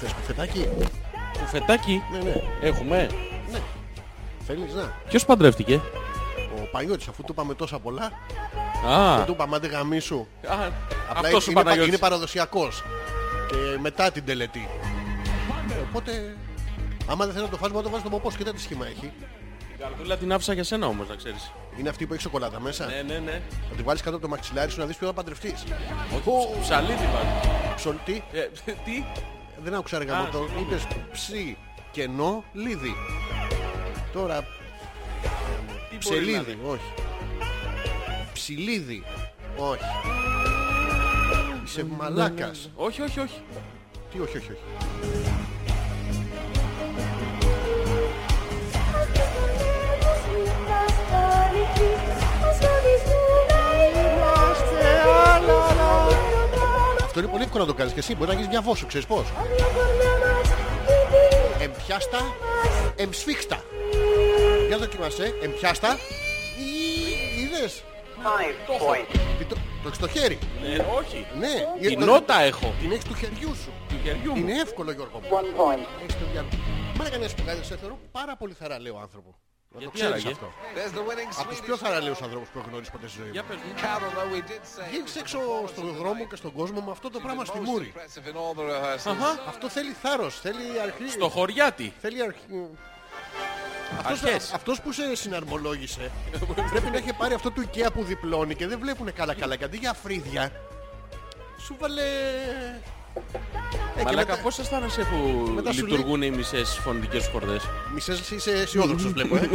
Θες κουφετάκι. Κουφετάκι Ναι, ναι. έχουμε. ναι. Θέλεις να. Ποιος παντρεύτηκε. Ο Πανιώτης αφού του είπαμε τόσα πολλά, Α, δεν του είπαμε άντε γαμίσου. α, Απλά αυτός ο είναι, είναι, Παναγιώτης. παραδοσιακός. Και μετά την τελετή. Ε, Οπότε, άμα δεν θέλει να το φας, μπορεί να το βάζει στον ποπός. Κοίτα τι σχήμα έχει. Την καρδούλα την άφησα για σένα όμως, να ξέρεις. Είναι αυτή που έχει σοκολάτα μέσα. Ναι, ναι, ναι. Να τη βάλεις κάτω από το μαξιλάρι σου να δεις ποιο θα παντρευτείς. Όχι, ψαλίδι βάζω. Ψολ, τι, Ε, Τι. δεν άκουσα ρε Α, γαμό το. συγγνώμη. Είπες ψι, κενό, λίδι. Τώρα, Τι μπορεί να ψελίδι, δει. όχι. Ψιλίδι, όχι. Είσαι μαλάκας. Όχι, όχι, όχι. Τι όχι, όχι, όχι. Αυτό είναι πολύ εύκολο να το κάνεις και εσύ. Μπορεί να γίνεις μια βόσο, ξέρεις πώς. Εμπιάστα, εμψφίξτα. Για δοκιμάσαι, εμπιάστα. Ή, Είδες, Τι το, το έχεις στο χέρι. Ε, Όχι. Ναι, Τη το- νότα έχω. Την έχεις του χεριού σου. Του χεριού μου. Είναι εύκολο Γιώργο μου. Έχεις το διάλογο. Μα κανένας που κάνει, σε θεωρώ πάρα πολύ θαραλέο άνθρωπο. Να το Γιατί ξέρεις άραγε? αυτό. There's the winning Από τους Swedish πιο θαραλέους ανθρώπους που έχω γνωρίσει ποτέ στη ζωή μου. Για πες μου. Carol, though we did say Γίνεις έξω στον δρόμο και στον κόσμο με αυτό το πράγμα στη most μούρη. impressive in all the rehearsals. Αυτό θέλει θάρρος, θέλει αρχή. Στο χωριάτι. Θέλει αρχή. Αυτός, Αρχές. αυτός που σε συναρμολόγησε πρέπει να έχει πάρει αυτό του IKEA που διπλώνει και δεν βλέπουν καλά καλά και αντί για φρύδια σου βάλε... Ε, και Μαλάκα, μετά- πώς αισθάνεσαι που μετά σου λειτουργούν οι μισές φωνητικές σου χορδές. Μισές είσαι αισιόδοξος βλέπω, ε.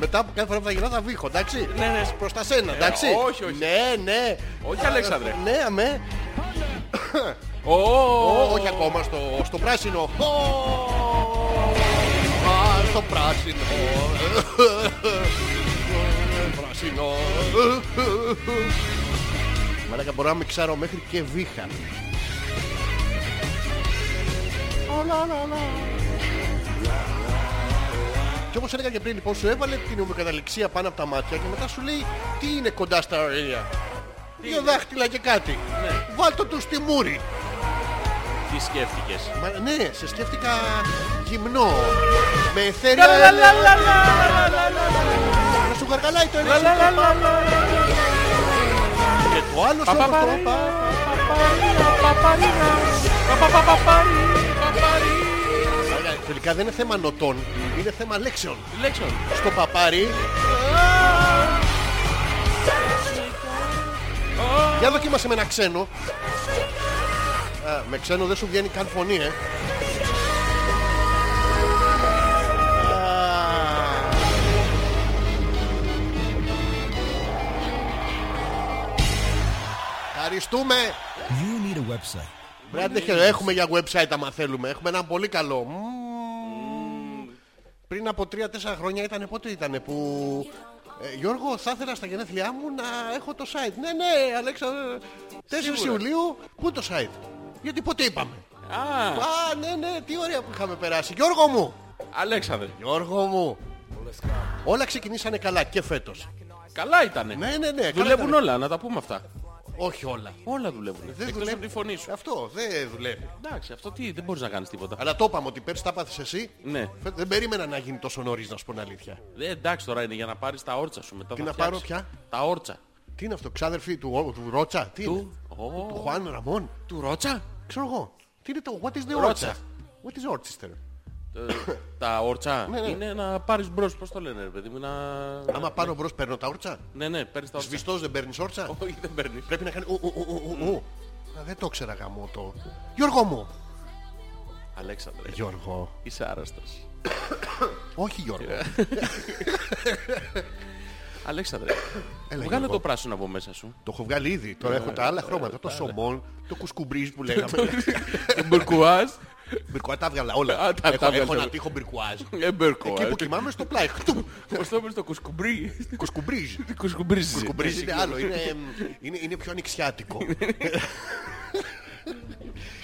Μετά από κάθε φορά που θα γυρνάω θα βήχω, εντάξει. Ναι, ναι. Προς τα σένα, εντάξει. όχι, όχι. Ναι, ναι. Όχι, Αλέξανδρε. Ναι, αμέ. Ω, Ω, Όχι ακόμα στο, στο πράσινο. Ω, Α, στο πράσινο. πράσινο. Μαλάκα μπορώ να μιξάρω μέχρι και βήχα. Ω, λα, λα, λα. Και όπως έλεγα και πριν λοιπόν σου έβαλε την ομοιοκαταληξία πάνω από τα μάτια και μετά σου λέει τι είναι κοντά στα ωραία. Δύο δάχτυλα και κάτι. Βάλτε του στη μούρη. Τι σκέφτηκες. Μα, ναι, σε σκέφτηκα γυμνό. Με εθέρια. Να σου γαργαλάει το ένα. Και το άλλο σου Παπα- αυτό. Ωραία, Τελικά δεν είναι θέμα νοτών, είναι θέμα λέξεων. Λέξον. Στο παπάρι. Για δοκίμασε με ένα ξένο. Α, με ξένο δεν σου βγαίνει καν φωνή, ε. Α. Ευχαριστούμε. You need a website. Μπράντε, έχουμε για website άμα θέλουμε. Έχουμε έναν πολύ καλό. Μμμ. Πριν από 3-4 χρόνια ήταν πότε ήταν που... Ε, Γιώργο, θα ήθελα στα γενέθλιά μου να έχω το site. Ναι, ναι, Αλέξα. 4 Ιουλίου, πού το site. Γιατί ποτέ είπαμε. Α, Α, ναι, ναι, τι ωραία που είχαμε περάσει. Γιώργο μου! Αλέξανδρε. Γιώργο μου! Όλα ξεκινήσανε καλά και φέτος. Καλά ήτανε. Ναι, ναι, ναι. καλά Δουλεύουν ήταν. όλα, να τα πούμε αυτά. Όχι όλα. Όλα δουλεύουν. Δεν Εκτός από δουλεύει. τη φωνή σου. Αυτό δεν δουλεύει. Εντάξει, αυτό τι, δεν μπορείς να κάνεις τίποτα. Αλλά το είπαμε ότι πέρσι τα πάθεις εσύ. Ναι. Φε- Δεν περίμενα να γίνει τόσο νωρίς να σου πω την αλήθεια. Ε, εντάξει τώρα είναι για να πάρεις τα όρτσα σου μετά. Τι θα να πάρω φτιάξεις. Τα όρτσα. Τι είναι αυτό, ξάδερφοι του, του Ρότσα, τι είναι. Του. Ω, Του Χουάν Ραμόν. Του ρότσα. Ξέρω εγώ. Τι είναι το What is the Ρότσα. Ρότσα. What is Orchester. Ε, Τα όρτσα Ναι, ναι. είναι να πάρεις μπρος, πώς το λένε ρε παιδί μου, να... Άμα πάνω μπρος παίρνω τα όρτσα. Ναι, ναι, παίρνεις τα όρτσα. Σβηστός δεν παίρνεις όρτσα. Όχι, δεν παίρνεις. Πρέπει να κάνει ου, ου, ου, ου, ου, ου. Α, Δεν το ξέρα γαμό το. Γιώργο μου. Αλέξανδρε, Γιώργο. είσαι άρρωστος. Όχι Γιώργο. Ε, Αλέξανδρε, Έλα, βγάλε Γιώργο. το Ε, πράσινο από μέσα σου. Το έχω βγάλει ήδη. Τώρα έχω τα άλλα χρώματα. Το σομόλ, το κουσκουμπρίζ που λέγαμε. Το Μπουρκουάζ Μπυρκουά τα έβγαλα όλα. Α, τα- Ε, Έχω τα έχω έβγαλες. ένα τείχο μπυρκουάζ. Εμπερκό. Εκεί που κοιμάμαι στο πλάι. χτου, Πώς το είπες το κουσκουμπρί. ναι, Κουσκουμπρίζ. Κουσκουμπρίζι. Κουσκουμπρίζ είναι άλλο. Είναι, εμ, είναι, είναι πιο ανοιξιάτικο.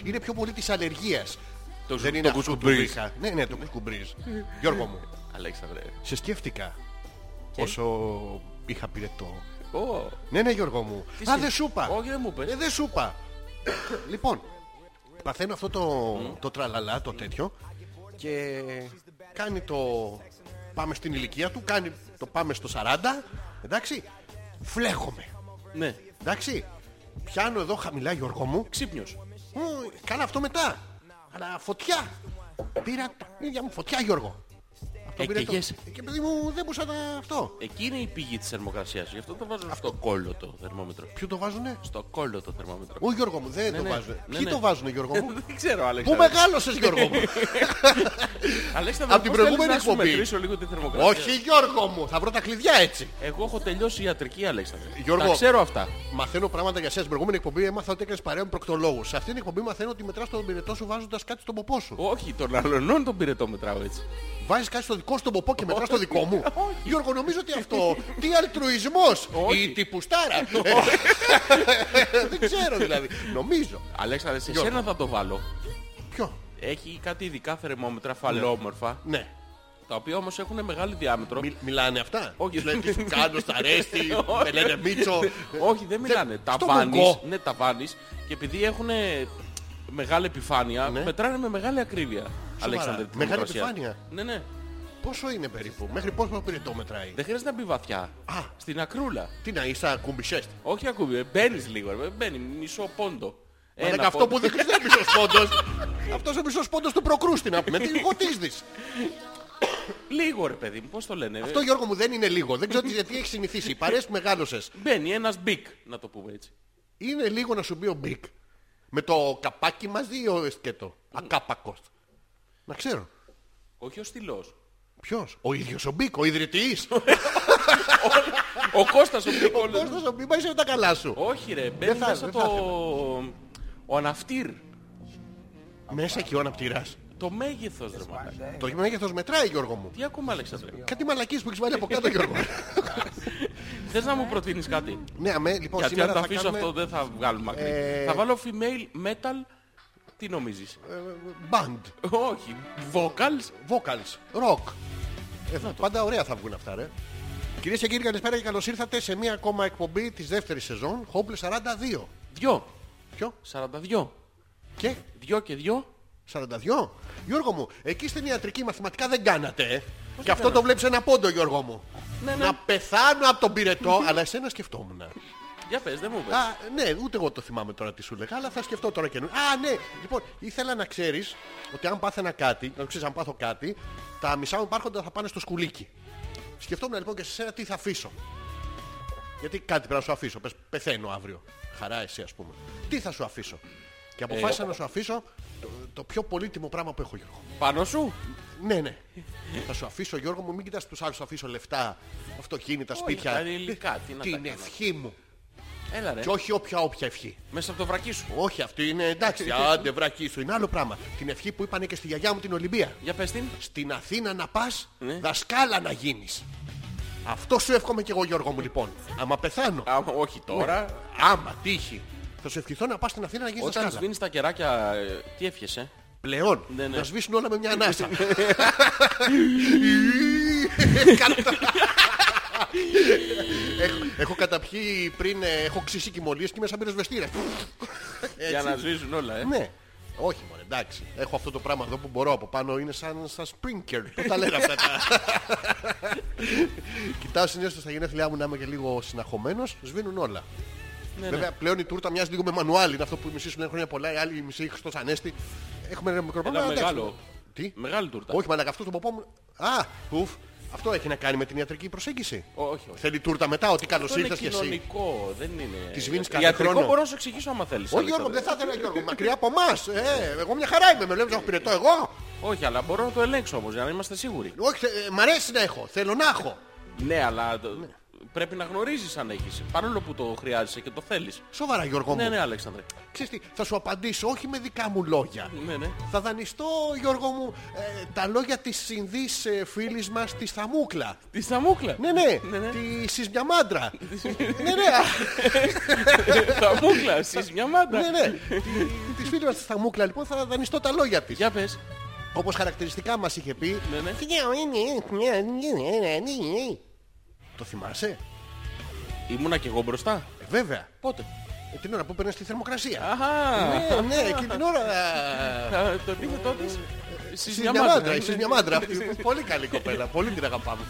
είναι πιο πολύ της αλλεργίας. Το- Δεν το είναι αυτό που κουσκουμπρίζ. είχα. Ναι, ναι, το κουσκουμπρίζ. Γιώργο μου, Αλέξανδρε. σε σκέφτηκα όσο είχα πυρετό. Ω, Ναι, ναι, Γιώργο μου. Τι Α, σε- δεν σου είπα. Όχι, δεν μου είπες. Ε, δεν σου είπα. λοιπόν, παθαίνω αυτό το, το τραλαλά, το τέτοιο και κάνει το... Πάμε στην ηλικία του, κάνει το πάμε στο 40, εντάξει. Φλέχομαι, Ναι. εντάξει. Πιάνω εδώ χαμηλά Γιώργο μου. Ξύπνιος. Μου, Κάνα αυτό μετά. Αλλά φωτιά. Πήρα την ίδια μου φωτιά Γιώργο. Αυτό Ε, πήρε και το- γες. Και παιδί μου δεν μπορούσα να... αυτό. Εκεί είναι η πηγή της θερμοκρασίας. Γι' αυτό το βάζω στο κόλλο το θερμόμετρο. Ποιο το βάζουνε. Στο κόλλο το θερμόμετρο. Ω Γιώργο μου, δεν το ναι. βάζουνε. Ναι, Ποιοι ναι. το βάζουνε Γιώργο μου. Δεν ξέρω, Πού Αλέξανδρε. μεγάλωσες Γιώργο μου. Αλέξανδρε, Απ' την πώς θέλεις προηγούμενη να σου εκπομπή. μετρήσω λίγο τη θερμοκρασία. Όχι Γιώργο μου, θα βρω τα κλειδιά έτσι. Εγώ έχω τελειώσει ιατρική, Αλέξανδρε. Γιώργο. Τα ξέρω αυτά. Μαθαίνω πράγματα για εσένα. Στην προηγούμενη εκπομπή έμαθα ότι έκανες παρέα με προκτολόγους. Σε αυτήν την εκπομπή μαθαίνω ότι μετράς τον πυρετό σου βάζοντας κάτι στον ποπό σου. Όχι, τον αλλονών τον πυρετό μετράω έτσι. Βάζεις κάτι στο δικό σου τον ποπό και μετρά το δικό μου. Όχι. Γιώργο, νομίζω ότι αυτό. Τι αλτρουισμός Όχι. Η τυπουστάρα. Ε, Δεν ξέρω δηλαδή. Νομίζω. Αλέξανδρε, σε Γιώργο. σένα θα το βάλω. Ποιο. Έχει κάτι ειδικά θερμόμετρα, φαλόμορφα, Ναι. τα οποία όμως έχουν μεγάλη διάμετρο. Μι- μιλάνε αυτά. Όχι. Λένε τι σου κάνω στα ρέστη, Όχι. με λένε Μίτσο. Όχι, δεν μιλάνε. Τα στο βάνεις, μουγκό. ναι, τα βάνεις και επειδή έχουν μεγάλη επιφάνεια, Ναι. μετράνε με μεγάλη ακρίβεια. Αλέξανδρε, τη Μεγάλη θερμοκρασία. επιφάνεια. Ναι, ναι. Πόσο είναι περίπου, μέχρι πόσο πυρετό μετράει. Δεν χρειάζεται να μπει βαθιά. Α. Στην ακρούλα. Τι να είσαι, ακουμπισέστ. Όχι ακούμπη, μπαίνεις λίγο, ρε, μπαίνει μισό πόντο. Ένα Ένα αυτό πόντο. που δεν είναι μισός πόντος. Αυτός ο μισός πόντος του προκρούστη να πούμε. Τι γοτίζεις. Λίγο ρε παιδί μου, πώς το λένε. ε, Αυτό Γιώργο μου δεν είναι λίγο. Δεν ξέρω τι- γιατί έχεις συνηθίσει. Οι παρέες που μεγάλωσες. Μπαίνει ένας μπικ, να το πούμε έτσι. Είναι λίγο να σου μπει ο μπικ. Με το καπάκι μαζί ή ο εσκέτο. Ακάπακος. Να ξέρω. Όχι ο στυλός. Ποιος. Ο ίδιος ο μπικ. Ο ιδρυτής. Ο Ο Κώστας ο Μπικόλος. Κώστας ο μπικ. Πάει σε τα καλά σου. Όχι ρε, μπαίνει θα- μέσα δεν το... θα Ο αναφτύρ. Μέσα και ο αναπτυράς. Το μέγεθος ρε μάνα. Το μέγεθος μετράει Γιώργο μου. Τι ακόμα Αλέξανδρε. Κάτι μαλακίες που έχεις βάλει από κάτω Γιώργο. Θες να μου προτείνεις κάτι. Ναι, αμέ, λοιπόν Γιατί αν σήμερα το θα αφήσω αυτό κάνουμε δεν θα βγάλουμε άκρη. Ε, Θα βάλω female metal. Τι νομίζεις. Ε, band, Όχι. Vocals. vocals, rock. Ε, πάντα ωραία θα βγουν αυτά ρε. Κυρίες και κύριοι καλησπέρα και καλώς ήρθατε σε μία ακόμα εκπομπή της δεύτερης σεζόν Hopeless 42. Δυο. Ποιο? 42. Και Δυο και δυο. 42. Γιώργο μου, εκεί στην ιατρική μαθηματικά δεν κάνατε. Ε. Και αυτό το βλέπεις ένα πόντο Γιώργο μου. Ναι, ναι. Να πεθάνω από τον πυρετό, αλλά εσένα σκεφτόμουν. Α, Για πες, δεν μου πες. ναι, ούτε εγώ το θυμάμαι τώρα τι σου λέγα, αλλά θα σκεφτώ τώρα καινούριο. Α, ναι, λοιπόν, ήθελα να ξέρεις ότι αν πάθαινα κάτι, να ξέρεις αν πάθω κάτι, τα μισά μου υπάρχοντα θα πάνε στο σκουλίκι. Σκεφτόμουν λοιπόν και σε σένα τι θα αφήσω. Γιατί κάτι πρέπει να σου αφήσω. Πες, πεθαίνω αύριο. Χαρά εσύ ας πούμε. Τι θα σου αφήσω. Και αποφάσισα Ε, να σου αφήσω το, το πιο πολύτιμο πράγμα που έχω Γιώργο. Πάνω σου. Ναι, ναι. θα σου αφήσω, Γιώργο μου, μην κοιτάς τους άλλους, θα αφήσω λεφτά, αυτοκίνητα, σπίτια. τα υλικά, τι να τα Την κάνω. Ε. ευχή μου. Έλα ρε. Και όχι όποια όποια ευχή. Μέσα από το βρακί σου. Όχι, αυτή είναι εντάξει, άντε βρακί σου, είναι άλλο πράγμα. Την ευχή που είπανε και στη γιαγιά μου την Ολυμπία. Για πες την. Στην Αθήνα να πας, Ναι. δασκάλα να γίνεις. Αυτό σου εύχομαι και εγώ Γιώργο μου λοιπόν. Άμα πεθάνω. Α, όχι τώρα. Άμα τύχει. Θα σου ευχηθώ να πας στην Αθήνα να γίνεις Όταν δασκάλα. σβήνεις τα κεράκια, ε, τι έφυγε. Πλέον. Ναι, ναι. Να σβήσουν όλα με μια ανάσα. Κατά- έχω, έχω καταπιεί πριν, ε, έχω ξύσει κοιμωλίες και είμαι σαν πυροσβεστήρας. Για να σβήσουν όλα, ε. ναι. Όχι μωρέ, εντάξει. Έχω αυτό το πράγμα εδώ που μπορώ από πάνω. Είναι σαν, σαν sprinkler. Πώς τα λένε αυτά τα... Κοιτάω συνήθως στα γενέθλιά μου να είμαι και λίγο συναχωμένος. Σβήνουν όλα. Ναι, ναι. Βέβαια πλέον η τούρτα μοιάζει λίγο με μανουάλι. Είναι αυτό που μισή σου λένε χρόνια πολλά, η άλλη μισή Χριστός Ανέστη. Έχουμε ένα μικρό Ένα πρόβλημα. εντάξει. μεγάλο. Τι? Μεγάλη τούρτα. Όχι, μαλακά αυτός το ποπό μου. Α, ουφ. Αυτό έχει να κάνει με την ιατρική προσέγγιση. όχι. όχι. Θέλει τούρτα μετά, ότι καλώς Αυτό είναι ήρθες κι εσύ. κοινωνικό, δεν είναι. Τη σβήνεις Για- κάθε Ιατρικό χρόνο. μπορώ να σου εξηγήσω άμα θέλεις. Όχι, Γιώργο, δεν θα ήθελα, Γιώργο. Μακριά από εμάς. Ε, εγώ μια χαρά είμαι. Με λέω, έχω πυρετό εγώ. Όχι, αλλά μπορώ να το ελέγξω όμως για να είμαστε σίγουροι. Όχι, θε- ε, μ' αρέσει να έχω. Θέλω να έχω. Ναι, αλλά. το- πρέπει να γνωρίζεις αν έχεις. Παρόλο που το χρειάζεσαι και το θέλεις. Σοβαρά Γιώργο Ναι, μου. ναι, Αλέξανδρε. Ξέρεις τι, θα σου απαντήσω όχι με δικά μου λόγια. Ναι, ναι. Θα δανειστώ Γιώργο μου ε, τα λόγια της συνδής ε, φίλης μας της Θαμούκλα. Της σταμούκλα. Ναι, ναι, Ναι, ναι. της Σισμιαμάντρα. ναι, ναι, σταμούκλα, εσύ μια μάτα. ναι, ναι. Τη- Της φίλης μας της Θαμούκλα λοιπόν θα δανειστώ τα λόγια της. Για πες. Όπως χαρακτηριστικά μας είχε πει. Ναι, ναι. Το θυμάσαι. Ήμουνα και εγώ μπροστά. Ε, βέβαια. Πότε. Ε, Την ώρα που παίρνει στη θερμοκρασία. Αχα. Ναι, ναι, εκείνη την ώρα. ε, Α, Το επίθετό της. Εσείς Εσύ μια μάντρα, εσύ μια μάντρα. Αυτή, Πολύ καλή κοπέλα, πολύ την αγαπάμε.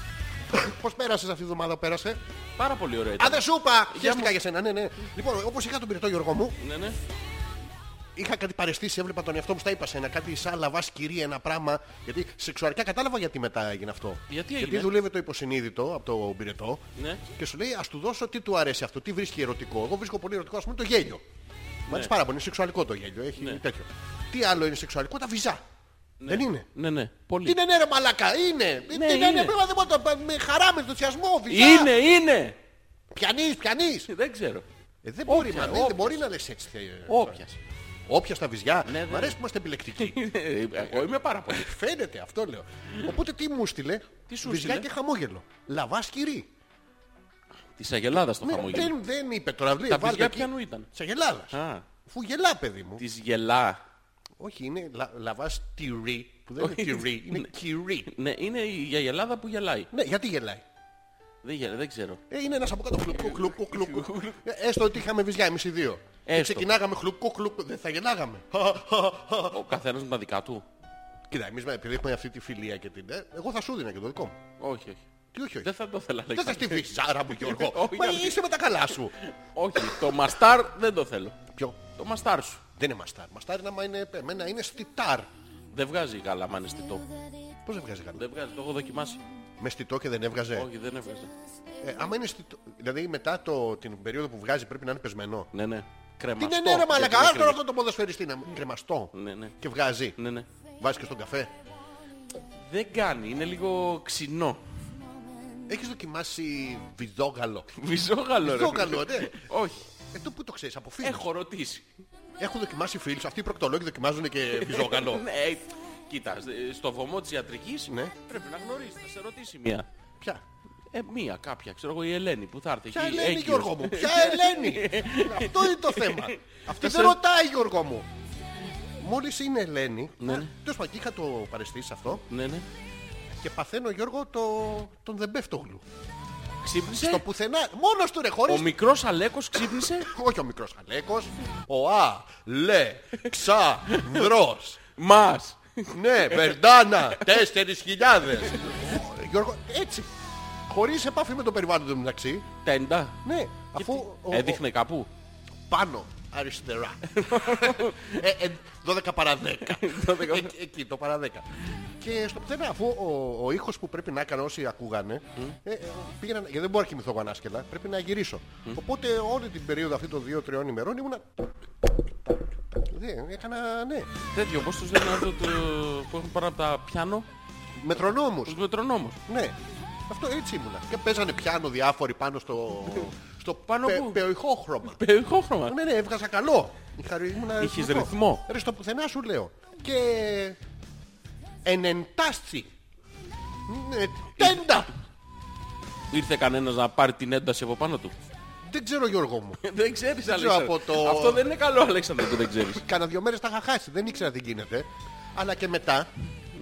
Πώς πέρασες αυτή τη βδομάδα, πέρασε. Πάρα πολύ ωραία. Α, δεν σου είπα! Χαίρεστηκα μου. για σένα, ναι, ναι. Λοιπόν, όπως είχα τον πυρετό Γιώργο μου, Ναι, ναι. είχα κάτι παρεστήσει, έβλεπα τον εαυτό μου, στα είπα σε ένα κάτι σαν λαβάς κυρία, ένα πράγμα. Γιατί σεξουαλικά κατάλαβα γιατί μετά έγινε αυτό. Γιατί γιατί έγινε? δουλεύει το υποσυνείδητο από το πυρετό Ναι. και σου λέει ας του δώσω τι του αρέσει αυτό, τι βρίσκει ερωτικό. Εγώ βρίσκω πολύ ερωτικό, ας πούμε το γέλιο. Μ' Ναι. αρέσει πάρα πολύ, είναι σεξουαλικό το γέλιο, έχει τέτοιο. Τι άλλο είναι σεξουαλικό, τα βυζά. Δεν είναι. Ναι, ναι. Τι Πολύ. είναι, ναι, ρε μαλακά, είναι. Τι είναι, είναι. ναι, πρέπει να δεν μπορώ να το- με χαρά, με ενθουσιασμό, βυζά. Είναι, είναι. Πιανείς, πιανείς. Δεν ξέρω. Ε, δεν μπορεί, Όποια, μα, δεν- δεν όποια. μπορεί να λες έτσι. ε, Όποια. Όποια στα βυζιά. ναι. Μ' αρέσει που είμαστε επιλεκτικοί. Εγώ είμαι πάρα πολύ. Φαίνεται, αυτό λέω. Οπότε τι μου στείλε. Τι σου βυζιά στείλε? και χαμόγελο. Λαβά κυρί. Της Αγελάδας το Ναι, χαμόγελο. δεν, δεν είπε τώρα. Λέει, Τα βάλτε παιδιά εκεί. ποιανού ήταν. Σε γελάδα. Α, Φου γελά, παιδί μου. της γελά. Όχι, είναι λα, λαβά τυρί. Που δεν είναι Όχι. τυρί, είναι Ναι. κυρί. Ναι, είναι η γιαγελάδα που γελάει. Ναι, γιατί γελάει. Δεν, γε- δεν ξέρω. Ε, είναι ένας από κάτω χλουπκού, χλουπκού, χλουπκού. Ε, Έστω ότι είχαμε βυζιά εμείς οι δύο. Και Έστω. ξεκινάγαμε χλουπκού, χλουπκού. Δεν θα γελάγαμε. Ο καθένας με τα δικά του. Κοίτα, εμείς επειδή έχουμε αυτή τη φιλία και την... ε, Εγώ θα σου δίνα και το δικό μου. Όχι, όχι. Τι όχι, όχι. Δεν θα το ήθελα, Δεν θα Αλέξανδρε. στη βυζάρα μου, Γιώργο. Όχι, Μα όχι. είσαι με τα καλά σου. Όχι, το μαστάρ δεν το θέλω. Ποιο. Το μαστάρ σου. Δεν είναι μαστάρ. Μαστάρ είναι άμα είναι... Εμένα είναι στιτάρ. Δεν βγάζει καλά, μ' αναισθητό. Πώς δεν βγάζει καλά. Δεν βγάζει, το έχω δοκιμάσει. Με στιτό και δεν έβγαζε. Όχι, δεν έβγαζε. Ε, άμα είναι στιτό... Δηλαδή μετά το... την περίοδο που βγάζει πρέπει να είναι πεσμένο. Ναι, ναι. Τι Κρεμαστό. ναι, ναι, ρε Γιατί μαλακά. Ας είναι τώρα κρεμαστό. αυτό το ποδοσφαιριστή να κρεμαστό. Ναι, ναι. Και βγάζει. Ναι, ναι. Βάζει και στον καφέ. Δεν κάνει, είναι λίγο ξινό. Έχεις δοκιμάσει βιδόγαλο. Βυζόγαλο, ρε. Βυζόγαλο, ναι. Όχι. Ε, το πού το ξέρεις, από φίλους. Έχω ρωτήσει. Έχουν δοκιμάσει φίλους. Αυτοί οι προκτολόγοι δοκιμάζουν και βυζόγαλο. Ναι, ε, κοίτας, ε, στο βωμό της ιατρικής Ναι. πρέπει να γνωρίζεις, θα σε ρωτήσει μία. Ποια. Ε, μία κάποια, ξέρω εγώ, η Ελένη που θα έρθει. Ποια εκεί, Ελένη, έγκυος. Γιώργο μου, ποια Ελένη. Αυτό είναι το θέμα. Αυτή δεν Τέσσερα- ρωτάει, Γιώργο μου. Μόλις είναι Ελένη, ε, Ναι, ναι. τέλος πάντων, και είχα το παρεστήσει αυτό Ναι, ναι. και παθαίνω, Γιώργο, το... τον Δεμπέφτογλου. Ξύπνησε. Στο πουθενά, μόνος του ρε, Ε. Ο χωρίς... μικρός Αλέκος ξύπνησε. Όχι ο μικρός Χαλέκος, ο Α, Λε, Ξα, Δρός. Μας. Ναι, Βερντάνα, 4.000. Γιώργο, έτσι. Χωρίς επάφη με το περιβάλλον του μεταξύ. Τέντα. Ναι, αφού... ο- ο- Έδειχνε κάπου. πάνω αριστερά. ε, ε, 12 παρά 10. Ε, ε, εκεί το παρά 10. Και στο πουθενά, αφού ο, ο ήχος που πρέπει να έκανε όσοι ακούγανε, ε, ε, πήγαιναν, γιατί δεν μπορώ να κοιμηθώ εγώ ανάσκελα, πρέπει να γυρίσω. Οπότε όλη την περίοδο αυτή των 2-3 ημερών ήμουνα. Δεν, έκανα, ναι. Τέτοιο, πώς τους λένε αυτό το... που έχουν πάρει από τα πιάνο. Μετρονόμους. Τους μετρονόμους. Ναι. Αυτό έτσι ήμουνα. Και παίζανε πιάνο διάφοροι πάνω στο. στο Πάνω πε- πού? πεοϊχόχρωμα. Περιχόχρωμα. Ναι, ναι, έβγαζα καλό. Είχα, ρυ- ήμουν Είχες ρυθμό. Ρε, στο πουθενά σου λέω. Και... Ενεντάστη. Ναι, Τέντα. Ήρθε κανένας να πάρει την ένταση από πάνω του. Δεν ξέρω Γιώργο μου. Δεν ξέρεις, ξέρω Αλέξανδρε. από το- Αυτό δεν είναι καλό, Αλέξανδρε, που δεν ξέρεις. Κάνα δυο μέρες τα είχα χάσει. Δεν ήξερα τι γίνεται. Αλλά και μετά...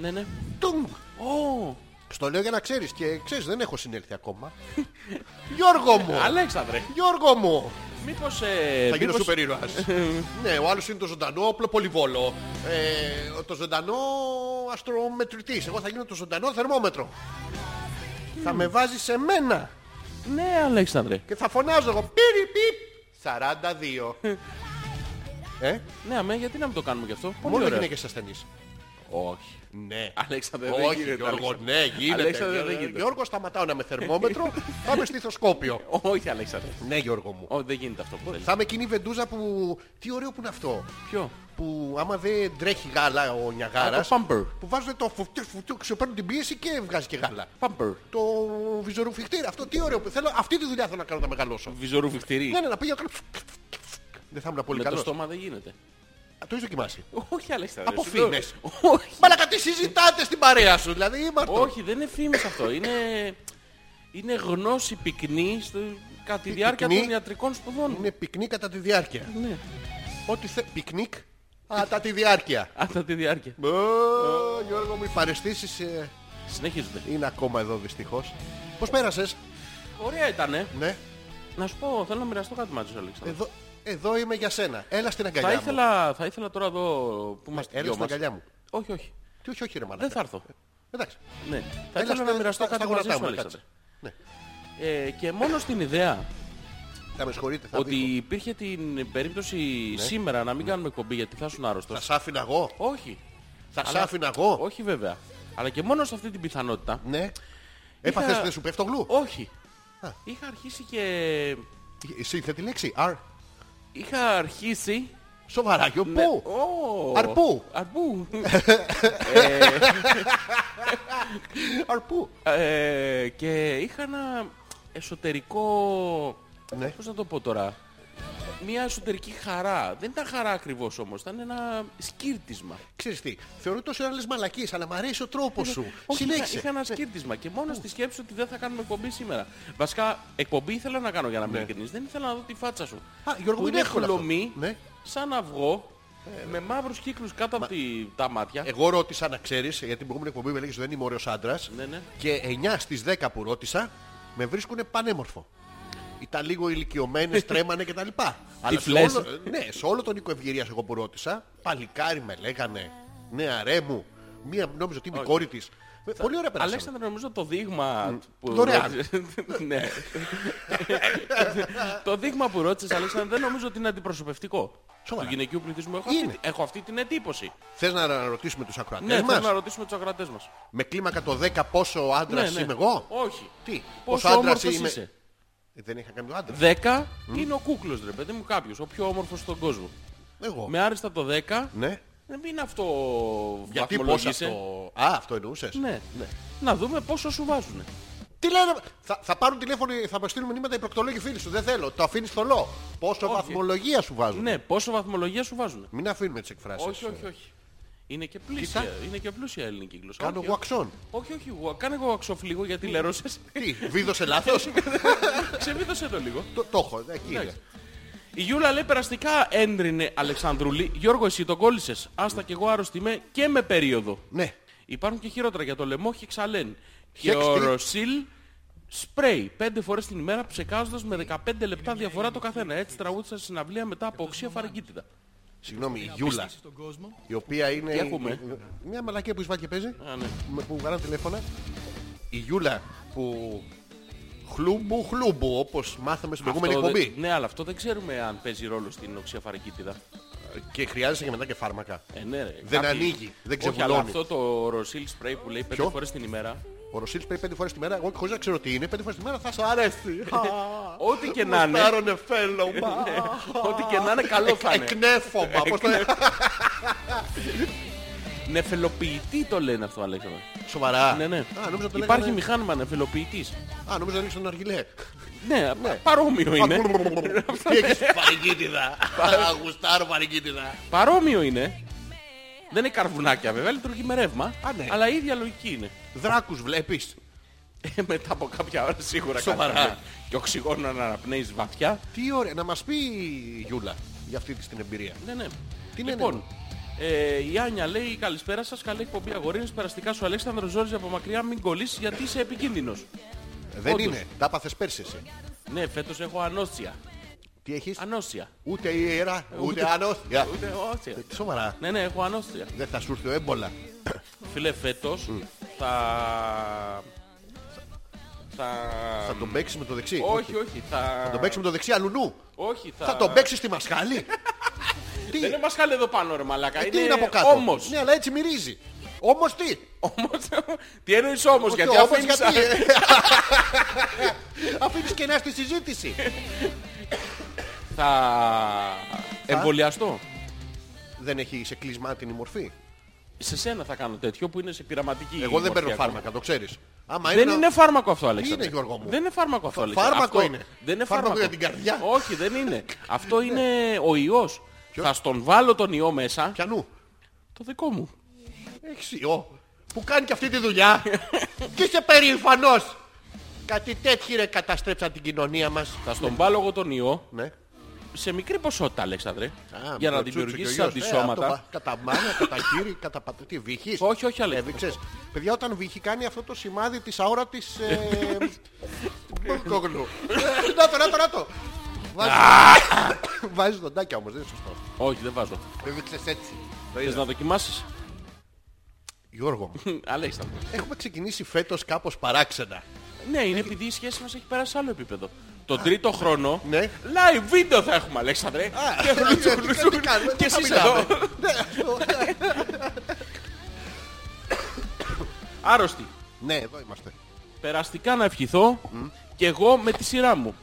Ναι, ναι. Τουμ. Ω, Στο λέω για να ξέρεις. Και ξέρεις δεν έχω συνέλθει ακόμα. Γιώργο μου. Αλέξανδρε, Γιώργο μου. μήπως... ε, Θα γίνω μήπως- σούπερ ήρωας. Ναι, ο άλλος είναι το ζωντανό όπλο πολυβόλο. Ε, το ζωντανό αστρομετρητής. Εγώ θα γίνω το ζωντανό θερμόμετρο. Θα με βάζει σε μένα Ναι, Αλέξανδρε. και θα φωνάζω εγώ. Πίρι, πιπ. 42. ε, Ναι, αμέ, γιατί να μην το κάνουμε γι' αυτό. Πολύ μόνο ωραία. γυναίκες ασθενείς. Όχι. Ναι. Αλέξανδρε, δεν Όχι, γίνεται, Γιώργο, Αλέξανδρε. ναι, γίνεται. Αλέξανδρε, δεν Γιώργο, γίνεται. Γιώργο, σταματάω να με θερμόμετρο. Πάμε στο ηθοσκόπιο. Όχι, Αλέξανδρε. Ναι, Γιώργο μου. Όχι, δεν γίνεται αυτό που θέλεις. Θα με κοινή βεντούζα που. Τι ωραίο που είναι αυτό. Ποιο? Που άμα δεν τρέχει γάλα ο Α, Νιαγάρας το pumper. Που βάζουν το φουτιού, φουτιού, ξεπέρνουν την πίεση και βγάζει και γάλα. Πάμπερ. Το βυζορουφιχτήρι. Αυτό τι ωραίο. που- Θέλω, αυτή τη δουλειά θέλω να κάνω να μεγαλώσω. Βυζορουφιχτηρή. Ναι, ναι, να πήγα κάνω. Δεν θα ήμουν πολύ Με το καλός. στόμα δεν γίνεται. Το έχεις δοκιμάσει. Όχι, Αλέξανδρε. Από σου λέω. φήμες. Όχι. Μαλακα τι συζητάτε στην παρέα σου. Δηλαδή είμαστε. Όχι, δεν είναι φήμες αυτό. Είναι, είναι γνώση πυκνή στο... κατά τη Τι διάρκεια πυκνή? Ναι. των ιατρικών σπουδών. Είναι πυκνή κατά τη διάρκεια. Ναι, Ό,τι θε... Πικνίκ κατά τη διάρκεια. κατά τη διάρκεια. Ω, Γιώργο μου, οι παρεστήσεις ε, Συνεχίζονται. είναι ακόμα εδώ δυστυχώς. Πώς πέρασες, Ωραία ήτανε. ναι, Να σου πω, θέλω να μοιραστώ κάτι μαζί σου, Αλέξανδρε. εδώ, εδώ είμαι για σένα. Έλα στην αγκαλιά Θα μου. ήθελα, θα ήθελα τώρα εδώ που είμαστε Έλα δυο Ε, στην μας. αγκαλιά μου. Όχι, όχι. Τι όχι, όχι ρε μαλάκα. Δεν θα έρθω. Εντάξει. Ναι. Θα Έλα ήθελα στα- να μοιραστώ στα- κάτι στα μαζί γονατά σου, μου, Αλέξανδρε. κάτσε. Ε, και μόνο στην ιδέα Θα με συγχωρείτε, θα Ναι. ότι δείχνω. Ναι. υπήρχε την περίπτωση σήμερα να μην κάνουμε εκπομπή γιατί θα ήσουν Θα άρρωστος. σ' άφηνα εγώ. Όχι. Θα σ' Αλλά- άφηνα εγώ. Όχι βέβαια. Αλλά και μόνο σε αυτή την πιθανότητα Ναι. Έπαθες Είχα- δεν σου πέφτω γλου. Όχι. Α. Είχα αρχίσει και... Σύνθετη λέξη. Αρ. Είχα αρχίσει... Σοβαρά, γιο Ναι. πού. Ω. Αρπού. Αρπού. Αρ πού. Ε, και είχα ένα εσωτερικό... Ναι. Πώς να το πω τώρα. Μια εσωτερική χαρά. Δεν ήταν χαρά ακριβώς όμως. Ήταν ένα σκύρτισμα. Ξέρεις τι, θεωρώ τόσο ένα λες μαλακίες, αλλά μ' αρέσει ο τρόπος σου. Ε, Όχι, είχα, Συνέχισε. είχα ένα σκύρτισμα και μόνο στη σκέψη ότι δεν θα κάνουμε εκπομπή σήμερα. Βασικά, εκπομπή ήθελα να κάνω για να μην ειλικρινής. Δεν ήθελα να δω τη φάτσα σου. Ναι. Α, Γιώργο, που είναι είναι εύκολο αυτό. χλωμή, Ναι. σαν αυγό, με μαύρους κύκλους κάτω από τη, τα μάτια. Εγώ ρώτησα να ξέρεις, γιατί την προηγούμενη εκπομπή με λέγεις ότι δεν είμαι ωραίος άντρας. Ναι, ναι. Και 9 στις 10 που ρώτησα, με βρίσκουν πανέμορφο. Ήταν λίγο ηλικιωμένες, τρέμανε κτλ. Αλλά σε Τυφλές. όλο, ναι, σε όλο τον οίκο ευγυρίας εγώ που ρώτησα, παλικάρι με λέγανε, νεαρέ μου, μία νόμιζα ότι είμαι η κόρη της. Ε, Πολύ ωραία πέρασαμε. Αλέξανδρο, νομίζω το δείγμα που... Δωρεάν. ναι. το δείγμα που ρώτησες, Αλέξανδρο, δεν νομίζω ότι είναι αντιπροσωπευτικό. Σοβαρά. Του γυναικείου πληθυσμού έχω αυτή, Είναι. έχω αυτή την εντύπωση. Θες να ρωτήσουμε τους ακροατές Ναι, θέλω μας, να ρωτήσουμε τους αγρατές μας. με κλίμακα το 10 πόσο άντρας ναι, ναι. είμαι εγώ. Όχι. Τι, πόσο Πόσο άντρας όμορφος είμαι. είσαι. Ε, Δεν είχα κάνει άντρα. 10 είναι ο κούκλος, ρε παιδί μου, κάποιος, ο πιο όμορφος στον κόσμο. Εγώ. Με άριστα το 10, Ναι. δεν είναι αυτό Γιατί πώς βαθμολογήσε. αυτό... Α, αυτό εννοούσες. Ναι, ναι. Να δούμε πόσο σου βάζουνε. Τι λένε, θα, θα πάρουν τηλέφωνο, θα με στείλουν μηνύματα οι προκτολόγοι φίλοι σου. Δεν θέλω, το αφήνεις θολό. Πόσο βαθμολογία σου βάζουν. Ναι, πόσο βαθμολογία σου βάζουνε. Μην αφήνουμε τις εκφράσεις. Όχι, όχι, όχι. Είναι και πλούσια, Κοίτα. είναι και πλούσια ελληνική γλώσσα. Κάνω όχι, γουαξόν. όχι, όχι, γουα- κάνε εγώ αξοφλίγο γιατί λερώσες. Τι, βίδωσε λάθος. Ξεβίδωσε το λίγο. το, το έχω, ε, εκεί είναι. Εντάξει. Η Γιούλα λέει περαστικά έντρινε Αλεξανδρούλη. Γιώργο, εσύ τον κόλλησες. Άστα κι εγώ άρρωστη είμαι και με περίοδο. Ναι. Υπάρχουν και χειρότερα για το λαιμό χεξαλέν. Και Χεξ ο τι? Ροσίλ σπρέι. Πέντε φορές την ημέρα ψεκάζοντας με 15 λεπτά διαφορά το καθένα. Έτσι τραγούδισα στη συναυλία μετά από οξία φαρικίτιδα. Συγγνώμη, η Γιούλα. Η οποία είναι. Τι έχουμε? Μια μαλακία που εισβάλλει και παίζει. Α, ναι. με- Που βγάλαν τηλέφωνα. Η Γιούλα που. Χλούμπου, χλούμπου, όπως μάθαμε στην προηγούμενη Αυτό δεν- εκπομπή. Ναι, αλλά αυτό δεν ξέρουμε αν παίζει ρόλο στην οξία φαρικίτιδα. Και χρειάζεσαι και μετά και φάρμακα. Ε, ναι, ρε, Δεν ανοίγει, δεν Όχι, αλλά ξεβουλώνει. αυτό το ροσίλ σπρέι που λέει πέντε Ποιο? φορές την ημέρα. Ο Ρωσίλης παίρνει πέντε φορές τη μέρα. Εγώ χωρίς να ξέρω τι είναι, πέντε φορές τη μέρα θα σου αρέσει. Ό,τι και να είναι, Άρωνε φέλο, μα. ό,τι και να είναι καλό θα είναι. Εκνέφωμα. Ε, Πώς το λένε. Νεφελοποιητή το λένε αυτό, Αλέξανδρο. Σοβαρά. Ναι, ναι. Α, νόμιζα το Υπάρχει λέγανε- μηχάνημα νεφελοποιητής. Α, νόμιζα να ρίξω τον αργυλέ. Ναι, παρόμοιο είναι. Τι έχεις παρικίτιδα. Αγουστάρω παρικίτιδα. Παρόμοιο είναι. Δεν είναι καρβουνάκια βέβαια, λειτουργεί με ρεύμα. Α, ναι. Αλλά η ίδια λογική είναι. Δράκους βλέπεις. Ε, Μετά από κάποια ώρα σίγουρα Σοβαρά. κατάλαβε. Και οξυγόνο να αναπνέεις βαθιά. Τι ωραία. Να μας πει η Γιούλα για αυτή της την εμπειρία. Ναι, ναι. Τι ναι, λοιπόν, ε, η Άνια λέει καλησπέρα σας, καλή εκπομπή αγορίνες, περαστικά σου Αλέξανδρος Ζόρζη από μακριά, μην κολλήσεις γιατί είσαι επικίνδυνος. Δεν όντως. είναι. Τα πάθες πέρσι εσύ. Ναι, φέτος έχω ανόσια. Τι έχεις. Ανόσια. Ούτε ιερά, ούτε ανώθια. Ε, Ούτε όσια. Σοβαρά. Ναι, ναι, έχω ανόσια. Δεν θα σου έρθει ο έμπολα. Φίλε, φέτος θα... Θα... Θα τον παίξεις με το δεξί. Όχι, όχι, θα... Θα τον παίξεις με το δεξί αλουνού. Όχι, θα... Θα τον παίξεις στη μασχάλη. Τι, Δεν είναι μασχάλη εδώ πάνω, ρε μαλάκα. Ε, τι είναι από κάτω. Όμως. Ναι, αλλά έτσι μυρίζει. Όμως τι. Όμως, τι εννοείς όμως, γιατί Όμως αφήνεις... γιατί. ε, Αφήνεις κενά στη συζήτηση. Θα εμβολιαστώ. Δεν έχει σε κλεισμάτινη μορφή. Σε σένα θα κάνω τέτοιο που είναι σε πειραματική. Εγώ δεν μορφή παίρνω ακόμα. φάρμακα, το ξέρεις. Άμα Δεν ένα- είναι φάρμακο αυτό, Αλέξανδρε. είναι, Γιώργο μου? Δεν είναι φάρμακο αυτό, Αλέξανδρε. Φάρμακο Αυτό είναι. Δεν είναι Φάρμακο φάρμακο. για την καρδιά. Ναι. Όχι, δεν είναι. αυτό είναι ο ιός. Θα στον βάλω τον ιό μέσα. Πιανού. Το δικό μου. Έχεις ιό. Που κάνει και αυτή τη δουλειά. και είσαι περήφανος. Κάτι τέτοιοι ρε καταστρέψαν την κοινωνία μας. Θα στον βάλω εγώ τον ιό Ναι. σε σε μικρή ποσότητα, Αλέξανδρε. Α, για με το να Τσούτσο δημιουργήσεις και ο γιος. Ε, αυτό αντισώματα. πα- Κατά μάνα, κατά χείρι, κατά πατ- Τι βύχεις. Όχι, όχι, Αλέξη. Έδειξες. Παιδιά, όταν βύχει κάνει αυτό το σημάδι της αόρατης... Ε... Μπολκόγλου. Ε, Να το, να το, να το. Βάζεις- Βάζεις δοντάκια όμως, δεν είναι σωστό. Όχι, δεν βάζω. Έδειξες έτσι. Θες ε. να δοκιμάσεις. Γιώργο, μου, Αλέξανδρε. έχουμε ξεκινήσει φέτος κάπως παράξενα. Ναι, είναι επειδή η σχέση μας έχει περάσει σε άλλο επίπεδο. Τον τρίτο χρόνο ναι. live βίντεο θα έχουμε, Αλέξανδρε. Και γλουτσου, γλουτσου, Τι κάνουμε, Και θα εσείς μιλάμε. Ναι, εδώ. Άρρωστοι. Ναι, εδώ είμαστε. Περαστικά να ευχηθώ και εγώ με τη σειρά μου.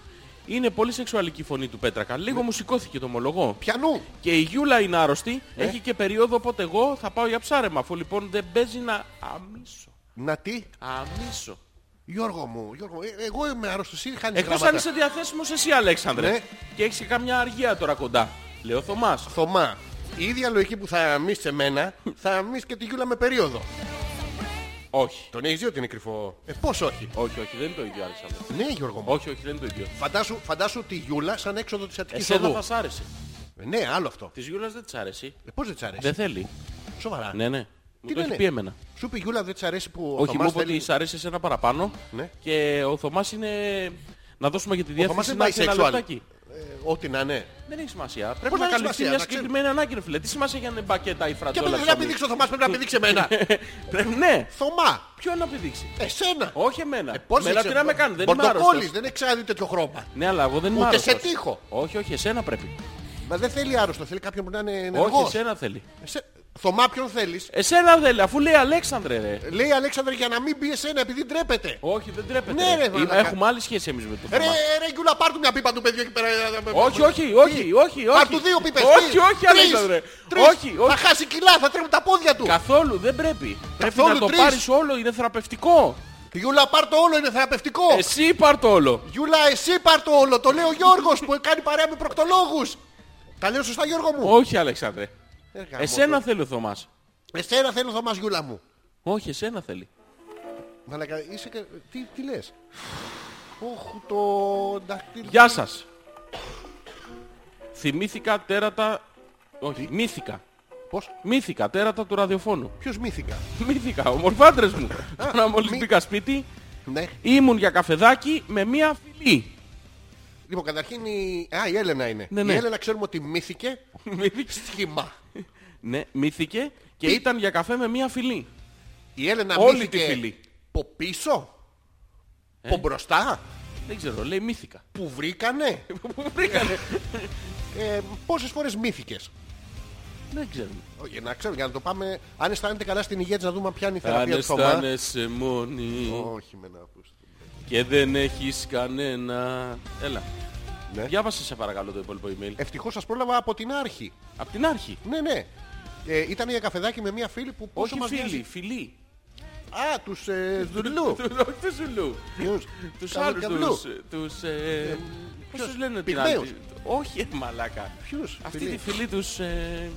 Είναι πολύ σεξουαλική η φωνή του Πέτρακα. Ναι. Λίγο μου σηκώθηκε το ομολογώ. Πιανού. Και η Γιούλα είναι άρρωστη. Ναι. Έχει και περίοδο, οπότε εγώ θα πάω για ψάρεμα. Αφού λοιπόν δεν παίζει να αμίσω. Να τι, Αμίσω. Γιώργο μου, Γιώργο, μου, ε, εγώ είμαι άρρωστος, εσύ χάνεις Εκτός γράμματα. αν είσαι διαθέσιμος εσύ, Αλέξανδρε. Ναι. Και έχεις και καμιά αργία τώρα κοντά. Λέω Θωμάς. Θωμά, η ίδια λογική που θα αμείς σε μένα, θα αμείς και τη Γιούλα με περίοδο. Όχι. Τον έχεις δει ότι είναι κρυφό. Ε, πώς όχι. Όχι, όχι, δεν είναι το ίδιο, Αλέξανδρε. Ναι, Γιώργο μου. Όχι, όχι, δεν είναι το ίδιο. Φαντάσου, φαντάσου τη Γιούλα σαν έξοδο της Αττικής Εσένα Οδού. θα σ' άρεσε. Ε, Ναι, άλλο αυτό. Της Γιούλας δεν της άρεσε. Ε, πώς δεν της αρέσει. Δεν θέλει. Σοβαρά. Ναι, ναι. Μου Τι το έχει λένε? πει εμένα. Σου είπε η Γιούλα δεν της αρέσει που ο Όχι, μου Θωμάς είπε ότι θέλει... σ' αρέσει ένα παραπάνω. Ναι. Και ο Θωμάς είναι... Να δώσουμε για τη Θωμάς διεύθυνση είναι να έχει ένα bisexual. λεπτάκι. Ε, Ό,τι να είναι. Δεν έχει σημασία. Πρέπει να να έχει καλυφθεί σημασία, μια να ξέρει. συγκεκριμένη ανάγκη, ρε φίλε. Τι σημασία για να είναι μπακέτα Και ή αυτό φρατζόλα. δεν θέλει να πηδήξει ο Θωμάς, πρέπει να πηδήξει εμένα. Πρέπει, ναι. Θωμά, Ποιον να πηδήξει. εσένα. Όχι εμένα. Ε, Πώς Εμένα δεν τι ξέρω. να με κάνει, δεν είμαι Πορτοκόλλης, άρρωστος. δεν έχει ξαναδεί τέτοιο χρώμα. Ναι, αλλά εγώ δεν είμαι Ούτε άρρωστος. σε τείχο. Όχι, όχι, εσένα πρέπει. Μα δεν θέλει άρρωστο, θέλει κάποιον που να είναι Όχι, ενεργός. εσένα θέλει. Εσέ- Θωμά, ποιον θέλεις. Εσένα θέλει, αφού λέει Αλέξανδρε, ρε. Λέει η Αλέξανδρε για να μην πει εσένα επειδή ντρέπεται. Όχι, δεν τρέπεται. Ναι, ρε, Είμαι- μαλάκα. Έχουμε άλλη σχέση εμείς με το Ρε, θέμα. ρε Γιούλα, πάρ του μια πίπα του παιδιού εκεί πέρα. Όχι, όχι, όχι, Ε, όχι. Πάρ όχι. του δύο πίπες. Όχι, τρεις, όχι, τρεις, Αλέξανδρε. τρεις. Όχι, Θα όχι. χάσει κιλά, θα τρέχουν τα πόδια του. Καθόλου, δεν πρέπει. Πρέπει Καθόλου να το τρεις. πάρεις όλο, είναι θεραπευτικό. Γιούλα, πάρ το όλο, είναι θεραπευτικό. Εσύ πάρ' το όλο. Γιούλα, εσύ πάρ το όλο. Το λέει ο Γιώργος που κάνει παρέα με προκτολόγους. Τα λέω σωστά, Γιώργο μου. Όχι, Αλέξανδρε. Ε, γαμώτο. Εσένα θέλει ο Θωμάς. Εσένα θέλω Θωμάς Γιούλα μου. Όχι, εσένα θέλει. Μαλακα, είσαι... κα- Τι, τι λες. Όχου το δάχτυλο. Γεια σας. Θυμήθηκα τέρατα... Όχι, μύθηκα. Πώς, Μύθηκα τέρατα του ραδιοφώνου. ποιος μύθηκα. Μύθηκα, ομορφάντρες μου. Τώρα μόλις μη- μπήκα σπίτι, Ναι. ήμουν για καφεδάκι με μία φιλή. Λοιπόν, καταρχήν η... Α, η Έλενα είναι. Ναι, ναι. Η Έλενα ξέρουμε ότι μύθηκε Μύθηκες. σχήμα. ναι, μύθηκε και Τι? ήταν για καφέ με μία φιλή. Η Έλενα Όλη μύθηκε τη Ε. φίλη. από πίσω, από μπροστά, Δεν ξέρω, λέει μύθηκα. που βρήκανε. Πού βρήκανε. Ε, πόσες φορές μύθηκες. Δεν ξέρουμε. Για να ξέρω, για να το πάμε... Αν αισθάνεται καλά στην υγεία της να δούμε αν πιάνει η Αν θεραπεία του Θωμά. αισθάνεσαι μόνη Όχι με να ακούς. και δεν έχεις κανένα... Έλα. Ναι. Διάβασε σε παρακαλώ το υπόλοιπο email. Ευτυχώς σας πρόλαβα από την άρχη. Ε. Απ' την άρχη. Ναι, ναι. Ε, ήταν για καφεδάκι με μια φίλη που πόσο Όχι μας φίλοι, νοιάζει. φιλοί. Α, τους ε, Δουρλού. Όχι τους Ζουλού. Ποιους? Τους Καβρου- άλλους Καβλού. τους... Τους... ε, Πώς ποιος? τους λένε την Πυγμαίους. άλλη. Όχι ε, μαλάκα. Ποιους, Αυτή φιλοί? τη φιλή τους... ε,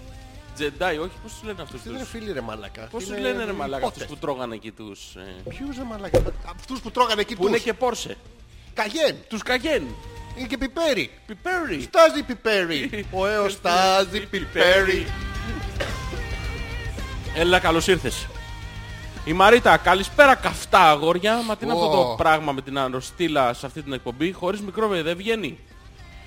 Τζεντάι, όχι πώς τους λένε αυτούς Τι είναι τους... φίλοι ρε μαλακά. Πώς τους λένε ρε μαλάκα αυτούς Πότες. που τρώγανε εκεί τους... ε, Ποιους ρε μαλακά. Αυτούς που τρώγανε εκεί Που είναι τους. και Πόρσε. Καγέν. Τους Καγέν. Είναι και πιπέρι. Πιπέρι. Στάζει πιπέρι. Ο έος στάζει πιπέρι. Έλα, καλώς ήρθες. Η Μαρίτα, καλησπέρα καυτά αγόρια. Μα τι είναι αυτό το Ω. πράγμα με την ανοστήλα σε αυτή την εκπομπή. Χωρίς μικρόβιο δεν βγαίνει.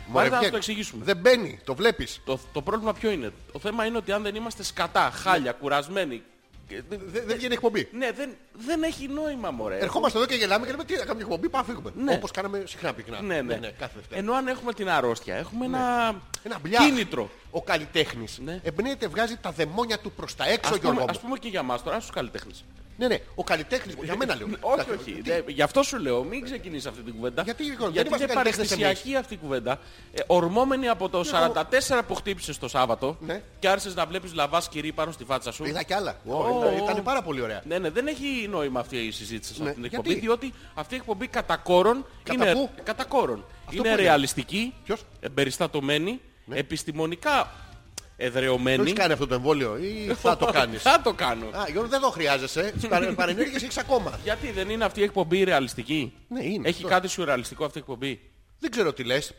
Μωρέ, Μαρίτα, να βγαίνει. το εξηγήσουμε. Δεν μπαίνει, το βλέπεις. Το, το πρόβλημα ποιο είναι. Το θέμα είναι ότι αν δεν είμαστε σκατά, χάλια, κουρασμένοι, Και Ε, δε- Δεν δεν βγαίνει εκπομπή. Ναι, δεν, δεν έχει νόημα, μωρέ. Ερχόμαστε εδώ και γελάμε και λέμε τι να κάνουμε εκπομπή, πάμε φύγουμε. Ναι. Όπως κάναμε συχνά πυκνά. Ναι, ναι. κάθε Δευτέρα. Ενώ αν έχουμε την αρρώστια, έχουμε ένα, Ένα μπλιάχ. κίνητρο. Ο καλλιτέχνης Ναι. εμπνέεται, βγάζει τα δαιμόνια του προς τα έξω, Ας πούμε, Γιώργο μου. ας πούμε και για μας τώρα, στους καλλιτέχνες. Ναι, ναι, ο καλλιτέχνης, για μένα λέω. όχι, Εντάξει, όχι. τι- Δε, γι' αυτό σου λέω, μην ξεκινήσεις αυτή την κουβέντα. Γιατί, Γιώργο, δεν Γιατί είμαστε είναι καλλιτέχνες παρεκτησιακή αυτή η κουβέντα. Ε, ορμόμενη από το 44 που χτύπησες το Σάββατο Ναι. και άρχισες να βλέπεις λαβάς κυρί πάνω στη φάτσα σου. Είδα κι άλλα. Ω, Ήταν- ω. Ήταν πάρα πολύ ωραία. Ναι, ναι, δεν έχει νόημα αυτή η συζήτηση σε Ναι, αυτή την γιατί? εκπομπή, διότι αυτή η εκπομπή κατά κόρον Κατά είναι, πού? κατά κόρον. που είναι είναι. ρεαλιστική, Ποιος? Ναι. εμπεριστατωμένη, επιστημονικά Το εδρεωμένη. έχεις κάνει αυτό το εμβόλιο ή θα το κάνεις. Θα το κάνω. Α, Γιώργο, δεν το χρειάζεσαι. Τις παρε- παρενέργειες έχεις ακόμα. Γιατί δεν είναι αυτή η εκπομπή ρεαλιστική. Ναι, είναι. Έχει Το- κάτι σιουρεαλιστικό αυτή η εκπομπή. Δεν ξέρω τι λες.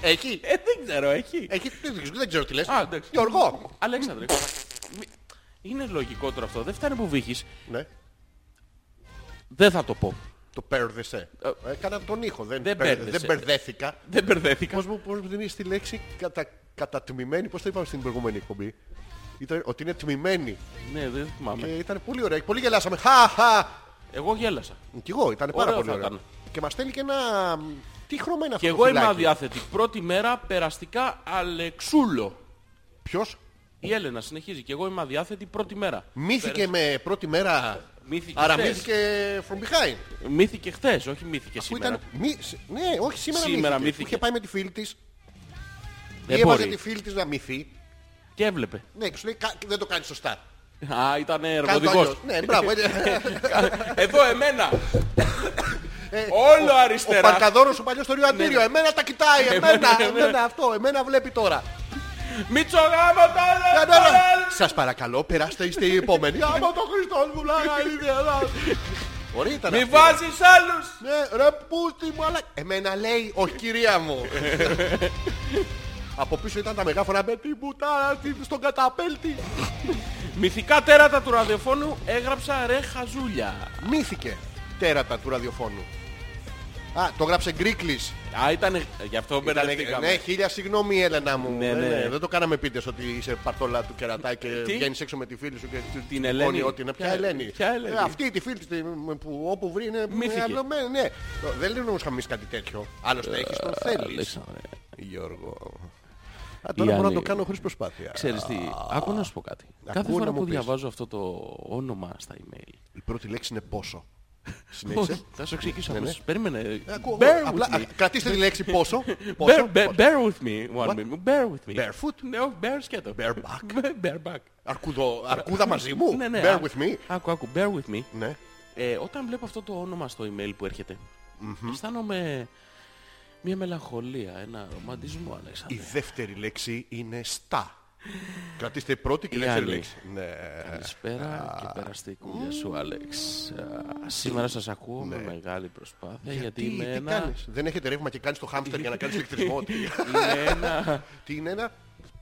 Έχει. Ε, δεν ξέρω, έχει. Έχει. Δεν δεν ξέρω τι λες. Α, εντάξει. Γιώργο. Αλέξανδρε. μη- Είναι λογικό τώρα αυτό. Δεν φτάνει που βύχεις. Ναι. Δεν θα το πω. Το πέρδεσαι. Ε, Έκανα τον ήχο. Δεν, δεν Ε. πέρ- πέρδεσαι. δεν μπερδέθηκα. Δεν μπερδέθηκα. Πώς μου πώς μου την είσαι τη λέξη κατα, κατατμημένη. Πώς το είπαμε στην προηγούμενη εκπομπή. Ήταν, ότι είναι τμημένη. Ναι, δεν θυμάμαι. Και ήταν πολύ ωραία. Πολύ γελάσαμε. Χα, χα. Εγώ γέλασα. Κι εγώ. Ήταν πάρα Ωραίο πολύ θα ωραία. ήταν. Και μας στέλνει και ένα... μ, Τι χρώμα είναι αυτό Και το εγώ είμαι φυλάκι? αδιάθετη. Πρώτη μέρα περαστικά Αλεξούλο. Ποιος Η Έλενα συνεχίζει. Και εγώ είμαι αδιάθετη πρώτη μέρα. μύθηκε με πρώτη μέρα. Μύθηκε Άρα χθες. μύθηκε from behind. Μύθηκε χθες, όχι μύθηκε Που σήμερα. ήταν... μυ- Ναι, όχι σήμερα, μύθηκε. Σήμερα μύθηκε. Που είχε πάει με τη φίλη της. Δεν ή έβαζε μπορεί. τη φίλη της να μυθεί. Και έβλεπε. Ναι, και σου λέει «Κα- δεν το κάνει σωστά. Α, ήταν Κάνε το εργοδικό. αλλιώς. Ναι, μπράβο. έτσι. Εδώ εμένα. Ε, Όλο Ο αριστερά. παρκαδόρος ο παλιός στο Ρίο Αντίριο. Εμένα τα κοιτάει. Εμένα, εμένα αυτό. Εμένα βλέπει τώρα. Μίτσο γάμο τα Εμένα. Σας παρακαλώ, περάστε, είστε οι επόμενοι. Άμα το Χριστός μου, λάγα είναι. αλλά. Ωραία ήταν. Μη αυτή. βάζεις άλλους. Ναι, ρε πούστη μου, αλλά... Εμένα λέει, όχι κυρία μου. Από πίσω ήταν τα μεγάφωνα με την μπουτάρα στην- στον καταπέλτη. Μυθικά τέρατα του ραδιοφώνου έγραψα ρε χαζούλια. Μύθηκε τέρατα του ραδιοφώνου. Α, το γράψε Γκρίκλης. Α, ήταν. Γι' αυτό μπερδευτήκαμε. Ναι, χίλια συγγνώμη Έλενα μου. Ναι, Ε, ναι. ναι, Δεν το κάναμε πίτες ότι είσαι παρτολά του κερατά και Ε, Τι? βγαίνεις έξω με τη φίλη σου και την την Ελένη. Ότι είναι πια Ποια- Ελένη. ποια Ελένη? Ε, αυτή τη φίλη της, τη- με- που όπου βρει είναι Μύθηκε. αυλωμένη, Ναι. Το- Δεν λένε όμως χαμείς κάτι τέτοιο. Άλλωστε έχεις τον Ε, θέλεις. Αλέξανδρε, Γιώργο. Α, τώρα μπορώ να Άννη- το κάνω χωρίς προσπάθεια. Ξέρεις τι, άκου να σου πω κάτι. Κάθε να φορά μου που πεις. διαβάζω αυτό το όνομα στα email. Η πρώτη λέξη είναι πόσο. Όχι, Συνέχισε. θα σου εξηγήσω αμέσως. Περίμενε. Ναι, Ε, ακούω, Bear απλά, with me. α, Κρατήστε τη λέξη πόσο. Bear, πόσο, bear, πόσο. bear with me, one What? minute. Bear with me. Barefoot? Ναι, όχι, bear σκέτο. Bareback. Bareback. Αρκούδο- αρκούδα μαζί μου. Ναι, ναι. Bear α- with me. Άκου, άκου, bear with me. Ναι. Ε, όταν βλέπω αυτό το όνομα στο email που έρχεται, αισθάνομαι μια μελαγχολία, ένα ρομαντισμό, Η Αλέξανδρε. δεύτερη λέξη είναι στα. Κρατήστε πρώτη και Η δεύτερη άλλη. λέξη. Ναι. Καλησπέρα και περαστικού για σου, Άλεξ. Α, Σήμερα σας ακούω με μεγάλη προσπάθεια γιατί, Ναι. Τι, είμαι Ε, τι ένα... κάνεις. Δεν έχετε ρεύμα και κάνεις το χάμστερ για να κάνεις ηλεκτρισμό. Τι- είμαι ένα Τι είναι ένα.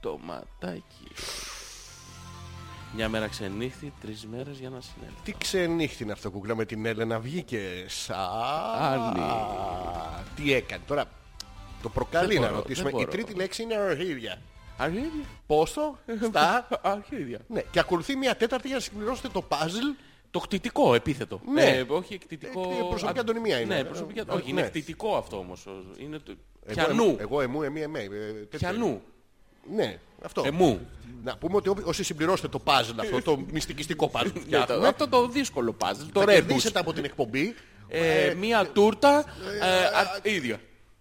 τοματάκι. Μια μέρα ξενύχτη, τρεις μέρες για να συνέλθει. Τι ξενύχτη είναι αυτό κουκλά με την Έλενα βγήκε. Σαν. Άλλη. Τι έκανε τώρα. Το προκαλεί Δεν να μπορώ, ρωτήσουμε. δεν Η μπορώ. τρίτη λέξη είναι αρχίδια. Αρχίδια. Πόσο, στα. Αρχίδια. Ναι. Και ακολουθεί μια τέταρτη για να συμπληρώσετε το puzzle. Το κτητικό επίθετο. Ε, Ναι. όχι εκτιτικό. Εκ- προσωπική αντωνυμία είναι. Ναι, προσωπική... Ε, όχι, είναι ναι. εκτιτικό αυτό όμως. Είναι το... Εγώ, Πιανού. εμ- Εγώ εμού, εμεί, εμέ. ε, τέτοιο. Πιανού. Ναι, αυτό. Εμού. Να πούμε ότι όποι- όσοι συμπληρώσετε το puzzle αυτό, το μυστικιστικό puzzle που Για το- φτιάχνουμε, Αυτό το δύσκολο puzzle. Το ε, θα ρέμπους. κερδίσετε από την εκπομπή. Ε, Μία τούρτα ε, α- ίδια.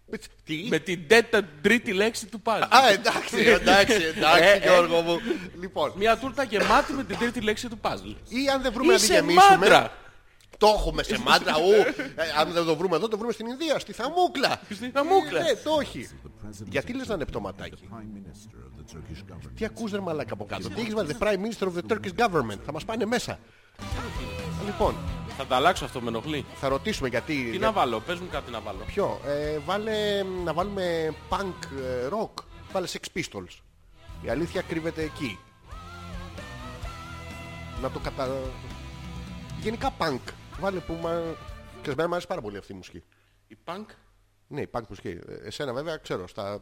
Πιτς, Τι. Με την τέτα, τρίτη λέξη του puzzle. ε, Α, εντάξει, εντάξει, Ε, εντάξει, ε. Γιώργο μου. Λοιπόν, Μία τούρτα γεμάτη με την τρίτη λέξη του puzzle. ή αν δεν βρούμε να τη Είσαι γεμίσουμε. μάντρα. Το έχουμε σε μάντρα, ου. Ε, Αν δεν το βρούμε εδώ, το βρούμε στην Ινδία, στη Θαμούκλα. Στη Θαμούκλα. Ε, Ναι, το έχει. Γιατί λες να είναι Prime πτωματάκι. Minister of the Turkish government. Τι ακούς ρε μαλάκα από κάτω. Τι έχεις βάλει, the Prime Minister of the Turkish Government. Θα μας πάνε μέσα. Λοιπόν, Θα τα αλλάξω αυτό, με ενοχλεί. θα ρωτήσουμε γιατί... Τι να βάλω, πες μου κάτι να βάλω. Ποιο, ε, βάλε, να βάλουμε punk ε, rock, βάλε Sex Pistols. Η αλήθεια κρύβεται εκεί. Να το κατα... Γενικά punk, βάλε που μα... Ξέρεις, εμένα μου αρέσει πάρα πολύ αυτή η μουσική. Η punk. Ναι, η punk μουσική. Ε, Εσένα βέβαια ξέρω, στα...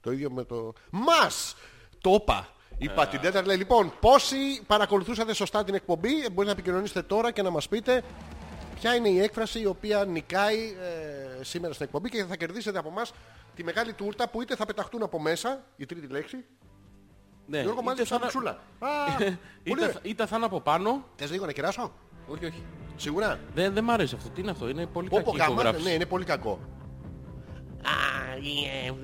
Το ίδιο με το... Μας! Το είπα. Είπα την τέταρτη, λέει, λοιπόν, πόσοι παρακολουθούσατε σωστά την εκπομπή, ε, μπορείτε να επικοινωνήσετε τώρα και να μας πείτε ποια είναι η έκφραση η οποία νικάει ε, σήμερα στην εκπομπή και θα κερδίσετε από εμάς τη μεγάλη τούρτα που είτε θα πεταχτούν από μέσα, η τρίτη λέξη, Ναι, Γιώργο είτε μάλιστα σαν θα- ψούλα. Α, πολύ Είτε, ωραία. θα- είτε θα είναι από πάνω. Θες λίγο να κεράσω, Όχι, όχι. σίγουρα. Δεν, δεν μ' αρέσει αυτό. Τι είναι αυτό, είναι πολύ Πω, πω, κακή γαμάτα, ηχογράφηση. ναι, είναι πολύ κακό. Α,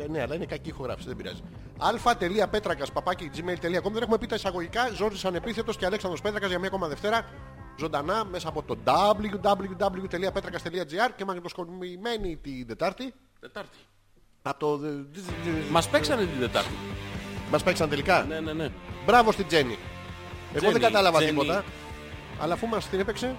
ε, ναι, αλλά είναι κακή ηχογράφηση, δεν πειράζει. αλφα.πέτρακας, παπάκι, gmail.com Δεν έχουμε πει τα εισαγωγικά. Ζόρις Ανεπίθετος και Αλέξανδρος Πέτρακας για μια ακόμα Δευτέρα. Ζωντανά μέσα από το www.πέτρακας.gr και μαγνητοσκοπημένη την Τετάρτη. Τετάρτη. Από το... Μας παίξανε την Τετάρτη. Μας παίξαν τελικά. Ναι, ναι, ναι. Μπράβο στην Τζέννη. Εγώ δεν Τζέννη, κατάλαβα Τζέννη. τίποτα. Αλλά αφού μας την έπαιξε,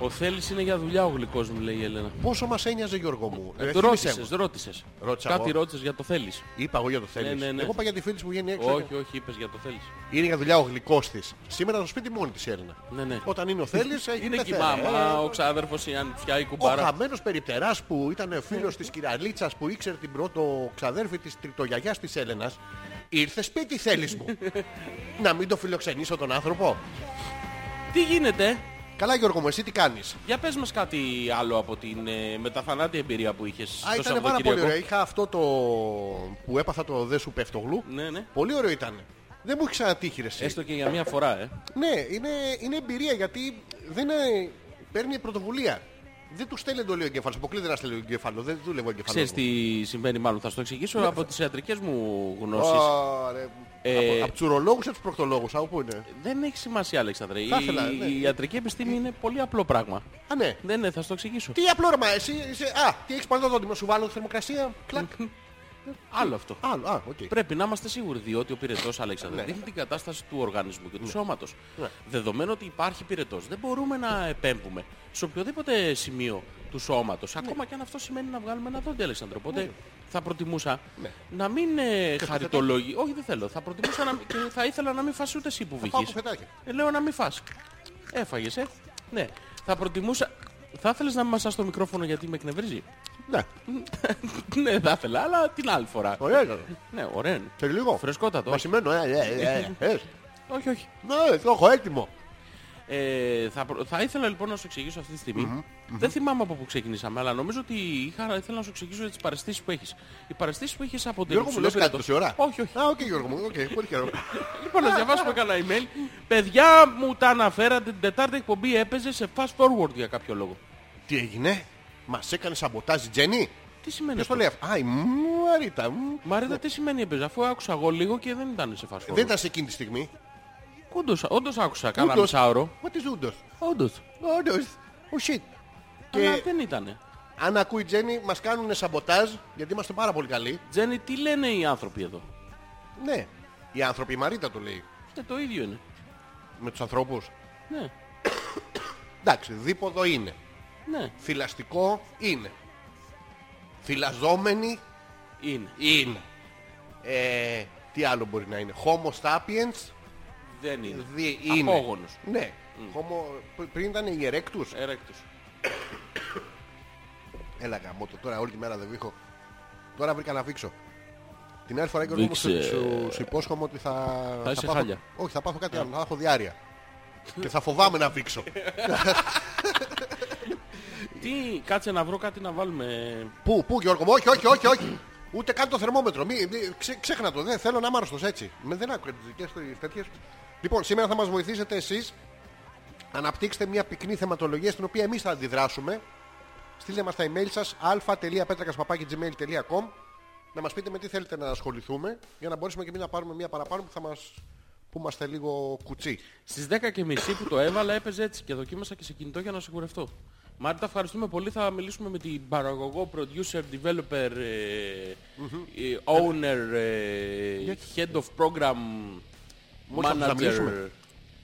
Ο Θέλης είναι για δουλειά ο γλυκός μου, λέει η Έλενα. πόσο μας ένοιαζε Γιώργο μου. Ε, Ε, θύμισέ μου. ρώτησες, ρώτησες. Ρώτησα Κάτι εγώ. Ε, ρώτησες για το Θέλης. Είπα εγώ για το θέλεις. Ναι, ναι, ναι. Εγώ είπα για τη φίλη που βγαίνει έξω. Όχι, όχι, είπες για το Θέλης. Είναι για δουλειά ο γλυκός της. Σήμερα στο σπίτι μόνη της Έλληνα. Ναι, ναι. Όταν είναι ο Θέλει, έχει Είναι και η πεθαίνει. μάμα, ο ξάδερφος, η Αντιά, η ε, Ο κουμπάρα. χαμένος περιπτεράς που ήταν φίλος της κυραλίτσας που ήξερε την πρώτο ξαδέρφη της τριτογιαγιάς της Έλενας, ήρθε σπίτι θέλει μου. Να μην το φιλοξενήσω τον άνθρωπο. Τι γίνεται, Καλά, Γιώργο μου, εσύ τι κάνεις. για πες μας κάτι άλλο από την ε, μεταθανάτη εμπειρία που είχες Α, το ήταν πάρα πολύ ωραία. Σαββατοκύριακο. Είχα αυτό το που έπαθα το δε σου πέφτογλου. Ναι, ναι. Πολύ ωραίο ήταν. Δεν μου έχει ξανατύχει ρε εσύ. Έστω και για μια φορά, ε. Ναι, είναι, είναι εμπειρία γιατί δεν ε, παίρνει πρωτοβουλία. Δεν του στέλνει εντολή ο εγκέφαλο. Αποκλείται να στέλνει ο εγκέφαλο. Δεν δούλευε ο εγκέφαλο. Ξέρεις τι συμβαίνει μάλλον, θα σου το Ναι. εξηγήσω από τις ιατρικές μου γνώσεις. Ωραία. Ε, Από, από τσουρολόγου ή τους προκτολόγους, από πού είναι. Δεν έχει σημασία, Αλέξανδρε. Η, Θα ήθελα, ναι. η ιατρική επιστήμη είναι πολύ απλό πράγμα. Α, ναι. Ναι, ναι, θα σου το εξηγήσω. Τι απλό ρε, μα, εσύ, είσαι- Α, τι έχεις πάνω το δόντιμο, σου βάλω θερμοκρασία. Κλακ. Άλλο αυτό. Άλλο, α, οκ. Πρέπει να είμαστε σίγουροι, διότι ο πυρετός, Αλέξανδρε, Ναι. δείχνει την κατάσταση του οργανισμού και του σώματος. Δεδομένου ότι υπάρχει πυρετός, δεν μπορούμε να επέμβουμε σε οποιοδήποτε σημείο του σώματος. Ναι. Ακόμα και αν αυτό σημαίνει να βγάλουμε ένα δόντι, Αλέξανδρε. Οπότε θα προτιμούσα Ναι. να μην ε, χαριτολογεί. Όχι, δεν θέλω. Θα προτιμούσα να... και θα ήθελα να μην φας ούτε εσύ που Πάω βγήκε. από φετάκια. Ε, λέω να μην φας. Έφαγες, ε. Ναι. Θα προτιμούσα... Θα ήθελες να μην μασάς το μικρόφωνο γιατί με εκνευρίζει. Ναι, ναι, θα ήθελα, αλλά την άλλη φορά. ωραία ήταν. Ναι, ωραία. είναι. Σε λίγο. Φρεσκότατο. Μασημένο, ε, ε, ε, ε, ε. Όχι, όχι. Ναι, το έχω έτοιμο. Ε, θα, προ- θα ήθελα λοιπόν να σου εξηγήσω αυτή τη στιγμη Δεν θυμάμαι από πού ξεκινήσαμε, αλλά νομίζω ότι είχα, ήθελα να σου εξηγήσω για τις παρεστήσεις που έχεις. Οι παρεστήσεις που έχεις από την Γιώργο μου, λες κάτι τόση ώρα. Όχι, όχι. Α, οκ, Γιώργο μου, οκ, πολύ χαίρομαι. Λοιπόν, να διαβάσουμε κανένα email. Παιδιά μου τα αναφέρατε, την τετάρτη εκπομπή έπαιζε σε fast forward για κάποιο λόγο. Τι έγινε, μας έκανε σαμποτάζ, η Τζένι. Τι σημαίνει Ποιος αυτό. το λέει αυτό. Α, η Μαρίτα. μ. Μαρίτα, τι σημαίνει έπαιζε, αφού άκουσα εγώ λίγο και δεν ήταν σε fast forward. Ε, Δεν ήταν σε εκείνη τη στιγμή. Όντως, όντως άκουσα κάνα Ούτως. μισάωρο. Μα τι ζούντος. Όντως. Όντως. Ο Oh, shit. Αλλά Και δεν ήτανε. αν ακούει η Τζέννη, μα κάνουν σαμποτάζ γιατί είμαστε πάρα πολύ καλοί. Τζένι, τι λένε οι άνθρωποι εδώ. Ναι. Οι άνθρωποι, η Μαρίτα το λέει. Ε, το ίδιο είναι. Με τους ανθρώπους. Ναι, Εντάξει, δίποδο είναι. ναι, Θυλαστικό είναι. Θυλαζόμενοι είναι. είναι. Ε, τι άλλο μπορεί να είναι. Homo sapiens Δεν είναι. δι- είναι. Απόγονος. Mm. Ναι. Homo... πρι- Πριν ήταν οι ερέκτους. Ερέκτος. Έλα γαμώτο, τώρα όλη τη μέρα δεν βήχω. Τώρα βρήκα να βήξω. Την άλλη φορά Γιώργο μου σου, Βήξε. σου, σου υπόσχομαι ότι θα... Θα, είσαι πάθω, χάλια. Όχι, θα πάθω κάτι άλλο, θα έχω διάρκεια. και θα φοβάμαι να βήξω. Τι, κάτσε να βρω κάτι να βάλουμε. πού, πού Γιώργο μου, όχι, όχι, όχι, όχι. Ούτε καν το θερμόμετρο. Μη, μη- ξέ- ξέχνα το, δεν θέλω να είμαι άρρωστος έτσι. Με δεν άκουγα τις δικές του τις τέτοιες. Λοιπόν, σήμερα θα μας βοηθήσετε εσείς. Αναπτύξτε μια πυκνή θεματολογία στην οποία εμείς θα αντιδράσουμε. Στείλτε μας τα email σας α.πέτρακας.gmail.com να μας πείτε με τι θέλετε να ασχοληθούμε για να μπορέσουμε και εμείς να πάρουμε μια παραπάνω που θα μας, που είμαστε λίγο κουτσί. Στις 10.30 που το έβαλα έπαιζε έτσι και δοκίμασα και σε κινητό για να σιγουρευτώ. Μάρτα, ευχαριστούμε πολύ. Θα μιλήσουμε με την παραγωγό, producer, developer, ε, Mm-hmm. ε, owner, ε, head of program, Μόλις άκουσα να manager, μιλήσουμε.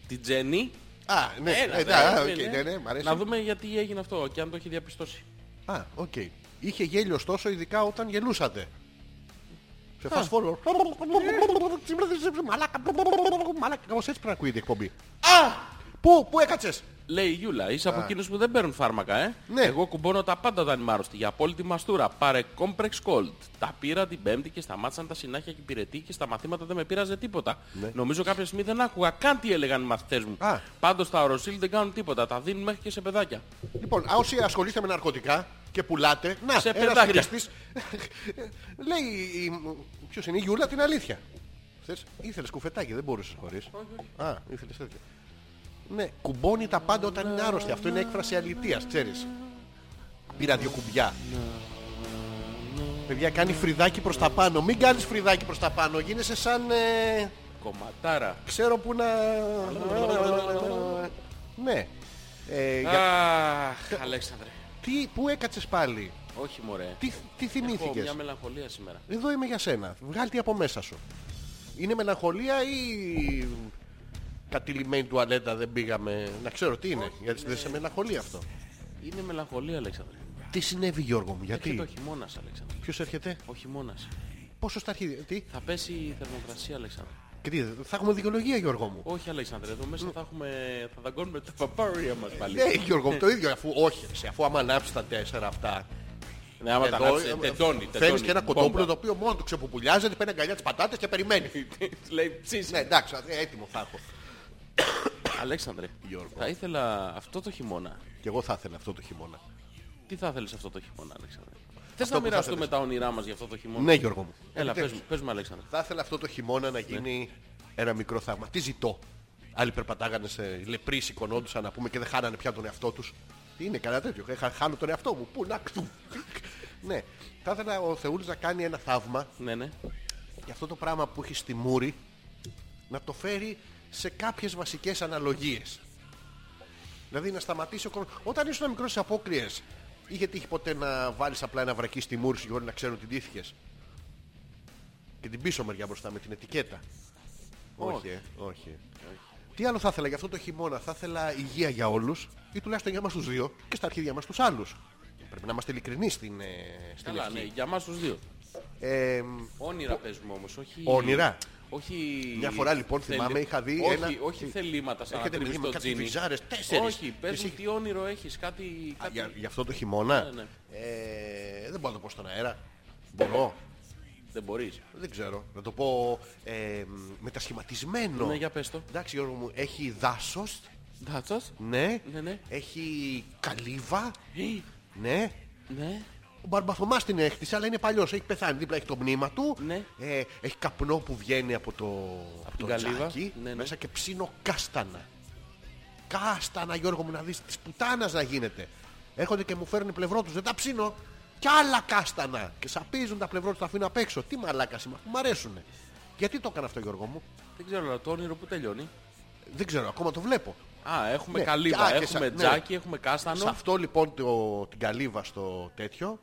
την Τζέννη. Α, ναι, Έλα, ε, δε, α, ναι, οκ, ναι. ναι, ναι, μ' αρέσει. Να δούμε γιατί έγινε αυτό και αν το έχει διαπιστώσει. Α, οκ. Είχε γέλιο τόσο, ειδικά όταν γελούσατε. Σε fast forward. Μαλάκα, μαλάκα, κάπως έτσι πρέπει να ακούγεται η εκπομπή. Α! Πού, πού έκατσες. Λέει η Γιούλα, είσαι από εκείνους που δεν παίρνουν φάρμακα, ε. Ναι. Εγώ κουμπώνω τα πάντα όταν είμαι άρρωστη. Για απόλυτη μαστούρα. Πάρε Complex Cold. Τα πήρα την Πέμπτη και σταμάτησαν τα συνάχια και υπηρετή και στα μαθήματα δεν με πείραζε τίποτα. Νομίζω κάποια στιγμή δεν άκουγα καν τι έλεγαν οι μαθητές μου. Ναι. Α. Πάντως τα οροσίλ δεν κάνουν τίποτα. Τα δίνουν μέχρι και σε παιδάκια. Λοιπόν, α, όσοι ασχολείστε με ναρκωτικά και πουλάτε, να, Σε ένας παιδάκια. χρήστης λέει, η- η- ποιος είναι η Γιούλα, την αλήθεια. Θες, ήθελες κουφετάκι, δεν μπορούσες χωρίς. Α, ήθελες τέτοιο. Ναι, κουμπώνει τα πάντα όταν είναι άρρωστη. Αυτό είναι έκφραση αλητείας, ξέρεις. Πήρα δύο κουμπιά. Παιδιά, κάνει φρυδάκι προς τα πάνω. Μην κάνεις φρυδάκι προς τα πάνω. Γίνεσαι σαν... ε, Κομματάρα. ξέρω που να... ναι. Ε, για- Αχ, Αλέξανδρε. τι, πού έκατσες πάλι. Όχι μωρέ. Τι, τι Έχω θυμήθηκες. μια μελαγχολία σήμερα. Εδώ είμαι για σένα. Βγάλ τι από μέσα σου. Είναι μελαγχολία ή κατηλημένη τουαλέτα δεν πήγαμε. Να ξέρω τι είναι. γιατί δεν ε, σε μελαγχολεί αυτό. Είναι μελαγχολία, Αλέξανδρε. Τι συνέβη Γιώργο μου, Έρχεται ο γιατί. χειμώνας, Αλέξανδρε. Ποιος έρχεται. Ο χειμώνας. Πόσο στα αρχίδια. Τι. Θα πέσει η θερμοκρασία, Αλέξανδρε. Και τι, θα έχουμε δικαιολογία Γιώργο μου. Όχι, Αλέξανδρε, εδώ μέσα θα, έχουμε... θα δαγκώνουμε τα παπάρια μας πάλι. Ναι Γιώργο μου το ίδιο αφού όχι. ρε, αφού άμα ανάψεις τα τέσσερα αυτά. Ναι, άμα τα εδώ, ανάψει, ε, τεντώνει. Φέρνεις τεντώνει. και ένα κοτόπουλο το οποίο μόνο του ξεπουπουλιάζεται, παίρνει αγκαλιά τις πατάτες και περιμένει. Μπόμπα. Λέει ψήσει. ναι εντάξει έτοιμο θα έχω. Αλέξανδρε, Γιώργο. θα ήθελα αυτό το χειμώνα. Και εγώ θα ήθελα αυτό το χειμώνα. Τι θα θέλεις αυτό το χειμώνα, Αλέξανδρε. Θες που να θα μοιραστούμε θέλεις. τα όνειρά μας για αυτό το χειμώνα. Ναι Γιώργο μου. Έλα, Επιτέλους. πες μου, πες μου, Αλέξανδρε. Θα ήθελα αυτό το χειμώνα να γίνει ένα μικρό θαύμα. Τι ζητώ. Άλλοι περπατάγανε σε λεπροί, σηκωνόντουσαν να πούμε και δεν χάνανε πια τον εαυτό τους. Τι είναι, κανένα τέτοιο. Έχα- χάνω τον εαυτό μου. Πού να κτου. ναι. Θα ήθελα ο Θεούλης να κάνει ένα θαύμα Ναι, ναι. για αυτό το πράγμα που έχει στη μούρη να το φέρει σε κάποιες βασικές αναλογίες. Δηλαδή να σταματήσει ο χρόνο. Όταν ήσουν μικρός σε απόκριες, είχε τύχει ποτέ να βάλεις απλά ένα βρακί στη μούρη σου για όλοι να ξέρουν ότι τύχηκε. Και την πίσω μεριά μπροστά με την ετικέτα. Όχι, ε, όχι. Τι άλλο θα ήθελα για αυτό το χειμώνα. Θα ήθελα υγεία για όλους ή τουλάχιστον για μας τους δύο και στα αρχίδια μας τους άλλους. Πρέπει να είμαστε ειλικρινεί στην, ε, στην Καλά, ευχή. ναι, για μας τους δύο. Ε, Όνειρα παίζουμε όμως, όχι... Όνειρα. Όχι... Μια φορά, λοιπόν, θυμάμαι, είχα δει όχι, ένα- Όχι θελήματα σαν να Έρχεται κρύβεις με το κάτι τζίνι. βυζάρες, τέσσερις. Όχι, πες Εσύ- μου τι όνειρο έχεις, κάτι... κάτι... για, για αυτό το χειμώνα. Ναι, ναι. Ε, δεν μπορώ να το πω στον αέρα. Μπορώ. Δεν μπορείς. Δεν ξέρω. Να το πω ε, μετασχηματισμένο. Ναι, για πες το. Εντάξει, Γιώργο μου, έχει δάσος. Ντάτσας. Ναι. Ναι, ναι. Έχει καλύβα. Ε, Ναι. Ναι. Ο Μπαρμπαθωμάς την έκτισε, αλλά είναι παλιός. Έχει πεθάνει. Δίπλα έχει το μνήμα του. Ναι. Ε, έχει καπνό που βγαίνει από το, από το την καλύβα. τζάκι. Ναι, ναι. Μέσα και ψήνω κάστανα. Κάστανα, Γιώργο μου, να δεις της πουτάνας να γίνεται. Έρχονται και μου φέρνουν πλευρό τους, δεν τα ψήνω. Κι άλλα κάστανα. Και σαπίζουν τα πλευρό τους, τα αφήνω απ' έξω. Τι μαλάκας είμαι, αφού μου αρέσουνε. Γιατί το έκανα αυτό, Γιώργο μου. Δεν ξέρω, αλλά το όνειρο που τελειώνει. Δεν ξέρω, ακόμα το βλέπω. Α, έχουμε Ναι, καλύβα, α, και έχουμε σα- ναι. τζάκι, έχουμε κάστανο. Σε αυτό λοιπόν το, την καλύβα στο τέτοιο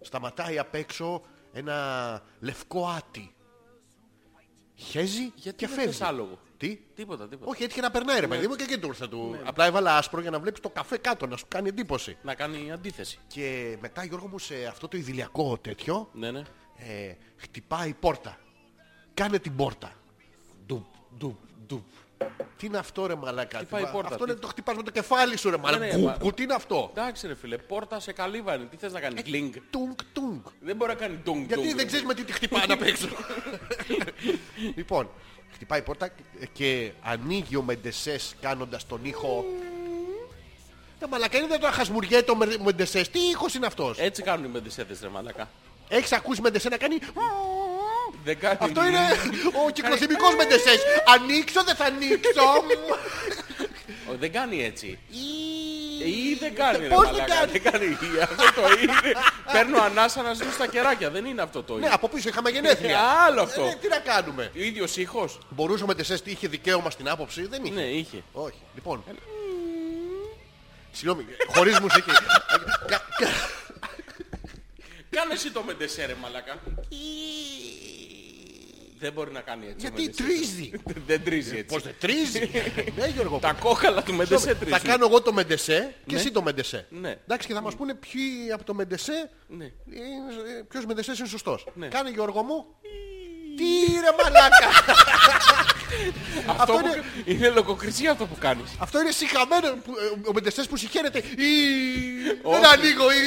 σταματάει απ' έξω ένα λευκό άτι. Χέζει Γιατί και δεν φεύγει. θες άλογο? Τι? Τίποτα, τίποτα. Ναι. Όχι, έτυχε να περνάει ρε παιδί μου και εκεί του ήρθε του. Απλά έβαλα άσπρο για να βλέπεις το καφέ κάτω, να σου κάνει εντύπωση. Να κάνει αντίθεση. Και μετά Γιώργο μου σε αυτό το ιδηλιακό τέτοιο Ναι, ναι. ε, χτυπάει η πόρτα. Κάνε την πόρτα. Ντουπ, ντουπ, ντουπ. Τι είναι αυτό ρε μαλάκα. Χτυπάει η τι- πόρτα, Αυτό τι- είναι το χτυπάς με το κεφάλι σου ρε μαλάκα. ναι, μα- Κουκ, κουκ, Τι είναι αυτό. Εντάξει ρε φίλε, πόρτα σε καλύβα είναι. Τι θες να κάνεις, κλινγκ. Τουνκ, τουνκ. Δεν μπορεί να κάνει ντουγκ Ε, Γιατί δεν ξέρεις με τι τη χτυπάνε απ' έξω. λοιπόν, χτυπάει η πόρτα και ανοίγει ο Μεντεσές κάνοντας τον ήχο... Mm. Τα μαλακά είναι δεν το χασμουριέται το Μερ- Μεντεσές. Τι ήχος είναι αυτός. Έτσι κάνουν οι μεντεσέδες ρε μαλακά. Έχεις ακούσει Μεντεσέ να κάνει... Δεν κάνει... Αυτό είναι ο κυκλοθυμικός Μεντεσές. Ανοίξω, δεν θα ανοίξω. Ο, Ε, Δεν κάνει έτσι. Ή- Ε, Ή δεν κάνει ρε Πώς δεν μαλακά. κάνει. Δεν κάνει. Ή Αυτό το είναι. Παίρνω ανάσα να ζουν στα κεράκια. Δεν είναι αυτό το Ναι, είναι. από πίσω είχαμε γενέθλια. Άλλο Ε, αυτό. ναι, Τι να κάνουμε. Ο ίδιος ήχος. Μπορούσε ο Μεντεσές τι είχε δικαίωμα στην άποψη. Δεν είχε. Ναι, είχε. Όχι. Λοιπόν. Συγγνώμη, χωρίς μουσική. Κα- κα- Κάνε εσύ το μεντεσέ ρε μαλακά. Δεν μπορεί να κάνει έτσι. ο Γιατί Μεντεσέ. τρίζει. Δεν τρίζει Πώς έτσι. δεν τρίζει. Ναι, Γιώργο. Τα κόκαλα του μεντεσέ Συγγνώμη, Θα τρίζει. κάνω εγώ το Μεντεσέ και εσύ το Μεντεσέ. Ναι. Εντάξει, και θα μας πούνε ποιοι από το Μεντεσέ. Ναι. είναι- ε, Ποιος Μεντεσές είναι σωστός. Ναι. Κάνε Γιώργο μου. Τι ρε μαλάκα. Αυτό Αυτό που- είναι- είναι λογοκρισία αυτό που κάνεις. Αυτό είναι συχαμένο. που- ε, Ο Μεντεστές που συχαίνεται. Ή- Όχι. Δεν ανοίγω. Ή...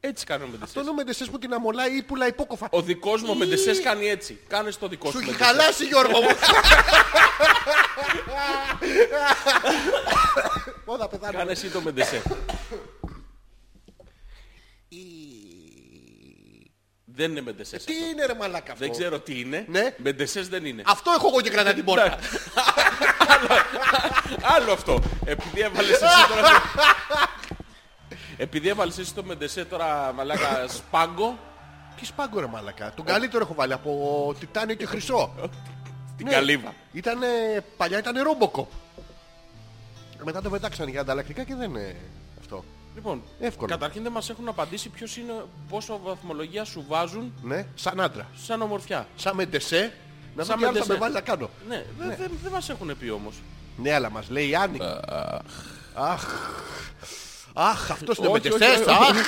Έτσι κάνω με Αυτό είναι ο Μεντεστές που την αμολάει ή πουλάει υπόκοφα. Ο δικός μου μεντεσές κάνει έτσι. Κάνε το δικό σου. Σου έχει Μεντεσές. χαλάσει Γιώργο μου. Ω, θα πεθάνω. Κάνε εσύ το μεντεσέ. Δεν είναι μεντεσές. Τι είναι ρε μαλάκα αυτό. Δεν ξέρω τι είναι. Ναι. Μεντεσές δεν είναι. Αυτό έχω εγώ και κρατά την πόρτα. Άλλο αυτό. Επειδή έβαλες εσύ τώρα... Επειδή έβαλες εσύ το μεντεσέ τώρα μαλάκα σπάγκο, Τι σπάγκο ρε μαλάκα. Τον καλύτερο έχω βάλει από τιτάνιο και χρυσό. την Ναι. καλύβα. Ήτανε, παλιά ήταν ρόμποκοπ. Μετά το πετάξαν για ανταλλακτικά και δεν είναι αυτό. Λοιπόν, Εύκολο. καταρχήν δεν μας έχουν απαντήσει ποιος είναι, πόσο βαθμολογία σου βάζουν Ναι, σαν άντρα. σαν ομορφιά. Σαν μεντεσέ. Να Σαν μην κάνω θα μεντεσέ. με βάλει να κάνω. Ναι, δεν δεν- δεν μας έχουν πει όμως. Ναι, αλλά μας λέει η Άννη. Ε, Αχ. Αχ, αυτός είναι ο Όχι, όχι, μεντεσές. όχι, όχι. Αχ.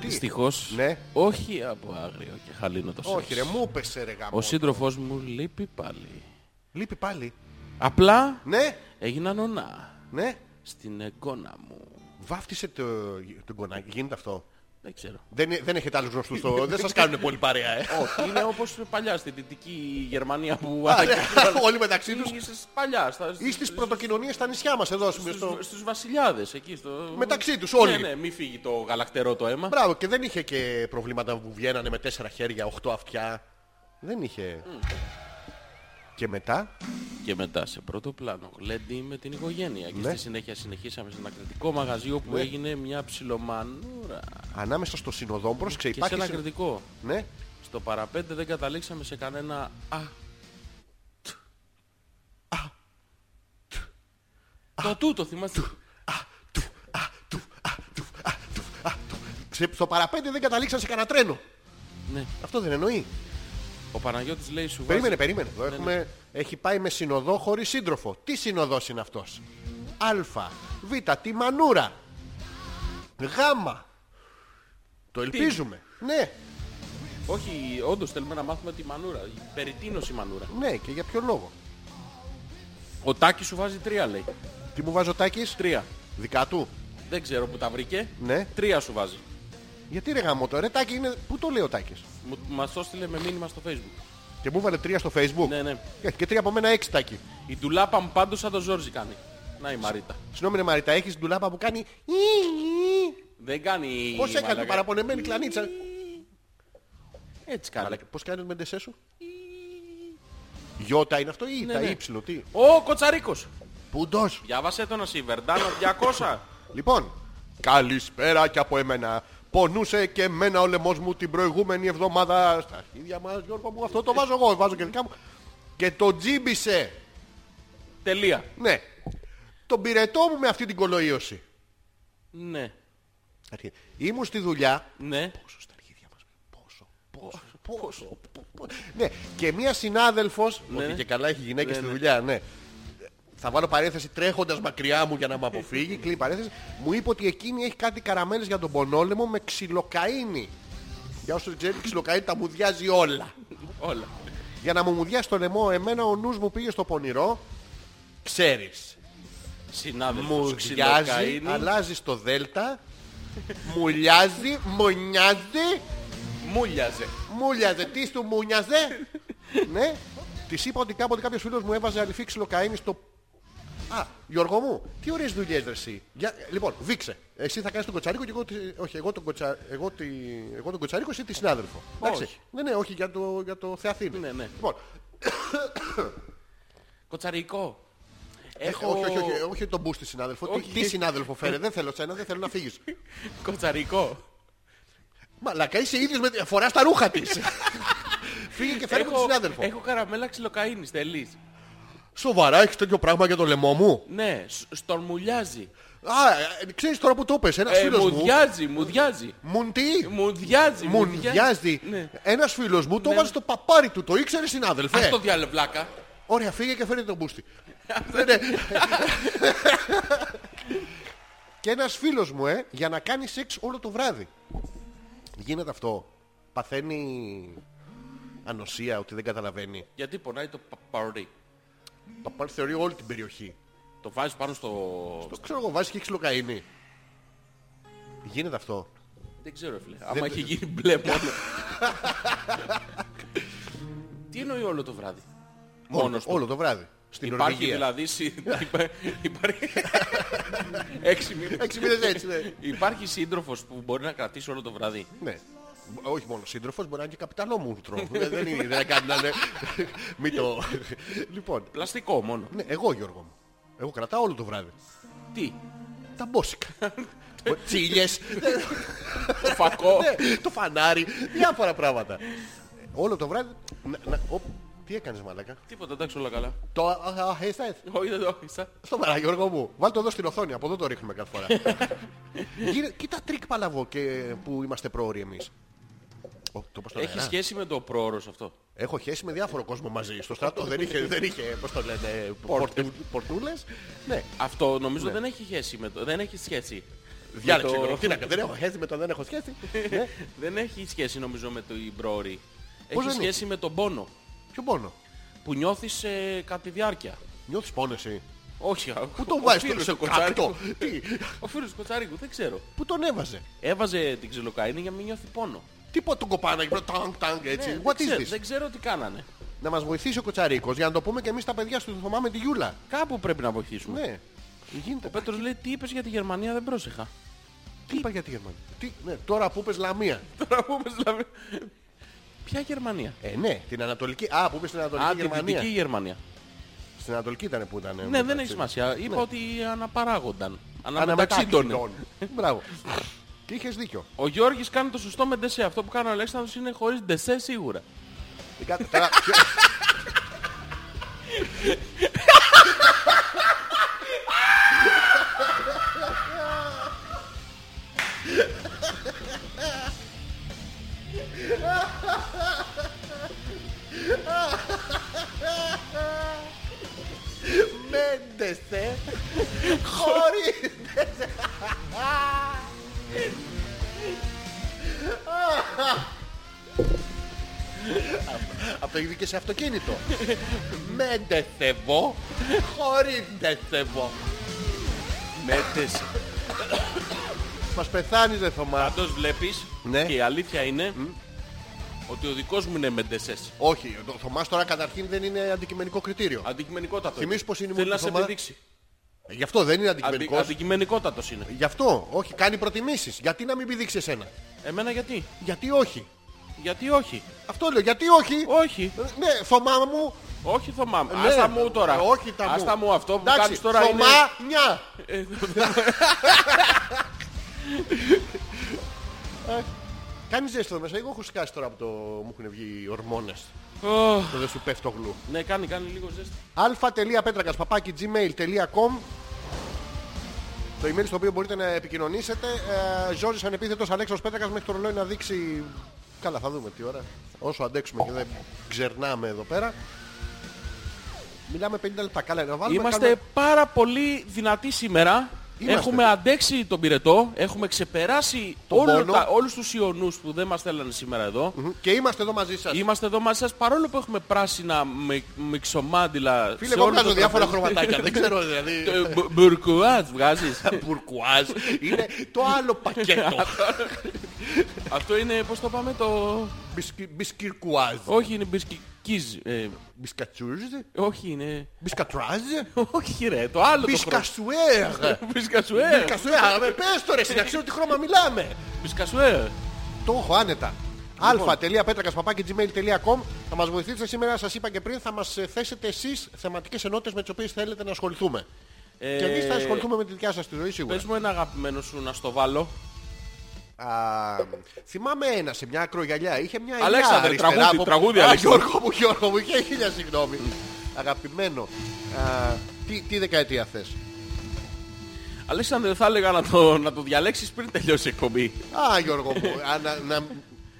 Τι. Δυστυχώς, Ναι. όχι από άγριο και χαλίνο το σεξ. Όχι ρε, μου έπεσε ρε γαμό. Ο σύντροφός μου λείπει πάλι. Λείπει πάλι. Απλά Ναι, έγινα νονά ναι. στην εγγόνα μου. Βάφτισε το, τον κονάκι. Γίνεται αυτό. Δεν ξέρω. Δεν, δεν έχετε άλλους γνωστούς. στο- δεν σας κάνουν πολύ παρέα. Ε. Όχι, είναι όπως παλιά στη Δυτική Γερμανία που... Α, ναι, Όλοι μεταξύ τους. Στις παλιά, στα, Ή στις πρωτοκοινωνίες στα νησιά μας εδώ. σημείο στο- στους, στους βασιλιάδες εκεί στο... Μεταξύ τους όλοι. Ναι, ναι, μη φύγει το γαλακτερό το αίμα. Μπράβο, και δεν είχε και προβλήματα που βγαίνανε με τέσσερα χέρια, οχτώ αυτιά. Δεν είχε. Και μετά, Και μετά σε πρώτο πλάνο γλέντι με την οικογένεια. Και Ναι. στη συνέχεια συνεχίσαμε σε ένα κριτικό μαγαζί όπου έγινε μια ψιλομανούρα. ανάμεσα στο συνοδόμπρος, Και σε ξεϊπάρχει... ένα συν- κριτικό. Ναι, Στο παραπέντε δεν καταλήξαμε σε κανένα α. τ, α, τ. Το του το θυμάστε. Ξε- στο παραπέντε δεν καταλήξαν σε κανένα τρένο. Ναι. Αυτό δεν εννοεί. Ο Παναγιώτης λέει σου βάζει- Περίμενε, περίμενε. Εδώ Ναι, έχουμε... Έχει πάει με συνοδό χωρίς σύντροφο. Τι συνοδός είναι αυτός. Α, Β, τη μανούρα. Γ. Το ελπίζουμε. Ναι, Όχι, όντως θέλουμε να μάθουμε τη μανούρα. Περί τίνος η μανούρα. ναι, και για ποιο λόγο. Ο Τάκης σου βάζει τρία λέει. Τι μου βάζω τάκης. Τρία. Δικά του. Δεν ξέρω που τα βρήκε. Ναι. Τρία σου βάζει. Γιατί ρε γάμο το ρε Τάκη είναι... Πού το λέει ο Τάκης. Μου, μας το έστειλε με μήνυμα στο facebook. Και μου βάλε τρία στο facebook. Ναι, ναι. Ε, Και τρία από μένα έξι Τάκη. Η ντουλάπα μου πάντως σαν το Ζόρζι κάνει. Να η Μαρίτα. Συγγνώμη ρε Μαρίτα, έχεις ντουλάπα που κάνει... Δεν κάνει... Πώς έκανε την μαλάκα. παραπονεμένη κλανίτσα. Έτσι κάνει. Μαλάκα, Πώς κάνεις με ντεσέ σου. Γιώτα είναι αυτό ή Ναι, τα ναι. ύψιλο, τι. Ο Κοτσαρίκος. Πούντος. Διάβασε τον εσύ, Βερντάνο 200. Λοιπόν, καλησπέρα και από εμένα. Πονούσε και εμένα ο λαιμός μου την προηγούμενη εβδομάδα στα αρχίδια μας, Γιώργο μου. Ε. Αυτό το βάζω εγώ, βάζω και δικά μου. Και το τζίμπησε. Τελεία. Ναι. Τον πυρετό μου με αυτή την κολοίωση. Ναι. Αρχή. Ήμουν στη δουλειά. Ναι. Πόσο στα αρχίδια μας. Πόσο. Πόσο. Πόσο. πο- πο- Ναι. Και μία συνάδελφος. Ναι. Ότι και καλά έχει γυναίκες Ναι, στη ναι. δουλειά. Ναι. Θα βάλω παρένθεση τρέχοντας μακριά μου για να με αποφύγει. Κλείνει η παρένθεση. Μου είπε ότι εκείνη έχει κάτι καραμέλες για τον πονόλεμο με ξυλοκαΐνη. Για όσους δεν ξέρετε, η ξυλοκαΐνη τα μουδιάζει όλα. Όλα. Για να μου μουδιάσει το λαιμό, εμένα ο νους μου πήγε στο πονηρό. Ξέρεις. Συνάδελφος Μου διάζει, ξυλοκαΐνη. αλλάζει στο δέλτα, μουλιάζει, μονιάζει, Μούλιαζε. μουλιάζε. Τι του μουνιάζε, ναι. Της είπα ότι κάποτε κάποιος φίλος μου έβαζε αληφή ξυλοκαίνη στο. Α, Γιώργο μου, τι ωραίες δουλειές ρε εσύ. Για... Λοιπόν, δείξε. Εσύ θα κάνεις τον κοτσαρίκο και εγώ. τη- Όχι, εγώ τον, κοτσα... εγώ, τη... εγώ τον κοτσαρίκο, εσύ τη συνάδελφο. Όχι. Ναι, ναι, όχι για το, για το Θεαθήνη. Ναι, ναι. Λοιπόν, Κοτσαρικό. έχω... Ε, όχι, όχι, όχι, όχι τον μπου στη συνάδελφο. Τι, Όχι. τι συνάδελφο φέρε, δεν θέλω σένα, δεν θέλω να φύγεις. Κοτσαρικό. Μαλακά είσαι ίδιος με... Φοράς τα ρούχα της. Φύγε και φέρε μου τη συνάδελφο. έχω καραμέλα ξυλοκαΐνης τελείς. Σοβαρά έχεις τέτοιο πράγμα για το λαιμό μου. Ναι, σ- στον μουλιάζει. Α, ε, ξέρεις τώρα που το είπες. Ένας Ε, φίλος μου μου... διάζει, μου διάζει. Μουν τι. Μου διάζει, Μουν διάζει. Ναι. Ένας φίλος μου το Ναι. έβαζε στο παπάρι του. Το ήξερε συνάδελφε. Ας το διαλευλάκα. Ωραία, φύγε και φέρε τον Ναι. μπούστι. και ένας φίλος μου, ε, για να κάνει σεξ όλο το βράδυ. Γίνεται αυτό. Παθαίνει ανοσία, ότι δεν καταλαβαίνει. Γιατί πονάει το πα- παρορί. Το πάρ θεωρεί όλη την περιοχή. Το βάζεις πάνω στο. Το ξέρω εγώ, βάζεις και ξυλοκαίνη. Γίνεται αυτό. Δεν ξέρω, φίλε. Άμα έχει γίνει μπλε μόνο. Τι εννοεί όλο το βράδυ. Μόνο, Μόνος του. όλο Ναι. το βράδυ. Στην Υπάρχει Νορβηγία. δηλαδή. συ- υπά- Υπάρχει. Έξι μήνες. Έξι μήνες έτσι, ναι. Υπάρχει σύντροφος που μπορεί να κρατήσει όλο το βράδυ. Ναι. Όχι μόνο σύντροφος, μπορεί να είναι και καπιταλό μούτρο. δεν, δεν είναι, δεν κάνει να είναι. Μην το... λοιπόν, Πλαστικό μόνο. ναι, εγώ Γιώργο μου. Εγώ κρατάω όλο το βράδυ. Τι. Τα μπόσικα. Τσίλιες. Ναι, Το φακό. Ναι, το φανάρι, διάφορα πράγματα. Όλο το βράδυ. να- να- οπ, τι έκανες μαλάκα. Τίποτα, εντάξει, όλα καλά. Το α, α, έστας. Όχι, δεν το άφησα. Στο παρά, Γιώργο μου. Βάλ το εδώ στην οθόνη, από εδώ το ρίχνουμε κάθε φορά. Γίνε- Κοίτα τρίκ παλαβό και που είμαστε πρόωροι εμείς. Ω, το είπα στον Έχει αέρα. σχέση με το πρόωρος αυτό. Έχω χέσει με διάφορο κόσμο μαζί. Στο στρατό δεν είχε, δεν είχε πώς το λένε, πορτου- πορτούλες. Ναι, Αυτό νομίζω δεν έχει σχέση με το. Δεν έχει σχέση. διάλεξε. Με το- Γιώργο. Τι να κάνω, δεν έχω χέσει με το δεν έχω σχέση. Ναι. Δεν έχει σχέση νομίζω με το η πρόωρη. δεν Έχει έχει? σχέση με τον πόνο Ποιο πόνο. που νιώθεις ε, κατά τη διάρκεια. Νιώθεις πόνο εσύ. Όχι, Πού τον βάζεις φίλος σε του Κοτσάρικου. κοτσάρικο. Τι, Ο φίλος του Κοτσάρικου, δεν ξέρω. Πού τον έβαζε. Έβαζε την ξυλοκαίνη για να μην νιώθει πόνο. Τίποτα τον κοπάνα εκεί πέρα, τάγκ, τάγκ, έτσι. Ναι, What δεν, is ξέρω, this? δεν ξέρω τι κάνανε. Να μας βοηθήσει ο Κοτσαρίκος για να το πούμε και εμείς τα παιδιά στο Θωμά με τη Γιούλα. Κάπου πρέπει να βοηθήσουμε. Ναι. Γίνεται. Ο Πέτρος λέει τι είπες για τη Γερμανία, δεν πρόσεχα. Τι είπα για τη Γερμανία. Τι, ναι, τώρα που είπες Λαμία. Τώρα που είπες, δηλαδή... Ποια Γερμανία. Ε, ναι, την Ανατολική. Α, που είπες στην Ανατολική Α, τη Γερμανία. Δυτική Γερμανία. Στην Ανατολική ήταν που ήταν. Ναι, δεν έχει σημασία. Είπα ότι αναπαράγονταν. Αναμεταξύντων. Αναμεταξύντων. Μπράβο. Και είχες δίκιο. Ο Γιώργης κάνει το σωστό με ντεσέ. Αυτό που κάνει ο Αλέξανδρος είναι χωρίς ντεσέ σίγουρα. Τι κα- τώρα- Μέντες, ε! Χωρίς! Αυτό έγινε και σε αυτοκίνητο. Μέντεθεβο, χωρίντεθεβο. Με ντεσέ. Μας πεθάνεις δε Θωμά. Πάντως βλέπεις Ναι. και η αλήθεια είναι ότι ο δικός μου είναι με ντεσές. Όχι, ο Θωμάς τώρα καταρχήν δεν είναι αντικειμενικό κριτήριο. Αντικειμενικότατο. Θυμίζεις είναι. πως είναι η Θέλει μούρη να του σε Θωμά? επιδείξει. Γι' αυτό δεν είναι Αντι, αντικειμενικός. αντικειμενικότατος είναι. Γι' αυτό, όχι, κάνει προτιμήσεις. Γιατί να μην πηδήξει εσένα. Εμένα γιατί. Γιατί όχι. Γιατί όχι. Αυτό λέω, γιατί όχι. Όχι. Ε, Ναι, Θωμά μου. Όχι Θωμά. μου. Ναι. Ας τα μου τώρα. Όχι τα μου. Ας τα μου αυτό που Εντάξει, κάνεις τώρα Θωμά, είναι... ε, νιά. Ε, Κάνει ζέστο μέσα. Εγώ έχω σκάσει τώρα που το... μου έχουν βγει οι ορμόνες. Ωχ. Το δεν σου πέφτω γλου. Ναι, κάνει, κάνει λίγο ζέστη. αλφα.πέτρακας παπάκι gmail.com το email στο οποίο μπορείτε να επικοινωνήσετε. Ε, Ζόρις ανεπίθετος Αλέξος Πέτρακας μέχρι το ρολόι να δείξει... Καλά θα δούμε τι ώρα. Όσο αντέξουμε και δεν ξερνάμε εδώ πέρα. Μιλάμε 50 λεπτά. Καλά να βάλουμε. Είμαστε κάνουμε- πάρα πολύ δυνατοί σήμερα. Είμαστε. Έχουμε αντέξει τον πυρετό, έχουμε ξεπεράσει Τον όλο πόνο. τα, όλους τους ιονούς που δεν μας θέλανε σήμερα εδώ. Μμμ. Και είμαστε εδώ μαζί σας. Είμαστε εδώ μαζί σας παρόλο που έχουμε πράσινα με, μιξομάντιλα Φίλε, σε εγώ όλο βγάζω το διάφορα τραπέζι. χρωματάκια. δεν ξέρω δηλαδή. Ε, μπου- Μπουρκουάζ βγάζεις. Μπουρκουάζ. Είναι το άλλο πακέτο. Αυτό είναι, πώς το πάμε, το... Μπισκι- Μπισκυρκουάζ. Όχι, είναι μπισκικίζ. Ε, Μπισκατσούζ. όχι, είναι... Μπισκατράζ. Όχι ρε, το άλλο το χρώμα. Ε, Μπισκασουέρ. Μπισκασουέρ. Μπισκασουέρ. Με πες το ρε, εσύ, να ξέρω τι χρώμα μιλάμε. Μπισκασουέρ. Το έχω άνετα. Λοιπόν. αλφα.πέτρακα.gmail.com Θα μας βοηθήσετε σήμερα, σας είπα και πριν, θα μας ε, θέσετε εσείς θεματικές ενότητες με τις οποίες θέλετε να ασχοληθούμε. Ε, Και εμείς θα ασχοληθούμε με τη δικιά σας τη ζωή σίγουρα. Πες μου ένα αγαπημένο σου να στο βάλω. Α, θυμάμαι ένα σε μια ακρογιαλιά. Είχε μια ελιά Αλέξανδρε, αριστερά τραγούδι, μου. τραγούδι, Α, Αλέξανδρε. Γιώργο μου, Γιώργο μου, είχε χίλια συγγνώμη. Αγαπημένο. Α, τι, τι δεκαετία θες. Αλέξανδρε, θα έλεγα να το, να το διαλέξεις πριν τελειώσει η εκπομπή. Α, Γιώργο μου, α, να, να,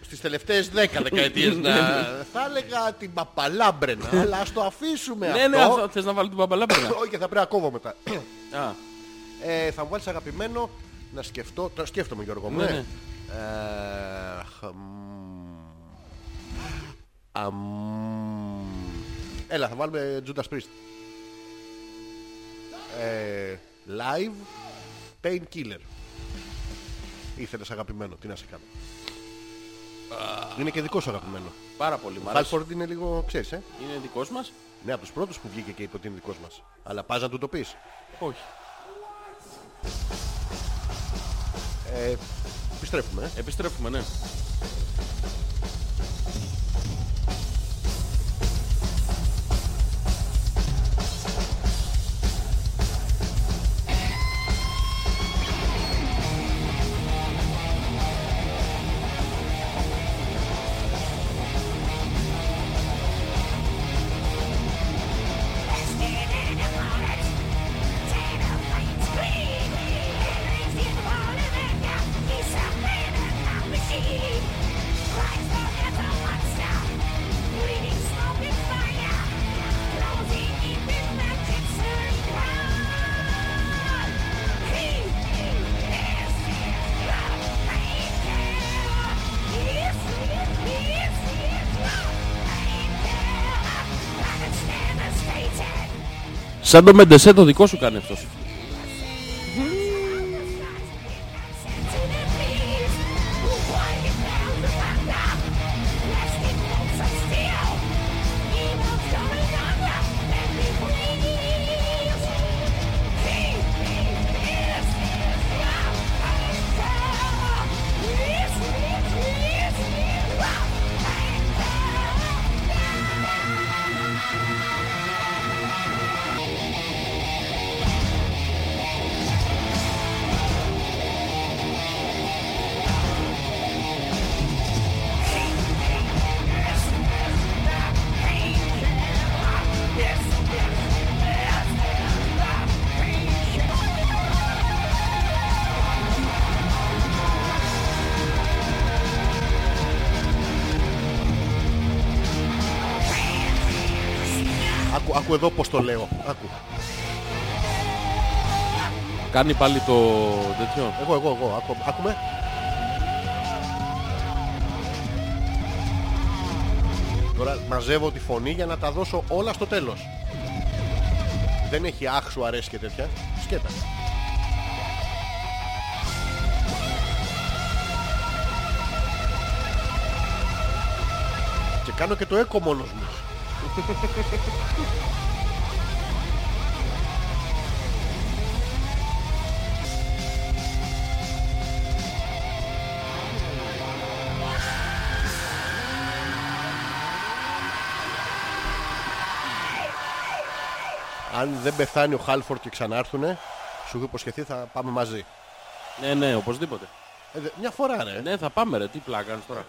στις τελευταίες δέκα δεκαετίες να... θα έλεγα την παπαλάμπρενα, αλλά ας το αφήσουμε Ναι, αυτό. ναι, α, θες να βάλω την παπαλάμπρενα. Όχι, θα πρέπει να κόβω μετά. Α, ε, θα μου βάλεις αγαπημένο να σκεφτώ... Το σκέφτομαι, ε. Γιώργο μου. Ναι, ε. ναι. Ε, χμ. Αμμ. Έλα, θα βάλουμε Judas Priest. Ε, live Painkiller. Ήθελες αγαπημένο, τι να σε κάνω. Είναι και δικός σου αγαπημένο. Πάρα πολύ. Μ' αρέσει. Halford είναι λίγο, ξέρεις, ε. Είναι δικός μας. Ναι, από τους πρώτους που βγήκε και είπε ότι είναι δικός μας. Αλλά πας να του το πεις. Όχι. Επιστρέφουμε, ε. Επιστρέφουμε, ναι. Σαν το Μεντεσέ το δικό σου κάνει αυτός. Άκου, άκου εδώ πώς το λέω. Άκου. Κάνει πάλι το τέτοιο. Εγώ, εγώ, εγώ. Άκου, άκουμε. Τώρα μαζεύω τη φωνή για να τα δώσω όλα στο τέλος. Δεν έχει άχ αρέσει και τέτοια. Σκέτα. Και κάνω και το έκο μόνος μου. Αν δεν πεθάνει ο Χάλφορντ και ξανάρθουνε, σου έχω υποσχεθεί θα πάμε μαζί. Ναι, ναι, οπωσδήποτε. Ε, δε- μια φορά ρε. Ναι, θα πάμε ρε. Τι πλάκα κάνεις τώρα.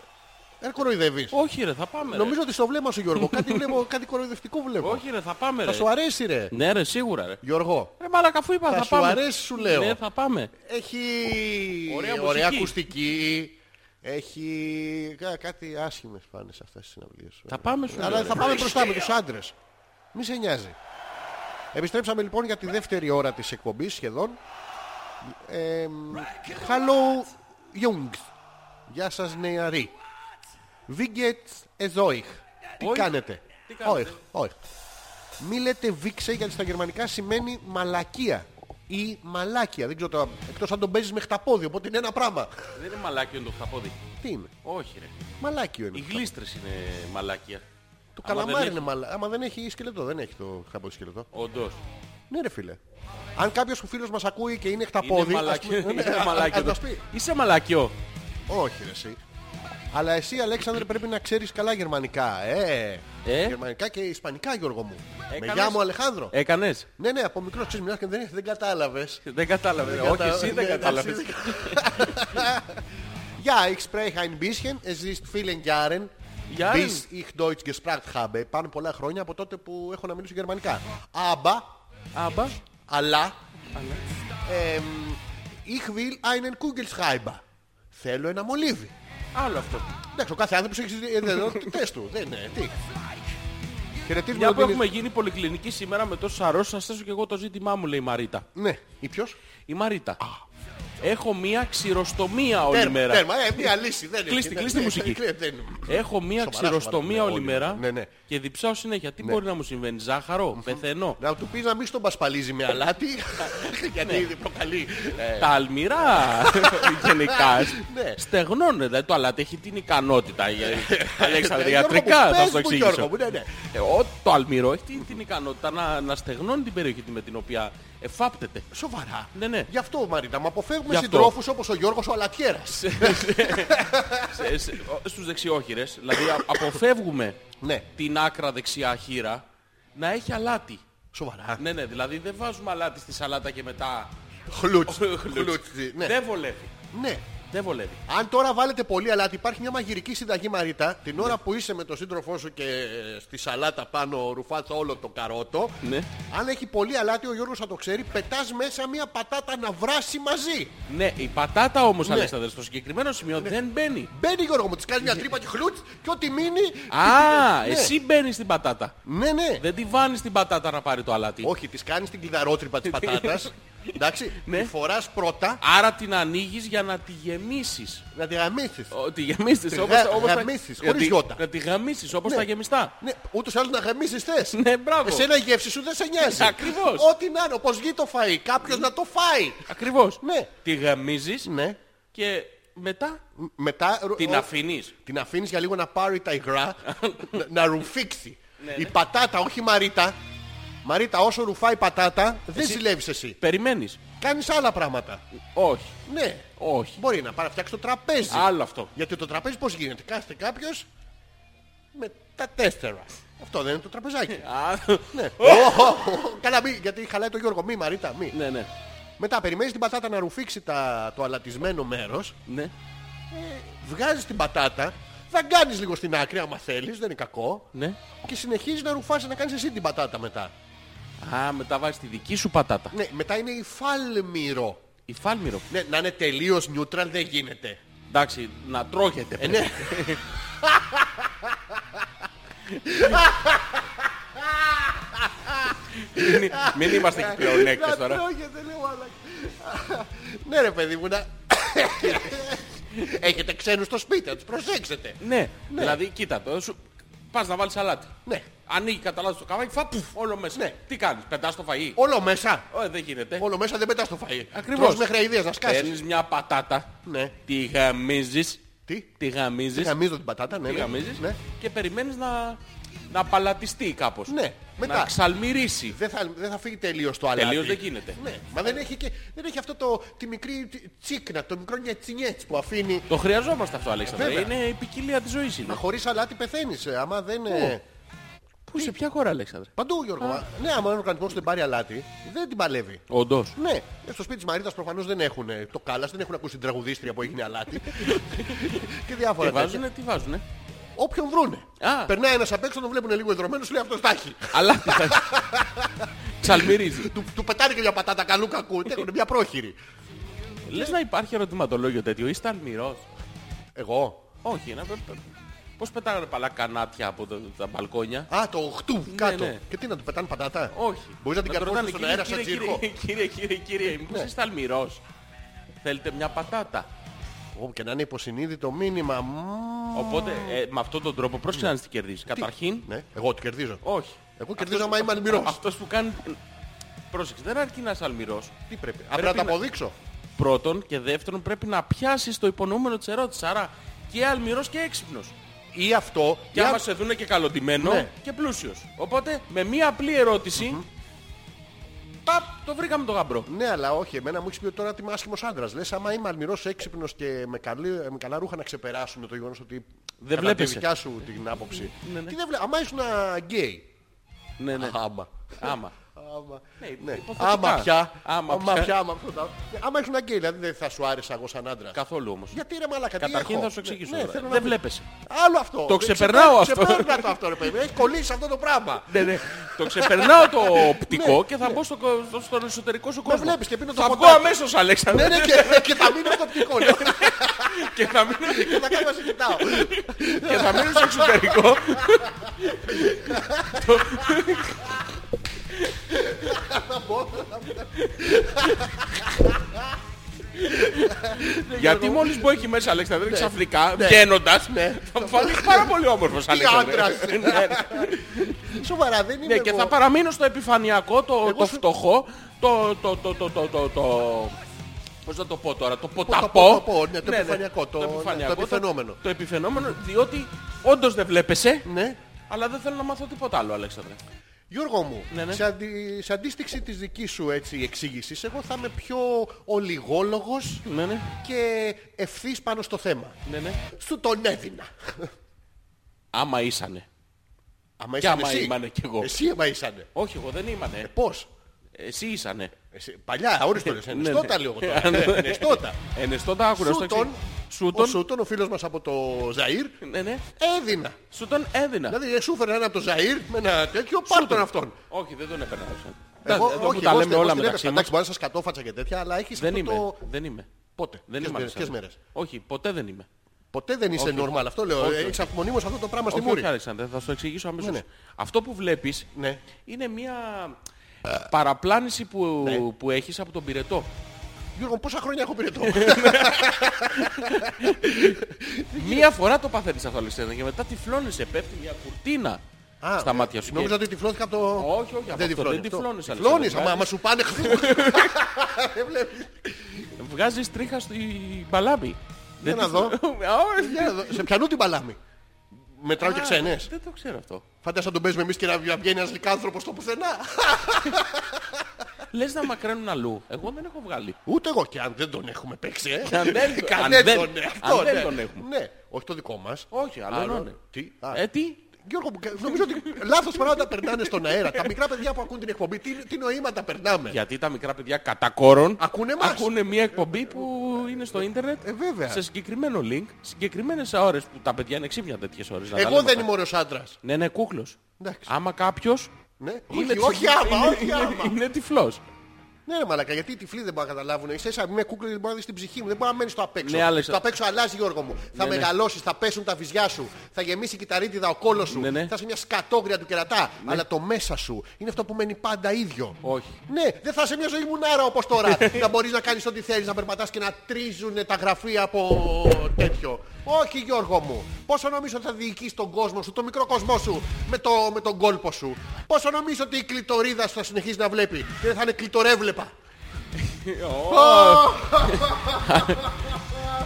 Ε, κοροϊδεύεις. Όχι ρε, θα πάμε ρε. Νομίζω ότι στο βλέμμα σου Γιώργο κάτι, βλέπω, κάτι κοροϊδευτικό βλέπω. Όχι ρε, θα πάμε ρε. Θα σου αρέσει ρε. Ναι ρε, σίγουρα ρε. Γιώργο, Ρε μαλακα αφού είπα Θα θα, σου πάμε. αρέσει, σου λέω. Ναι θα πάμε. έχει Ωραία μουσική. ακουστική, έχει κα- κάτι άσχημες πάνε σε αυτές τις συναυλίες. ε. Θα πάμε σου Αλλά λέω, θα ρε. πάμε μπροστά με τους άντρες. Μη σε νοιάζει. Επιστρέψαμε λοιπόν για τη δεύτερη ώρα της εκπομπής σχεδόν. Ε, hello Jungs. Γεια σας νεαροί. Wie geht's es euch? Τι Euch? κάνετε. Τι κάνετε? Euch, euch. Μη λέτε βίξε γιατί στα γερμανικά σημαίνει μαλακία ή μαλάκια. Δεν ξέρω τώρα. Εκτός αν τον παίζεις με χταπόδι, οπότε είναι ένα πράγμα. Δεν είναι μαλάκιο είναι το χταπόδι. Τι είναι. Όχι ρε. Μαλάκιο είναι. Οι το γλίστρες είναι μαλάκια. Το Άμα δεν καλαμάρι έχει- είναι μαλα... Άμα δεν έχει σκελετό, δεν έχει το χταπόδι σκελετό. Όντως. Ναι ρε φίλε. Αν κάποιος που φίλος μας ακούει και είναι Είναι χταπόδι... ας μαλάκιο. πούμε, ναι, Είναι α- μαλάκιο ας το- μας πει. Είσαι μαλακιό. Όχι ρε εσύ. Αλλά εσύ Αλέξανδρε πρέπει να ξέρεις καλά γερμανικά. Ε, Ε. Γερμανικά και ισπανικά Γιώργο μου. Με Έκανες- Ε. γεια μου Αλεχάνδρο. Έκανες. Ναι, ναι, από μικρός ξέρεις μιλάς και δεν, δεν κατάλαβες. Δεν κατάλαβες. Δεν Όχι, κατα- εσύ δεν Ναι, κατάλαβες. εσύ δεν- Ja, ich spreche ein bisschen. Es ist vielen Jahren, Jahren? bis ich Deutsch gesprochen habe. Πάνω πολλά χρόνια από τότε που έχω να μιλήσω γερμανικά. Aber Άμπα. Αλλά. εμ, ich will einen Kugelschreiber. Θέλω ένα μολύβι. Άλλο αυτό. Εντάξει, ο κάθε άνθρωπος έχει ε, εδώ το τεστ του. Δεν είναι. Τι. Χαιρετίζουμε Μια τον που έχουμε Δήμητρο. γίνει πολυκλινική σήμερα με τόσους αρρώσεις, θα θέσω και εγώ το ζήτημά μου, λέει η Μαρίτα. Ναι. Ή ποιος. Η Μαρίτα. Έχω μία ξηροστομία όλη Τέρμα, μέρα. τέρμα. Ε, μία λύση. Δεν είναι. Κλείστε, Είναι- κλείστε ναι, μουσική. κλείστε, δεν είναι. Έχω μία Σοβαρά, ξηροστομία σοβαρά, όλη ναι, μέρα ναι, ναι. και διψάω συνέχεια. Τι μπορεί να μου συμβαίνει, ζάχαρο, πεθαίνω. Να του πεις να μην στον πασπαλίζει με αλάτι. Ε, Γιατί προκαλεί. ε, Ναι. Τα αλμυρά γενικά Ναι. Ε, στεγνώνε. Δηλαδή το αλάτι έχει την ικανότητα. για- Γιώργο Αλεξανδριατρικά μου, θα πες σου το μου, εξηγήσω. Γιώργο μου, ναι, ναι. Ε, ο- Το αλμυρό έχει την- την ικανότητα να, να στεγνώνει την περιοχή με την οποία εφάπτεται. Σοβαρά. Ναι, ναι. Γι' αυτό Μαρίτα, μα αποφεύγουμε Γι' αυτό. συντρόφους όπως ο Γιώργος ο Αλατιέρας. σε- σε- ο- στους δεξιόχειρες. Δηλαδή α- αποφεύγουμε Ναι. την άκρα δεξιά χείρα να έχει αλάτι. Σοβαρά. Ναι, ναι, δηλαδή δεν βάζουμε αλάτι στη σαλάτα και μετά... Χλούτς. Χλούτς, ναι. Δεν βολεύει. Ναι. Δεν βολεύει. Αν τώρα βάλετε πολύ αλάτι, υπάρχει μια μαγειρική συνταγή Μαρίτα. Την ώρα που είσαι με τον σύντροφό σου και ε, στη σαλάτα πάνω ρουφάτσα όλο το καρότο. Ναι. Αν έχει πολύ αλάτι, ο Γιώργος θα το ξέρει, πετάς μέσα μια πατάτα να βράσει μαζί. Ναι, η πατάτα όμως, Ναι. Αλέξανδρε, στο συγκεκριμένο σημείο δεν μπαίνει. Μπαίνει Γιώργο μου, της κάνει μια τρύπα και χλούτς και ό,τι μείνει... Α, Ναι. εσύ μπαίνεις στην πατάτα. Ναι, ναι. Δεν τη βάνεις την πατάτα να πάρει το αλάτι. Όχι, της κάνεις την κλειδαρότρυπα της πατάτας. Εντάξει, Ναι. τη φοράς πρώτα Άρα την ανοίγεις για να τη γεμίσεις. να τη γαμίσεις. Τη γεμίσει Γα- όπως τα- όπως τα- γαμίσεις, να χωρίς τη- γιώτα. Να τη γαμίσεις όπως Ναι. τα γεμιστά. Ναι, ούτως ή άλλως να γαμίσεις θες. Ναι, μπράβο. Εσένα η γεύση σου δεν σε νοιάζει. Ακριβώς. Ό,τι να είναι, όπως βγει το φαΐ, κάποιος να το φάει. Ακριβώς. Ναι. Τη γαμίζεις Ναι. και μετά Μ- Μετά ρου- την ο- αφήνεις. την αφήνεις για λίγο να πάρει τα υγρά, να- να ρουφήξει. Ναι, Η πατάτα, όχι η Μαρίτα. Μαρίτα, όσο ρουφάει η πατάτα, δεν ζηλεύεις εσύ. Περιμένεις. Κάνεις άλλα πράγματα. Όχι. Ναι. Όχι. Μπορεί να πάρει να φτιάξει το τραπέζι. Άλλο αυτό. Γιατί το τραπέζι πώς γίνεται. Κάθεται κάποιος με τα τέσσερα. Αυτό δεν είναι το τραπεζάκι. Α, ναι. Ω, Καλά μη, γιατί χαλάει το Γιώργο. Μη Μαρίτα, μη. ναι, ναι. Μετά περιμένεις την πατάτα να ρουφήξει τα, το αλατισμένο μέρος. ναι. Βγάζεις την πατάτα. Θα κάνεις λίγο στην άκρη άμα θέλεις, δεν είναι κακό. Ναι. Και συνεχίζεις να ρουφάς να κάνεις εσύ την πατάτα μετά. Α, μετά βάζεις τη δική σου πατάτα. Ναι, μετά είναι η φάλμυρο. Η φάλμυρο. Ναι, να είναι τελείως neutral δεν γίνεται. Εντάξει, να τρώγεται. Ε, ναι. Μην- Μην είμαστε εκεί πλεονέκτες Να τώρα. τρώγεται, λέω, μαλάκα. Ναι ρε παιδί μου, να... Έχετε ξένους στο σπίτι, να τους προσέξετε. Ναι, δηλαδή κοίτα το. Σου... Πας να βάλεις αλάτι. Ναι. Ανοίγει κατά λάθος το καβάκι, φα πουφ, όλο μέσα. Ναι. Τι κάνεις, πετάς το φαΐ. Όλο μέσα. Ω, ε, δεν γίνεται. Όλο μέσα δεν πετάς το φαΐ. Ακριβώς. Τρως μέχρι αηδίας να σκάσεις. Παίρνεις μια πατάτα, Ναι. τη γαμίζεις, Τι. τη Τι γαμίζεις, γαμίζω την πατάτα, ναι. τη ναι. γαμίζεις Ναι. και περιμένεις να, να παλατιστεί κάπως. Ναι, μετά. Να ξαλμυρίσει. Δεν θα, δεν θα φύγει τελείως το αλάτι. Τελείως δεν γίνεται. Ναι, μα δεν έχει, και, δεν έχει αυτό το, τη μικρή τσι- τσίκνα, το μικρό νιατσινιέτς που αφήνει. Το χρειαζόμαστε αυτό, Αλέξανδρε. βέβαια. Είναι η ποικιλία της ζωής είναι. Μα χωρίς αλάτι πεθαίνεις, ε, άμα δεν... ε, Πού, σε ποια χώρα, Αλέξανδρε. Παντού Γιώργο, μα- ναι, άμα ο οργανισμός δεν πάρει αλάτι, δεν την παλεύει. Όντως. Ναι, στο σπίτι της Μαρίτας προφανώς δεν έχουν ε, το κάλας, δεν έχουν ακούσει την τραγουδίστρια που έγινε αλάτι και διάφορα Τι τέτοια. βάζουνε, τι βάζουνε. Όποιον βρούνε. Α. Περνάει ένας απ' έξω, τον βλέπουν λίγο εδρωμένος, λέει αυτός τα έχει. Αλλά ξαλμυρίζει. Του, του πετάνε και μια πατάτα καλού κακού, Τι έχουν μια πρόχειρη. Λες να υπάρχει ερωτηματολόγιο τέτοιο, είστε αλμυρός. Εγώ. Όχι, να... Πώς πετάγανε παλά κανάτια από τα, τα μπαλκόνια. Α, το χτου κάτω. ναι. Και τι να του πετάνε πατάτα. Όχι. Μπορείς να την το καρφώσεις ρωτάνε, στον αέρα «Κύριε, Ναι. σαν κύριε, τσίρκο. Κύριε, κύριε, κύριε, κύριε, μήπως είστε αλμυρός. Θέλετε μια πατάτα. Ω, Και να είναι υποσυνείδητο μήνυμα. Μμμ. Οπότε ε, με αυτόν τον τρόπο πρόσεξε να τι κερδίσεις. Καταρχήν, Ναι, εγώ το κερδίζω. όχι. Εγώ κερδίζω άμα είμαι αλμυρός. Αυτός που κάνει... Πρόσεξε, δεν αρκεί να είσαι αλμυρός. Τι πρέπει. Απλά να τα να- αποδείξω. Πρώτον και δεύτερον πρέπει να πιάσεις το υπονοούμενο της ερώτησης. Άρα και αλμυρός και έξυπνος. Ή αυτό. Και ή άμα αν- σε δούνε και καλοντημένο Ναι. και πλούσιος. Οπότε με μία απλή ερώτηση, παπ, το βρήκαμε το γαμπρό. Ναι, αλλά όχι, εμένα μου έχεις πει ότι τώρα ότι είμαι άσχημος άντρας. Λες, άμα είμαι αλμυρός, έξυπνος και με, καλή, με καλά ρούχα να ξεπεράσουν το γεγονός ότι. κατά βλέπεσαι. Τη δικιά σου την άποψη. Ναι, ναι. Τι δεν βλέ... Αμά ήσουν γκέι. Ναι, ναι. Άμα. Άμα. Άμα. Ναι, Ναι. υποθετικά. Άμα πια. Άμα άμα πια. πια. Άμα πια. Άμα ήσουν γκέι, δηλαδή δεν θα σου άρεσα εγώ σαν άντρας. Καθόλου όμως. Γιατί ρε μαλακά, τι Καταρχήν έχω. θα σου εξηγήσω. Ναι, τώρα. θέλω να Δεν πει- βλέπεσαι. Άλλο αυτό. Το Δεν ξεπερνάω ξεπέρνα- αυτό. Ξεπέρνα το αυτό, ρε παιδί. Έχει κολλήσει αυτό το πράγμα. Ναι, ναι. Το ξεπερνάω το Ναι, οπτικό και θα μπω στο κο- στο- στον εσωτερικό σου κόσμο. βλέπεις και πίνω το Θα ποτάκι. βγω αμέσως, Ναι, Αλέξανδρε. ναι, και, και θα μείνω στο οπτικό. ναι. Και θα μείνω Και θα κάνω να σε κοιτάω. και θα μείνω στο εξωτερικό. Ναι, Το- Γιατί μόλις μπω εκεί μέσα, Αλέξανδρε, Ναι. ξαφνικά, βγαίνοντας, θα μου φανεί πάρα πολύ όμορφος, Αλέξανδρε. άντρας είναι. Ναι, ναι. Σοβαρά, δεν είναι. Ναι, και εγώ. θα παραμείνω στο επιφανειακό, το, το σου- φτωχό, το... το, το, το, το, το, το... Πώς να το πω τώρα, το το ποταπό. ποταπό, ναι, το επιφανειακό, το- ναι, το επιφαινόμενο. Το επιφαινόμενο, διότι όντως δεν βλέπεσαι, Ναι. αλλά δεν θέλω να μάθω τίποτα άλλο, Αλέξανδρε. Γιώργο μου, Ναι, ναι. Σε, αντι... σε αντίστοιξη της δικής σου έτσι, εξήγησης, εγώ θα είμαι πιο ολιγόλογος Ναι, ναι, και ευθύς πάνω στο θέμα. ναι, ναι. Σου τον έδινα. Άμα ήσανε. Άμα Κι ήσαν άμα εσύ. ήμανε κι εγώ. Εσύ άμα ήσανε. Ε, Όχι, εγώ δεν ήμανε. Πώς. Εσύ ήσανε. Εσύ, παλιά, όριστο λες. Ναι, ναι. Ενεστώτα λέω εγώ Ε, τώρα. ναι. Ε, Ενεστώτα. Ενεστώτα, άκουρα στο Σούτον, εξή. ο Σούτον. Σούτον, ο φίλος μας από το Ζαΐρ, Ναι, ναι. έδινα. Σούτον έδινα. Δηλαδή σου έφερε ένα από το Ζαΐρ με ένα τέτοιο, πάρ τον αυτόν. Όχι, δεν τον έπαιρνα. Εγώ, Εντάξει, Εδώ όχι, που τα εγώ λέμε στην- όλα εγώ στην μεταξύ έπαιξα. μας. Εντάξει, μπορεί να σας κατόφατσα και τέτοια, αλλά έχεις Δεν αυτό είμαι. το... Δεν είμαι. Πότε, Δεν ποιες είμαι. μέρες, ποιες Αλέξανδρε. μέρες. Όχι, ποτέ δεν είμαι. Ποτέ δεν είσαι Όχι, normal. Αυτό λέω. όχι. Έχεις απομονήμως αυτό το πράγμα στη Όχι, όχι, μούρη. Αλέξανδρε, θα σου το εξηγήσω αμέσως. Ναι, ναι. Αυτό που βλέπεις Ναι. είναι μια παραπλάνηση που, Ναι. που έχεις από τον πυρετό. Γιώργο, πόσα χρόνια έχω πυρετό. Μία φορά το παθαίνεις αυτό, Αλέξανδρε, και μετά τυφλώνεσαι, πέφτει μια κουρτίνα Α, στα μάτια σου. Νόμιζα ότι τυφλώθηκα από το... Όχι, όχι, από δεν αυτό, τυφλώνεις. δεν τυφλώνεις, Αλέξανδρε. Τυφλώνεις, άμα, Βγάζεις- άμα σου πάνε... Δεν βλέπεις. Βγάζεις τρίχα στη μπαλάμη. Για Δεν να τη- δω. ε, Α, όχι. Για εδώ, Σε πιανού την παλάμη. Μετράω και Α, ξένες. Δεν το ξέρω αυτό. Φαντάζομαι να τον παίζουμε εμείς και να βγαίνει ένας λικάνθρωπος στο πουθενά. Λες να μακραίνουν αλλού. Εγώ δεν έχω βγάλει. Ούτε εγώ και αν δεν τον έχουμε παίξει, ε. Και αν δεν- αν Κανέ δεν- τον- αν αυτό, δεν ναι. τον έχουμε. Ναι, όχι το δικό μας. Όχι, αλλά Άλλο. είναι. Τι, α. Ε, τι. Γιώργο, μου, νομίζω ότι λάθος πράγματα περνάνε στον αέρα. Τα μικρά παιδιά που ακούν την εκπομπή, τι, τι νοήματα περνάμε. Γιατί τα μικρά παιδιά κατά κόρον Ακούνε εμάς. ακούνε μια εκπομπή που είναι στο ίντερνετ ε, βέβαια. σε συγκεκριμένο link, συγκεκριμένες ώρες που τα παιδιά είναι ξύπνια τέτοιες ώρες. να τα Εγώ λέμε δεν αυτά. είμαι ωραίος άντρας. Ναι, ναι, κούκλος. Εντάξει. Άμα κάποιος Ναι. είναι Όχι, τυφ- όχι άμα, είναι- όχι είναι- άμα. Είναι τυφλός. Ναι, ρε μαλακά, γιατί οι τυφλοί δεν μπορούν να καταλάβουν. Είσαι σαν μια κούκλα δεν μπορεί να δεις την ψυχή μου. Δεν μπορεί να μένεις στο απ' έξω. Ναι, Άλεξα. το απ' έξω αλλάζει, Γιώργο μου. θα ναι. μεγαλώσεις, θα πέσουν τα βυζιά σου. Θα γεμίσει η κυταρίτιδα ο κόλος σου. Ναι, ναι. Θα είσαι μια σκατόγρια του κερατά. Αλλά το μέσα σου είναι αυτό που μένει πάντα ίδιο. Όχι. Ναι, δεν θα είσαι μια ζωή μουνάρα όπως τώρα. να μπορείς να κάνεις ό,τι θέλεις, να περπατάς και να τρίζουν τα γραφεία από τέτοιο. Όχι, Γιώργο μου. Πόσο νομίζω ότι θα διοικείς τον κόσμο σου, τον μικρό κόσμο σου, με, το, με τον κόλπο σου. Πόσο νομίζω ότι η κλητορίδα σου θα συνεχίζει να βλέπει και δεν θα είναι κλητορέβλεπα.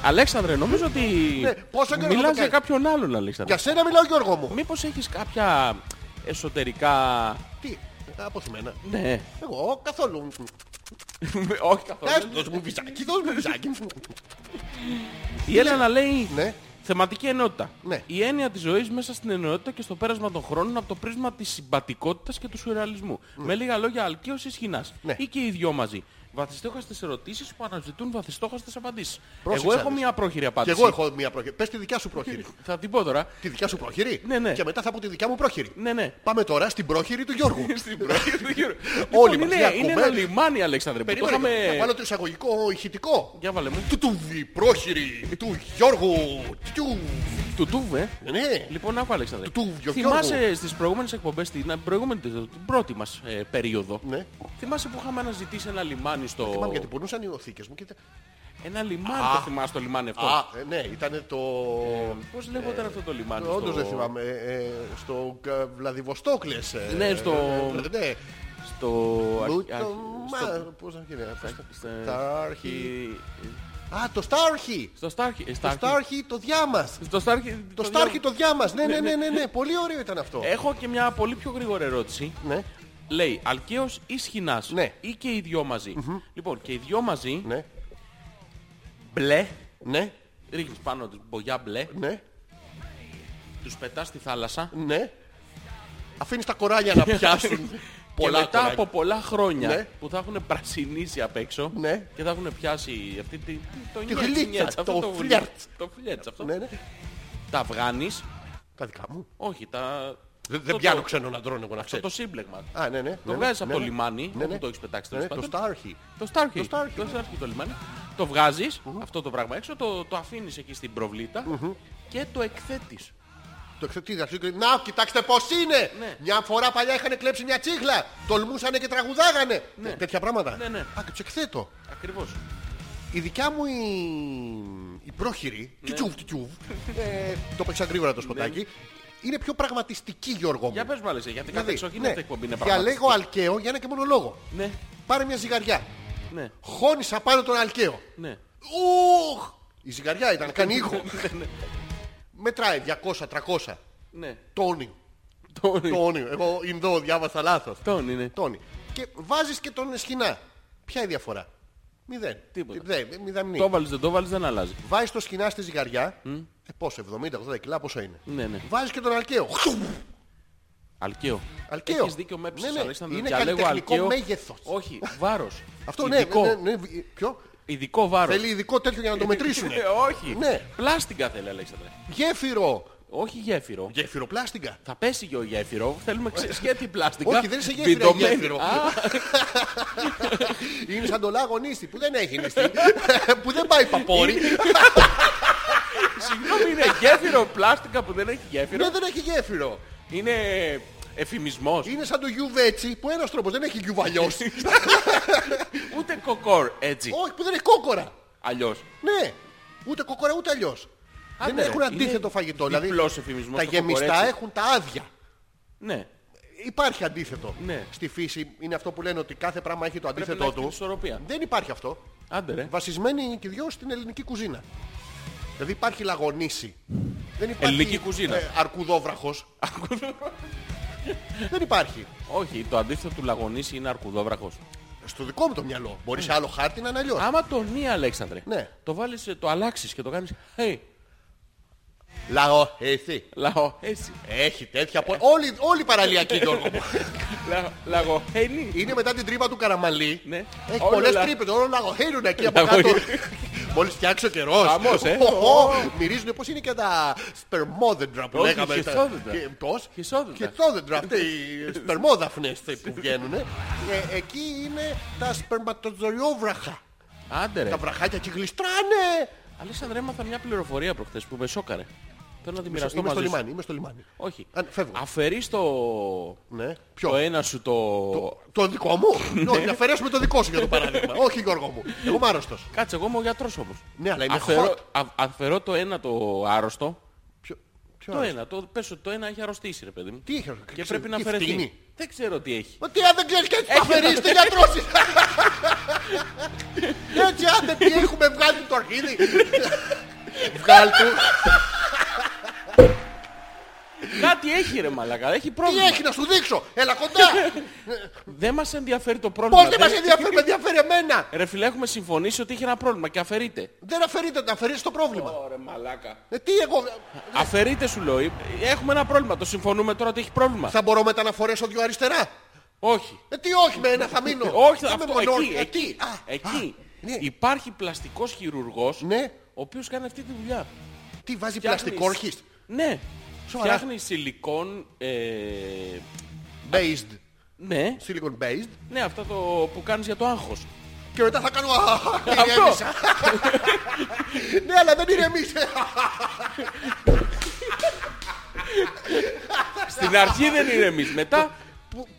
Αλέξανδρε, νομίζω ότι Ναι, πόσο καιρό θα το μιλάς για κάνεις. κάποιον άλλον, Αλέξανδρε. Για σένα μιλάω, Γιώργο μου. Μήπως έχεις κάποια εσωτερικά... Τι, αποθυμένα. Ναι. Εγώ καθόλου. Όχι καθόλου. Ας, Δώσ' μου βυζάκι, δώσ' μου βυζάκι. Η Έλενα λέει Ναι. θεματική ενότητα. Ναι. Η έννοια της ζωής μέσα στην ενότητα και στο πέρασμα των χρόνων από το πρίσμα της συμπατικότητας και του σουρεαλισμού. Με λίγα λόγια αλκίωσης χινάς. Ναι. Ή και οι δυο μαζί. Βαθιστόχαστες ερωτήσεις που αναζητούν βαθιστόχαστες απαντήσεις. Πρόσεξε, εγώ έχω Άλεξ. μια πρόχειρη Και απάντηση. εγώ έχω μία πρόχειρη. Πες τη δικιά σου πρόχειρη. Θα την πω τώρα. Τη δικιά σου πρόχειρη. Ναι, ναι. Και μετά θα πω τη δικιά μου πρόχειρη. Ναι, ναι. Πάμε τώρα στην πρόχειρη του Γιώργου. Στην πρόχειρη του γύρου. Όλοι Λοιπόν, μας, είναι, για είναι ένα κομμένα. λιμάνι, Αλέξανδρε, που το Περίμενε. είχαμε... Λοιπόν, Να βάλω το εισαγωγικό ηχητικό. Για βάλε μου. Του του η πρόχειρη του Γιώργου. Του. Του τούβε. Ναι. Λοιπόν, άκου Αλέξανδρε. Του Τούβιο, Θυμάσαι Γιώργο. στις προηγούμενες εκπομπές, την προηγούμενη, την πρώτη μας ε, περίοδο, Ναι. θυμάσαι που είχαμε αναζητήσει ένα λιμάνι στο... Θυμάμαι γιατί πονούσαν οι οθήκες μου. Κοίτα. Ένα λιμάνι, το θυμάσαι το λιμάνι αυτό. Α, ε, ναι, ήταν το... Πώς λεγόταν αυτό Ε, το λιμάνι στο... Όντως δεν θυμάμαι. ε, ε, Στο ε, Βλαδιβοστόκ λες. ε, Ναι, στο- ε, Ναι, Στο... Μου αρχι- το- στο- μα, Πώς να γίνει. πώς το- στα- Στάρχη. αρχι- Α, το Στάρχη. Στο Στάρχη. ε, Το Στάρχη. Στάρχη το διά μας. Στο Στάρχη. Το Στάρχη το διά μας. Ναι, ναι, ναι, ναι, ναι. Πολύ ωραίο ήταν αυτό. Έχω και μια πολύ πιο γρήγορη ερώτηση. Ναι. Λέει Αλκαίος ή Σχοινάς Ναι. ή και οι δυο μαζί. Λοιπόν, και οι δυο μαζί, Ναι. μπλε, Ναι. ρίχνεις πάνω τους μπογιά μπλε, Ναι. τους πετάς στη θάλασσα Ναι. Αφήνεις τα κοράλια να πιάσουν. πολλά και μετά κοράλια. από πολλά χρόνια Ναι. που θα έχουν πρασινίσει απ' έξω Ναι. και θα έχουν πιάσει αυτή τη, τη- το νιέτς, γλίτσα, νιέτς, αυτό το φλιάρτ. Το φλιάρτ αυτό. Ναι, ναι. Τα βγάνεις, Τα δικά μου. όχι, τα... Δεν, αυτό δεν το- πιάνω ξένο να τρώνε εγώ να Αυτό ξέρω. το σύμπλεγμα. Α, ναι, ναι. Το βγάζεις από το λιμάνι, ναι, όπου ναι. το έχεις πετάξει Ναι, τέλος ναι, το πάντων. Στάρχη. Το Starkey. Το Starkey, ναι. Starkey το λιμάνι. Το βγάζεις, αυτό το πράγμα έξω, το, το αφήνεις εκεί στην προβλητα και το εκθέτεις. Το εξωτήδα. Να, κοιτάξτε πώς είναι. Ναι. Μια φορά παλιά είχαν κλέψει μια τσίχλα. Τολμούσανε και τραγουδάγανε. Ε, Τέτοια πράγματα. Ναι, ναι. Α, και τους εκθέτω. Ακριβώς. Η δικιά μου η, η πρόχειρη, Ναι. τιτσούβ, τιτσούβ, ε, το παίξα γρήγορα το σποτάκι, είναι πιο πραγματιστική Γιώργο μου. Για πες μου άλλες, γιατί κάθε εξωγήινη ναι, αυτή η εκπομπή είναι πραγματιστική. διαλέγω αλκαίο για ένα και μόνο λόγο. Ναι, Πάρε μια ζυγαριά. ναι, Χώνησα πάνω τον αλκαίο. ναι. Ουχ! Η ζυγαριά ήταν, κάνει ήχο. Μετράει 200-300. Ναι. Τόνι. Τον. Τόνι. Εγώ Ινδό διάβασα λάθος. Τον είναι. Τόνι. Και βάζεις και τον σκηνά. Ποια είναι η διαφορά. Μηδέν. Τίποτα. Μηδέν, μηδαμινή. Το βάλεις, δεν το βάλεις, δεν αλλάζει. Βάζεις το σκηνά στη ζυγαριά. Ε, πόσο, 70-80 κιλά, πόσο είναι. Ναι, ναι. Βάζεις και τον αλκαίο. Αλκαίο. Αλκαίο. Έχεις δίκιο με έψεις, Ναι, ναι. αλλά ήσταν- Είναι διαλέγω καλλιτεχνικό αλκαίο. μέγεθος. Όχι, βάρος. Αυτό ναι, Ειδικό. ναι, ναι, ναι, Ποιο. Ειδικό βάρος. Θέλει ειδικό τέτοιο για να το μετρήσουν. Ε, όχι. Ναι. Πλάστιγκα θέλει, Αλέξανδρε. Γέφυρο. Όχι γέφυρο. Γέφυρο πλάστιγκα. Θα πέσει και ο γέφυρο. Θέλουμε ξε- σκέτη πλάστικα. Όχι, δεν είσαι γέφυρα, Βιδωμένη. γέφυρο. Α, Είναι σαν το λάγο νύστη που δεν έχει νύστη. που δεν πάει παπόρι. συγγνώμη, είναι γέφυρο πλάστικα που δεν έχει ναι, γέφυρο. δεν έχει γέφυρο. Είναι εφημισμός. Είναι σαν το γιουβέτσι που ένας τρόπος δεν έχει γιουβαλιώσει. Ούτε κοκόρ έτσι. Όχι, που δεν έχει κόκορα. Αλλιώς. Ναι, ούτε κόκορα ούτε αλλιώς. Δεν Άντε, έχουν ρε, αντίθετο ναι. είναι φαγητό. διπλός Δηλαδή, εφημισμός τα το γεμιστά κοκορέτσι. έχουν τα άδεια. Ναι. Υπάρχει αντίθετο. Ναι. Στη φύση είναι αυτό που λένε ότι κάθε πράγμα έχει το Πρέπει αντίθετό να έχει του. την ισορροπία. Δεν υπάρχει αυτό. Άντε ρε. Βασισμένοι και οι δυο στην ελληνική κουζίνα. Δηλαδή υπάρχει λαγονίση. Δεν υπάρχει ε, Ελληνική κουζίνα. αρκουδόβραχος. Δεν υπάρχει. Όχι, το αντίθετο του λαγονίσι είναι αρκουδόβραχος. Στο δικό μου το μυαλό. Μπορείς Ναι. σε άλλο χάρτη να είναι αλλιώς. Άμα το νι, Αλέξανδρε, Ναι. το βάλεις, ε, το αλλάξεις και το κάνεις hey, Λαό, Ε, εσύ. λαό, έτσι, Έχει τέτοια. Ε. πο- Όλοι, όλοι οι παραλιακοί Γιώργο μου. λα- λαγό, hey, Είναι μετά την τρύπα του Καραμαλή. Ναι. Έχει Όλο πολλές λα- τρύπες. Όλο λαγοχέρουν εκεί από κάτω. Λαγοχέρι. Μόλις φτιάξει ο καιρός. Χαμός, ε. Μυρίζουν πως είναι και τα σπερμόδεντρα που Όχι, λέγαμε. τα- χυσόδεντρα. και- Πώς? Χυσόδεντρα. Χυσόδεντρα. Αυτοί οι σπερμόδαφνες που βγαίνουν. Εκεί είναι τα σπερματοζωριόβραχα. Άντε ρε. Τα βραχάκια και γλιστράνε. Αλέξανδρε, έμαθα μια πληροφορία προχθές που με σόκαρε. Θέλω να τη μοιραστώ Είμαι στο μαζί σου. λιμάνι. Είμαι στο λιμάνι. Όχι. Αν- φεύγω. Αφαιρείς το... Ναι. το Ποιο. ένα σου το... Το δικό μου. Ναι, Όχι, να αφαιρέσουμε το δικό σου για το παράδειγμα. Όχι, Γιώργο μου. Εγώ είμαι άρρωστος. Κάτσε, εγώ είμαι ο γιατρός όμως. Ναι, αλλά είναι αφαιρώ, hot. α- αφαιρώ το ένα το άρρωστο. Ποιο, ποιο Το άρρωστο? ένα, το, πες ότι το ένα έχει αρρωστήσει ρε παιδί μου. Τι είχε, Και ξέρω, πρέπει να τι αφαιρεθεί. φτύνει. Δεν ξέρω τι έχει. Μα τι αν δεν ξέρεις και έτσι το αφαιρείς, τι γιατρός είσαι. Έτσι άντε τι έχουμε βγάλει το αρχίδι. Βγάλ του. Κάτι έχει ρε μαλακά, έχει Τι πρόβλημα. έχει να σου δείξω. Έλα κοντά. Δεν μας ενδιαφέρει το πρόβλημα. Πώς δεν μας ενδιαφέρει, με ενδιαφέρει εμένα. Ρε φίλε, έχουμε συμφωνήσει ότι είχε ένα πρόβλημα και αφαιρείται. Δεν αφαιρείται, να αφαιρείς το πρόβλημα. Ωραία, μαλάκα. Ε, τι εγώ... Αφαιρείται σου λέω. Ε, Έχουμε ένα πρόβλημα. Το συμφωνούμε τώρα ότι έχει πρόβλημα. Θα μπορώ μετά να φορέσω δυο αριστερά. Όχι. Ε, τι όχι με ένα θα μείνω. Όχι, Θα είμαι αυτό μονόρ- εκεί. Ε, τι, Εκεί. α, εκεί. α, ναι. Υπάρχει πλαστικός χειρουργός Ναι. ο οποίος κάνει αυτή τη δουλειά. Τι βάζει Φτιάχνεις- πλαστικό όρχης. Ναι. Σοβαρά. Φτιάχνει σιλικόν. Ε, Based. ναι. Silicon based. Ναι, αυτό το που κάνεις για το άγχος. Και μετά θα κάνω. «Αχ, Αυτό. ηρέμησα». Ναι, αλλά δεν ηρεμήσε. Στην αρχή δεν είναι εμείς. Μετά,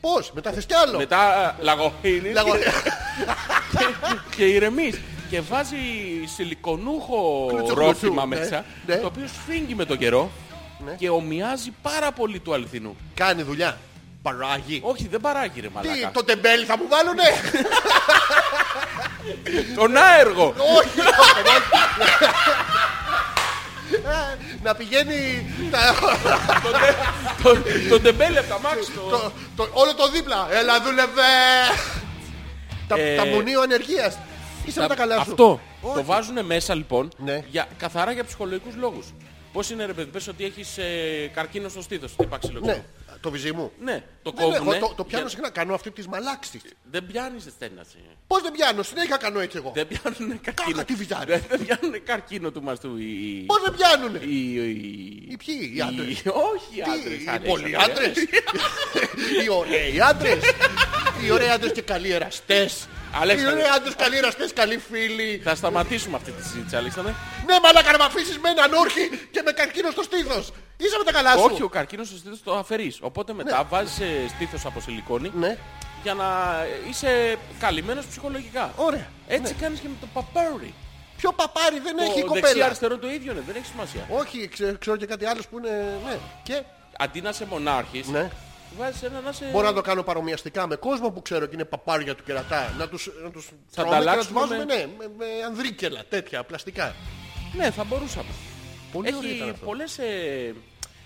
Πώς, μετά θες κι άλλο. μετά λαγοχύνει Λέγω, και ηρεμείς. Και βάζει σιλικονούχο Κλουτσου, ρόφημα κλουτσου, ναι, μέσα, ναι. το οποίο σφίγγει με τον καιρό και ομοιάζει πάρα πολύ του αληθινού. Κάνει δουλειά. Παράγει. Όχι, δεν παράγει ρε Τι, μαλάκα. το τεμπέλι θα μου βάλουνε. Τον άεργο. Όχι. Ε, Να πηγαίνει τα- τον, τον τεμπέλη από τα μάξι. το- το- το- όλο το δίπλα. Έλα δούλευε. Τα, Ε, τα μουνείο ανεργίας. Είσαι με τα καλά σου. Αυτό. Όχι. Το βάζουν μέσα λοιπόν Ναι. για, καθαρά για ψυχολογικούς λόγους. Πώς είναι ρε παιδί, πες ότι έχεις ε, καρκίνο στο στήθος, τι υπάρχει Ναι, το βυζί μου. ναι, το Δεν κόβουνε. έχω, το, το πιάνω για- συχνά. Κάνω αυτή τη μαλάξη. Δεν πιάνεις στέναση. Πώς δεν πιάνω, συνέχεια κάνω έτσι εγώ. Δεν πιάνουν καρκίνο. τι βυζάρι. Δεν δεν πιάνουν καρκίνο του μαστού. οι- Πώς δεν πιάνουνε. Οι, οι, Οι ποιοι, οι άντρες. Όχι οι Τι, άντρες. οι Αλέξανδρε. πολλοί άντρες, οι ωραίοι άντρες, οι ωραίοι άντρες και καλοί εραστές, οι Αλέξανδρε. ωραίοι άντρες, καλοί εραστές, καλοί φίλοι. Θα σταματήσουμε αυτή τη συζήτηση, Αλέξανδρε. Ναι, μαλάκα να με αφήσεις με έναν όρχη και με καρκίνο στο στήθος. Είσαι με τα καλά σου. Όχι, ο καρκίνος στο στήθος το αφαιρείς. Οπότε μετά βάζεις ε, στήθος από σιλικόνη Ναι. για να ε, είσαι καλυμμένος ψυχολογικά. Ωραία. Έτσι κάνεις και με το παπάρι. Ποιο παπάρι δεν Ναι, έχει η το δεξί κοπέλα. αριστερό το ίδιο είναι, δεν έχει σημασία. Όχι, ξέ- ξέρω και κάτι άλλο που είναι. Ναι. Και. Αντί να είσαι μονάρχης, Ναι. βγάζεις ένα να είσαι... Μπορώ να το κάνω παρομοιαστικά με κόσμο που ξέρω και είναι παπάρια του κερατά. Να τους, να τους Θα τρώμε και να τους ανταλλάξουμε βάζουμε με- ναι, με, με ανδρίκελα, τέτοια, πλαστικά. Ναι, θα μπορούσαμε. Πολύ ωραίο ήταν Έχει αυτό. πολλές ε,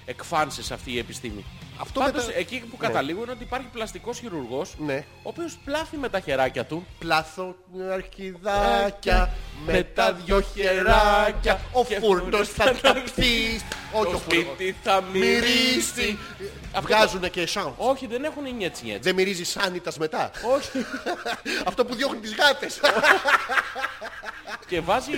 εκφάνσεις αυτή η επιστήμη. Αυτό Πάντως μετά- εκεί που καταλήγω είναι ότι υπάρχει πλαστικός χειρουργός Ναι. ο οποίος πλάθει με τα χεράκια του Πλάθο αρχιδάκια με τα δυο χεράκια. Ο Και φούρνος θα φούρνος θα ταπτεί. Όχι, το ο φούρνος. σπίτι θα μυρίσει. Μυρίσει. Βγάζουνε και σαν. Όχι, δεν έχουν νιέτσι νιέτσι. Δεν μυρίζει σάνιτας μετά. Όχι. Αυτό που διώχνει τις γάτες. Και βάζει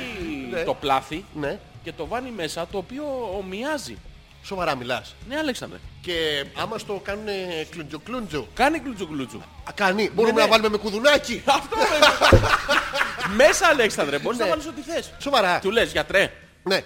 το πλάθι Ναι, και το βάνει μέσα το οποίο ομοιάζει. σοβαρά μιλάς. Ναι, Αλέξανδρε. Και άμα στο κάνουν κλουντζο κλουντζο. Κάνει κλουτζου κλουτζου. Α, Ναι, Κάνει. Μπορούμε να βάλουμε με κουδουνάκι. Αυτό είναι. Μέσα, Αλέξανδρε, μπορείς να Ναι. βάλεις ό,τι θες. Σοβαρά. Του λες, γιατρέ, Ναι.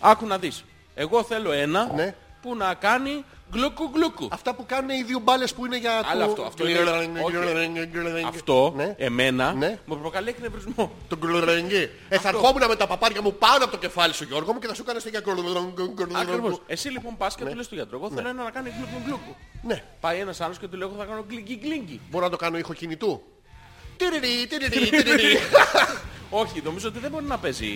άκου να δεις. Εγώ θέλω ένα Ναι. που να κάνει γκλουκου γκλουκου. Αυτά που κάνουν οι δύο μπάλες που είναι για Άλλο το... αυτό, αυτό είναι- Όχι. Αυτό, Ναι. εμένα, Ναι. μου προκαλεί εκνευρισμό. Τον κλουρενγκή. Ε, θα ερχόμουν με τα παπάρια μου πάνω από το κεφάλι σου, Γιώργο μου, και θα σου κάνω για Ακριβώς. κλουρενγκή. Εσύ λοιπόν πας και του λες του γιατρό, εγώ θέλω ένα να κάνει γκλουκου γκλουκου. Ναι. Πάει ένας άλλος και του λέω, εγώ θα κάνω γκλυγκι γκλυγκι. Μπορώ να το κάνω ήχο κινητού. Τιριρι, τιριρι, τιριρι. Όχι, νομίζω ότι δεν μπορεί να παίζει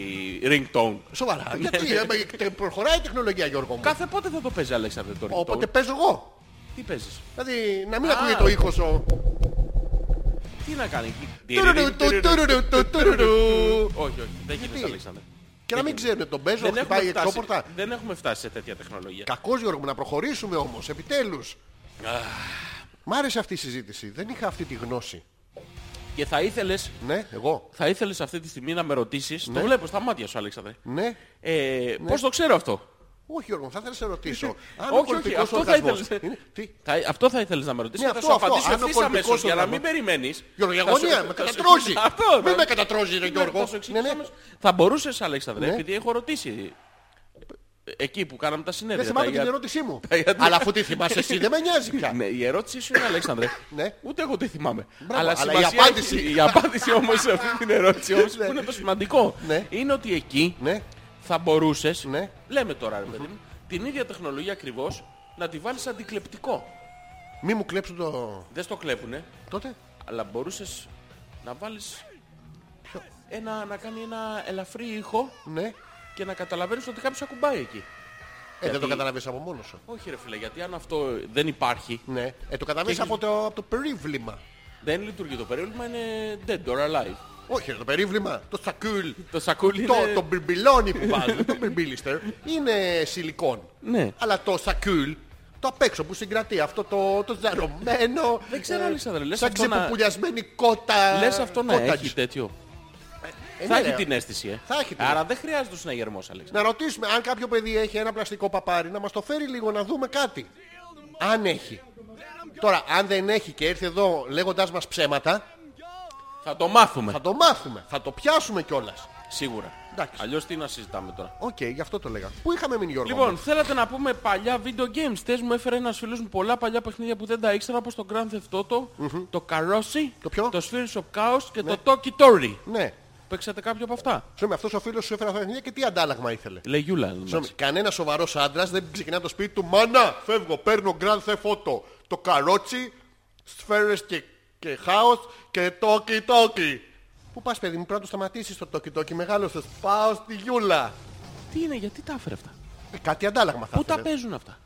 ringtone. Σοβαρά. Ναι. Γιατί ε, μα, ε, προχωράει η τεχνολογία, Γιώργο μου. Κάθε πότε θα το παίζει, Αλέξανδρε, το ringtone. Όποτε παίζω εγώ. Τι παίζεις. Δηλαδή να μην Α. ακούγεται ο ήχος ο... Τι να κάνει. Τουρουρου, του, τουρουρου, του, τουρουρου. Όχι, όχι, δεν γίνεται, Γιατί? Αλέξανδρε. Και να μην ξέρουν τον παίζω, χτυπάει η Ε, φτάσει, εξώπορτα. δεν έχουμε φτάσει σε τέτοια τεχνολογία. Κακός Γιώργο μου, να προχωρήσουμε όμως, επιτέλους. Μ' άρεσε αυτή η συζήτηση. Δεν είχα αυτή τη γνώση. Και θα ήθελες, Ναι, εγώ. θα ήθελες αυτή τη στιγμή να με ρωτήσεις, το βλέπω στα μάτια σου Αλέξανδρε, Ναι. ε, πώς το ξέρω αυτό. Όχι Γιώργο, μου, θα ήθελα να σε ρωτήσω. όχι, ο κολπικός αυτό θα οργασμός ήθελες. Ε, είναι- Τι, Θα, αυτό θα ήθελες να με ρωτήσεις Ναι, και αυτό, θα σου αυτό. απαντήσω Αν ο ευθύς αμέσως κολπικός για να μην οργανισμός- περιμένεις. Γιώργο, η Θα σου- αγωνία θα με σου- κατατρόζει. Αυτό, Μην ναι. με κατατρόζει, ρε Ναι, Γιώργο. θα σου εξηγήσω Ναι, ναι. αμέσως. Θα μπορούσες Αλέξανδρε, Ναι. επειδή έχω ρωτήσει ε, εκεί που κάναμε τα συνέδρια. Δεν θυμάμαι τα την για- ερώτησή μου. γιατρά. Αλλά αφού τη θυμάσαι εσύ, δεν με νοιάζει πια. Ναι, η ερώτησή σου είναι Αλέξανδρε. Ναι. Ούτε εγώ τη θυμάμαι. Μπράβο, αλλά η σημασία απάντηση. έχει- η απάντηση όμως σε αυτή την ερώτηση όμως που είναι το σημαντικό. Ναι. Είναι ότι εκεί Ναι. θα μπορούσες, Ναι. λέμε τώρα ρε παιδί μου, την ίδια τεχνολογία ακριβώς να τη βάλεις σε αντικλεπτικό. Μη μου κλέψουν το... Δεν στο κλέβουνε, Τότε. αλλά μπορούσες να βάλεις ένα, να κάνει ένα ελαφρύ ήχο Ναι. και να καταλαβαίνεις ότι κάποιος ακουμπάει εκεί. Ε, δεν το Γιατί- καταλαβαίνεις από μόνος σου. Όχι ρε φίλε, γιατί αν αυτό δεν υπάρχει, Ναι. Ε, το καταλαβαίνεις Και- από το, από το περίβλημα. δεν λειτουργεί το περίβλημα, είναι dead or alive. Όχι, ρε, το περίβλημα. Το σακούλ. Το σακούλι Το, είναι... το μπιμπιλόνι που βάζουν, το μπιμπίλιστερ, είναι σιλικόν. Ναι. Αλλά το σακούλ, το απ' έξω που συγκρατεί αυτό το, το ζαρωμένο. Δεν ξέρω, Αλέξανδρε, λες Σαν αυτό να- ξεπουπουλιασμένη κότα. Λες αυτό να κότατζ. έχει τέτοιο. Ε, θα ναι, έχει ρε. την αίσθηση, ε. Θα έχει την Άρα αίσθηση. δεν χρειάζεται ο συναγερμός, Αλέξανδρε. Να ρωτήσουμε αν κάποιο παιδί έχει ένα πλαστικό παπάρι, να μας το φέρει λίγο να δούμε κάτι. Αν έχει. Τώρα, αν δεν έχει και έρθει εδώ λέγοντάς μας ψέματα, Θα το μάθουμε. θα το μάθουμε. Θα το πιάσουμε κιόλας. Σίγουρα. Εντάξει. Αλλιώς τι να συζητάμε τώρα. Οκ, γι' αυτό το λέγα. Πού είχαμε μείνει Γιώργο. Λοιπόν, θέλατε να πούμε παλιά video games. Θες μου έφερε ένας φίλος μου πολλά παλιά παιχνίδια που δεν τα ήξερα όπως το Grand Theft Auto, το Καρόσι, Το ποιο? το Spheres of Chaos και το Toki Tori. Ναι. Παίξατε κάποιο από αυτά. Συγγνώμη, αυτός ο φίλος σου έφερε αυτά τα παιχνίδια και τι αντάλλαγμα ήθελε. Λεγιούλα. είναι Συγγνώμη, μάτς. κανένας σοβαρός άντρας δεν ξεκινά το σπίτι του. Μάνα, φεύγω, παίρνω Grand Theft Auto. Το καρότσι, σφαίρες και, και χάος και τόκι τόκι. Πού πας παιδί μου, πρέπει να το σταματήσεις το τόκι τόκι. Μεγάλωσες, πάω στη γιούλα. Τι είναι, γιατί τα έφερε αυτά. Ε, Κάτι αντάλλαγμα θα Πού τα ήθελε. παίζουν αυτά.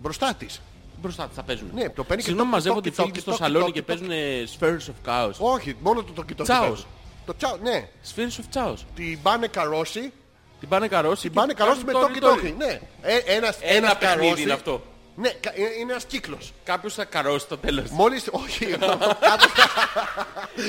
Μπροστά της. Μπροστά θα παίζουν. Ναι, το παίρνει και Συγγνώμη, το- μαζεύονται οι Toki φίλοι Toki, και στο Toki σαλόνι Toki, και Toki. παίζουν ε, Spheres of Chaos. Όχι, μόνο το τόκι τόκι. Τσάος. παίζει. Το τσάο, ναι. Spheres of Chaos. Την πάνε καρότσι, Την πάνε καρόση. την πάνε καρότσι με τόκι τόκι. Ναι. Ε, ένας, Ένα ένας παιχνίδι καρότσι. είναι αυτό. Ναι, κα- ε, είναι ένας κύκλος. Κάποιος θα καρώσει στο τέλος. Μόλις, όχι,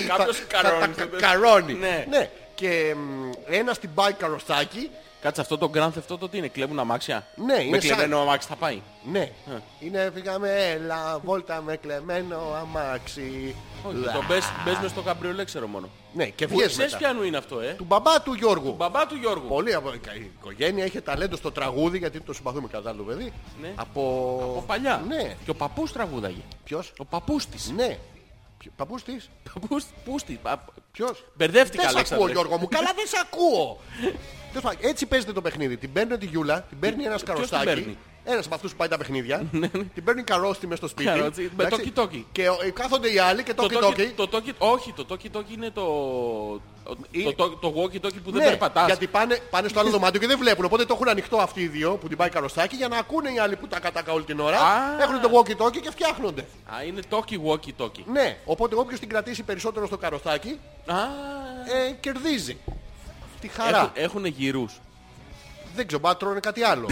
Κάποιος θα καρώνει. τα κα- καρώνει. Ναι. ναι. Και μ, ένας την πάει καροστάκι. Κάτσε αυτό το Grand Theft Auto τι είναι, κλέβουν αμάξια. Ναι, Με είναι σαν- κλεμμένο αμάξι θα πάει. Ναι. Είναι πήγαμε έλα, βόλτα με κλεμμένο αμάξι. Όχι, Λα. το μπες, μπες μες στο καμπριολέ ξέρω μόνο. Ναι, και Που βγες ξέρεις μετά. ποιανού είναι αυτό, ε. Του μπαμπά του Γιώργου. Μπαμπά του Γιώργου. Πολύ από... Η οικογένεια έχει ταλέντο στο τραγούδι γιατί το συμπαθούμε κατάλληλο παιδί. Ναι. Από... Από παλιά. Ναι. Και ο παππούς τραγούδαγε. Ποιος? Ο παππούς της. Ναι. Παππούς της. Πούς- Πούς τη. πα- Ποιος. Δεν Μπερδεύτηκα, σε ακούω Αλέξανδρε. Γιώργο μου. Καλά δεν σε ακούω. Τέλος πάντων, Έτσι παίζεται το παιχνίδι. Την παίρνουν τη Γιούλα, την παίρνει ένας Ποιος την παίρνει? καροστάκι. Ένας από αυτούς που πάει τα παιχνίδια. την παίρνει καρόστι μες στο σπίτι. Καρότσι, με Εντάξει, τόκι-τόκι. Και ε, κάθονται οι άλλοι και Το τόκι τόκι, τόκι. το τόκι, όχι, το τόκι τόκι είναι το... Το, Είναι- το, το walkie talkie που δεν Ε, Ναι, περπατάς. γιατί πάνε, πάνε στο άλλο δωμάτιο και δεν βλέπουν. Οπότε το έχουν ανοιχτό αυτοί οι δύο που την πάει καροστάκι για να ακούνε οι άλλοι που τα κατάκα όλη την ώρα. Α. Έχουν το walkie talkie και φτιάχνονται. Α, είναι talkie walkie talkie. Ναι, οπότε όποιος την κρατήσει περισσότερο στο καροστάκι Α, ε, κερδίζει. Τη χαρά. έχουν, έχουν γυρούς. Δεν ξέρω, μπα τρώνε κάτι άλλο.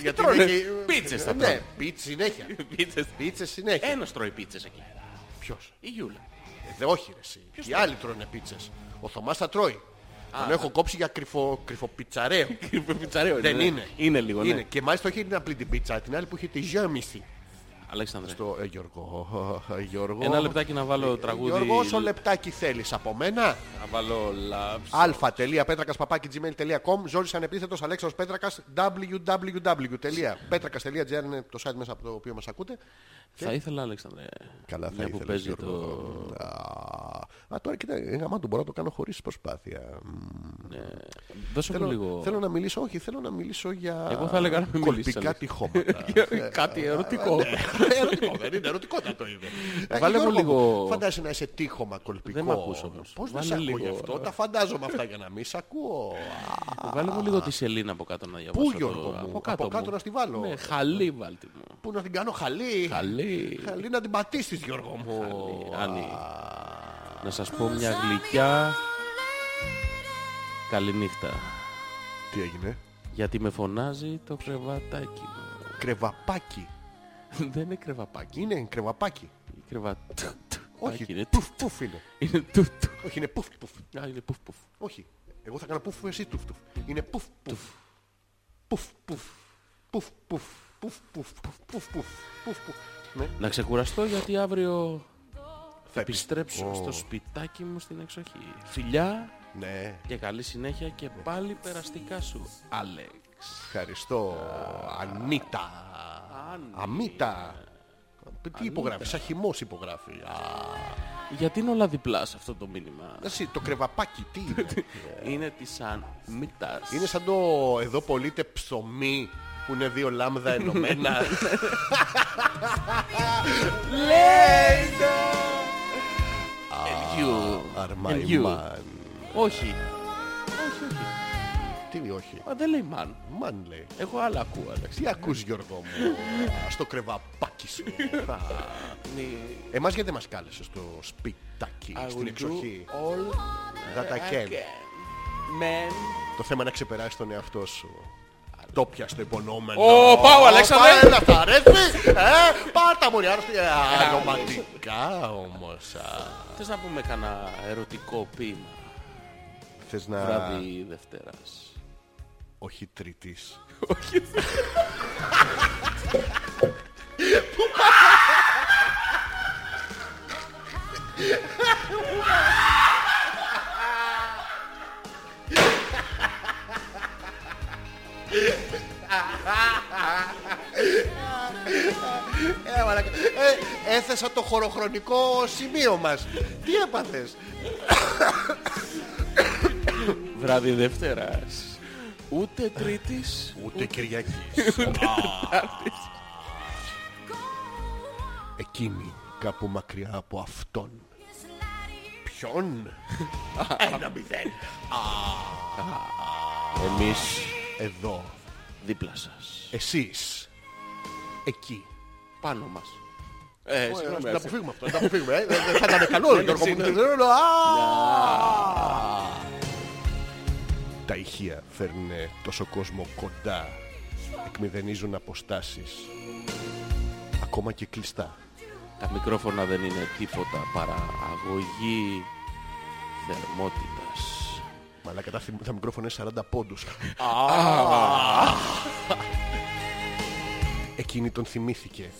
Γιατί τρώνε. έχει- Πίτσες θα τρώνε. Ε. Ναι, πίτσες συνέχεια. Πίτσες. Πίτσες συνέχεια. Ένας τρώει πίτσες εκεί. Ποιος. Η Γιούλα. Ε, δε, όχι ρε εσύ. Οι άλλοι τρώνε πίτσες. Ο Θωμάς θα τρώει. Τον έχω κόψει για κρυφο, κρυφοπιτσαρέο. Πιτσαρέο Δεν ναι. είναι. Είναι λίγο, Είναι. ναι. Και μάλιστα όχι την απλή την πίτσα, την άλλη που έχει τη γέμιση. Αλέξανδρε, Το ε, Γιώργο. ε, Γιώργο. ένα λεπτάκι να βάλω τραγούδι. Ε, Γιώργο, όσο λεπτάκι θέλεις από μένα. Να βάλω λαψ. αλφα.πέτρακα.gmail.com Ζόρις ανεπίθετος Αλέξανδρος Πέτρακας www.πέτρακας.gr είναι το site μέσα από το οποίο μας ακούτε. Θα ήθελα, Αλέξανδρε. Καλά θα μια Ναι, που ήθελες, παίζει Γιώργο. το... Α, α, τώρα κοίτα, ε, γαμάτο μπορώ να το κάνω χωρίς προσπάθεια. Μ, Δώσε μου Θέλω, Ναι, λίγο... θέλω να μιλήσω, όχι, θέλω να μιλήσω για Εγώ θα έλεγα να μην μιλήσεις, κολπικά Αλέξη. τυχώματα. Ναι. Ε, Κάτι ερωτικό. ερωτικό, δεν είναι ερωτικό το είναι. Ε, Βάλε μου Γιώργο, λίγο- Φαντάζεσαι να είσαι τύχωμα κολπικό. Δεν μ' ακούς όμως. Πώς δεν Βάλε σε ακούω λίγο. γι' αυτό, τα φαντάζομαι αυτά για να μην σε ακούω. Α, Βάλε μου λίγο τη σελήνα από κάτω να διαβάσω. ε, Πού το- Γιώργο μου, Από κάτω, από κάτω μου. να στη βάλω. Ναι, χαλή βάλτε μου. Πού να την κάνω χαλή. Χαλή. Χαλή να την πατήσεις Γιώργο μου. Άννη, να σας πω μια γλυκιά καληνύχτα. Τι έγινε. Γιατί με φωνάζει το κρεβατάκι μου. Κρεβαπάκι. Δεν είναι κρεβαπάκι. Είναι κρεβαπάκι. Είναι κρεβατάκι. Όχι, Είναι τουφ. πουφ πουφ είναι. Είναι τουφ. τουφ. Όχι, είναι πουφ πουφ. Α, είναι πουφ πουφ. Όχι. Εγώ θα κάνω πουφ, εσύ τουφ τουφ. Είναι πουφ πουφ. Πουφ πουφ. Πουφ πουφ. Πουφ πουφ. Πουφ πουφ. Πουφ πουφ. Ναι. Να ξεκουραστώ γιατί αύριο Θα επιστρέψω στο σπιτάκι μου στην εξοχή. Φιλιά Ναι. και καλή συνέχεια και πάλι περαστικά σου, Άλεξ. Ευχαριστώ. Ανίτα. Αμίτα. Τι υπογράφεις, σαν χυμός υπογράφει. Α, Γιατί είναι όλα διπλά σε αυτό το μήνυμα. Εσύ, το κρεβαπάκι, τι είναι. Είναι της Ανμήτας. Είναι σαν το εδώ πωλείται ψωμί που είναι δύο λάμδα ενωμένα. And you. Αρμαϊμάν. And you. Όχι. Όχι, όχι. Τι όχι. Μα δεν λέει μαν. Μαν λέει. Εγώ άλλα ακούω, Αλέξ. Τι ακούς Γιώργο μου στο κρεβαπάκι σου. Θα- Ναι. Εμάς γιατί δεν μας κάλεσες στο σπιτάκι, I will στην do εξοχή. All That I ε, can. Men. Το θέμα είναι να ξεπεράσεις τον εαυτό σου. Το πιας το υπονόμενο. Ω, πάω, Ω, Αλέξανδρε. Πάρε να θα αρέσει. Ε, Πάρτα μωρή, άρρωστη. Ε, α, Ρομαντικά όμως. α. Θες να πούμε κανένα ερωτικό ποίημα. Θες να... Βράδυ Δευτέρας. Όχι τρίτης. Ε, μαλάκα. Ε, έθεσα το χωροχρονικό σημείο μας. Τι έπαθες. Βράδυ Δευτέρας. Ούτε Τρίτης. Ούτε Κυριακή. Εκείνη κάπου μακριά από αυτόν. Ποιον? Ένα μηδέν. Εμείς Εδώ. δίπλα σας. Εσείς. Εκεί. Πάνω μας. Ε, Ε, συγγνώμη. Να Αλέξ. αποφύγουμε αυτό. Να αποφύγουμε. ε. Δεν δεν θα ήταν καλό. Γιώργο μου. Δεν ξέρω, α. Τα ηχεία φέρνουν τόσο κόσμο κοντά. Εκμηδενίζουν αποστάσεις. Ακόμα και κλειστά. Τα μικρόφωνα δεν είναι τίποτα παρά αγωγή θερμότητας. Μαλάκα τα, θυμ- τα μικρόφωνα είναι 40 πόντους. Εκείνη τον θυμήθηκε.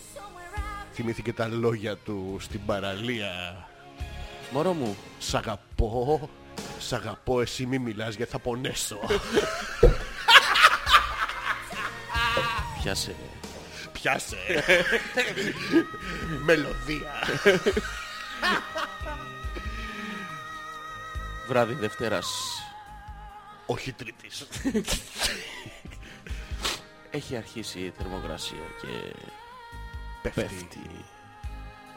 Θυμήθηκε τα λόγια του στην παραλία. Μωρό μου, Σ' αγαπώ, σ' αγαπώ, εσύ μη μιλάς γιατί θα πονέσω. πιάσε. Πιάσε. Μελωδία. Βράδυ Δευτέρας Όχι τρίτης. έχει αρχίσει η θερμοκρασία και πέφτει.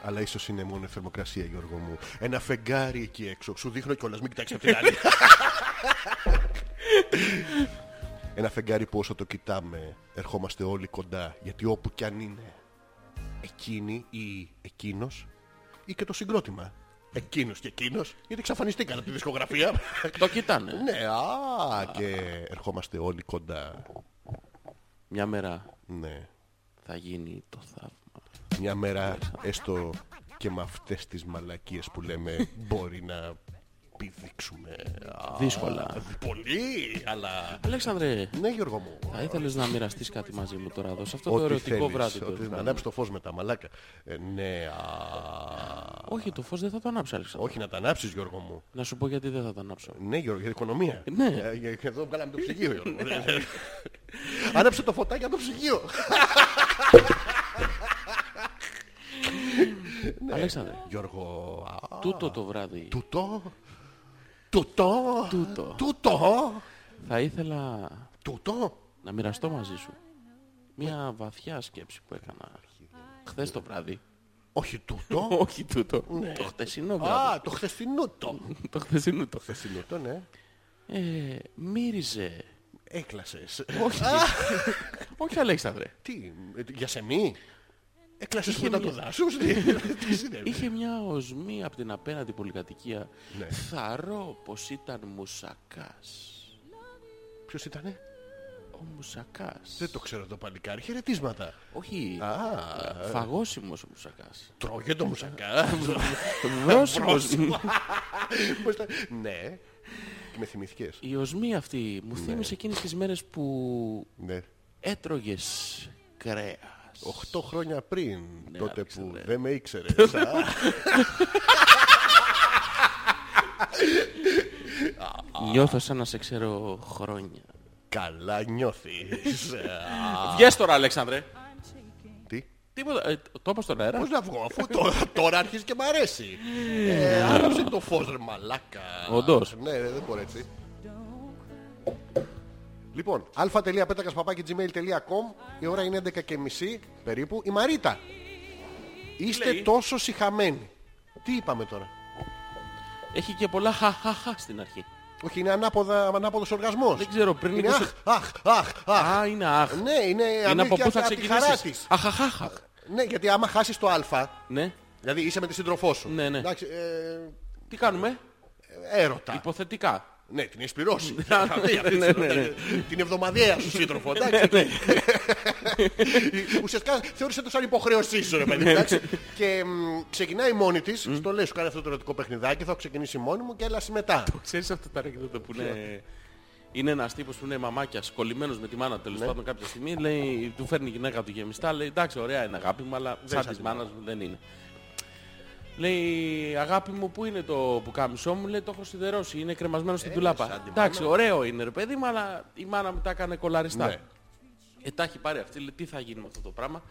Αλλά ίσως είναι μόνο η θερμοκρασία, Γιώργο μου. Ένα φεγγάρι εκεί έξω. Σου δείχνω κιόλας, μην κοιτάξεις απ' την άλλη. Ένα φεγγάρι που όσο το κοιτάμε, ερχόμαστε όλοι κοντά. Γιατί όπου κι αν είναι, εκείνη ή εκείνος ή και το συγκρότημα. Εκείνος και εκείνος, γιατί εξαφανιστήκαν από τη δισκογραφία. Το κοιτάνε. ναι, α, και ερχόμαστε όλοι κοντά. Μια μέρα Ναι. θα γίνει το θαύμα. μια μέρα έστω και με αυτές τις μαλακίες που λέμε μπορεί να πηδήξουμε. Α, Δύσκολα. Πολύ, αλλά... Αλέξανδρε, Ναι Γιώργο μου. θα ήθελες να μοιραστείς κάτι μαζί μου τώρα εδώ, σε αυτό το Ό,τι ερωτικό θέλεις, βράδυ. που ό,τι- έχουμε. Να ανάψει το φως με τα μαλάκα. Ε, ναι, α, Όχι, το φως δεν θα το ανάψω, Αλέξανδρε. όχι να τα ανάψεις Γιώργο μου. Να σου πω γιατί δεν θα το ανάψω. Ναι Γιώργο, για την οικονομία. Ναι. Ε, ε, Εδώ βγάλαμε το ψυγείο Γιώργο. Άναψε το φωτάκι από το ψυγείο. Ναι. Αλέξανδρε, Γιώργο, α, τούτο το βράδυ τούτο, τούτο, Τούτο. τούτο, θα ήθελα τούτο. να μοιραστώ μαζί σου μια βαθιά σκέψη που έκανα χθες το βράδυ. Όχι τούτο. Όχι τούτο, το χθεσινό βράδυ. Α, το χθεσινό το. Το χθεσινό το. Το χθεσινό το, ναι. Ε, μύριζε. Έκλασες. Όχι. Όχι, Αλέξανδρε. Τι, ε, για σεμί. Έκλασες Είχε μετά μία. το δάσος. Τι, τι συνέβη. Είχε μια οσμή από την απέναντι πολυκατοικία. Ναι. Θαρώ πως ήταν μουσακάς. Ποιος ήτανε. Ο μουσακάς. Δεν το ξέρω το παλικάρι. Χαιρετίσματα. Όχι. Α, Φαγόσιμος ο μουσακάς. τρώγε το μουσακά. Βρόσιμος. Πώς τα- Ναι. Με θυμηθήκες. Η οσμή αυτή μου θύμισε εκείνες τις μέρες που Ναι. έτρωγες κρέας. Οχτώ χρόνια πριν, τότε που Αλέξανδρε. δεν με ήξερες. α. Νιώθω σαν να σε ξέρω χρόνια. Καλά νιώθεις. Α, Βγες τώρα, Αλέξανδρε. Τι. Τίποτα. ε, το είπα στον αέρα. Πώς να βγω, αφού τώρα, τώρα αρχίζει και μ' αρέσει. ε, άναψε το φως ρε μαλάκα. Όντως. Ναι, ρε, δεν μπορεί έτσι. Λοιπόν, α.πέτακας.gmail.com Η ώρα είναι 11.30 περίπου. Η Μαρίτα. Είστε Λέει. τόσο συχαμένοι. Τι είπαμε τώρα. Έχει και πολλά χαχαχα στην αρχή. Όχι, είναι ανάποδα, ανάποδος οργασμός. Δεν ξέρω, πριν Είναι 20 αχ, αχ, αχ, αχ. Α, είναι αχ. Ναι, είναι, Είναι από αμύγδια πού θα απ' τη χαρά ξεκινήσεις. της. Αχαχαχα. Ναι, γιατί άμα χάσεις το α, Ναι. δηλαδή είσαι με τη σύντροφό σου. Ναι, ναι. Εντάξει, ε, Τι κάνουμε. έρωτα. Υποθετικά. Ναι, την έχεις πληρώσει. Ναι, ναι, ναι. Την εβδομαδιαία σου σύντροφο, εντάξει. Ουσιαστικά θεώρησε το σαν υποχρέωσή σου, ρε παιδί. Ναι. εντάξει. Και μ, ξεκινάει μόνη της, στο λέει σου κάνει αυτό το ερωτικό παιχνιδάκι, θα ξεκινήσει μόνη μου και έλα συμμετά. Ξέρεις αυτό το ανεκδότο που είναι... Είναι ένας τύπος που είναι μαμάκιας, κολλημένος με τη μάνα του τέλος πάντων κάποια στιγμή, λέει, του φέρνει η γυναίκα του γεμιστά, λέει εντάξει ωραία είναι αγάπη μου, αλλά σαν της μάνας μου δεν είναι. Λέει αγάπη μου που είναι το πουκάμισό μου, λέει το έχω σιδερώσει, είναι κρεμασμένο στην τουλάπα. Εντάξει ωραίο είναι ρε παιδί μου, αλλά η μάνα μου τα έκανε κολαριστά. Ναι. Ε, τα έχει πάρει αυτή, λέει, τι θα γίνει με αυτό το πράγμα.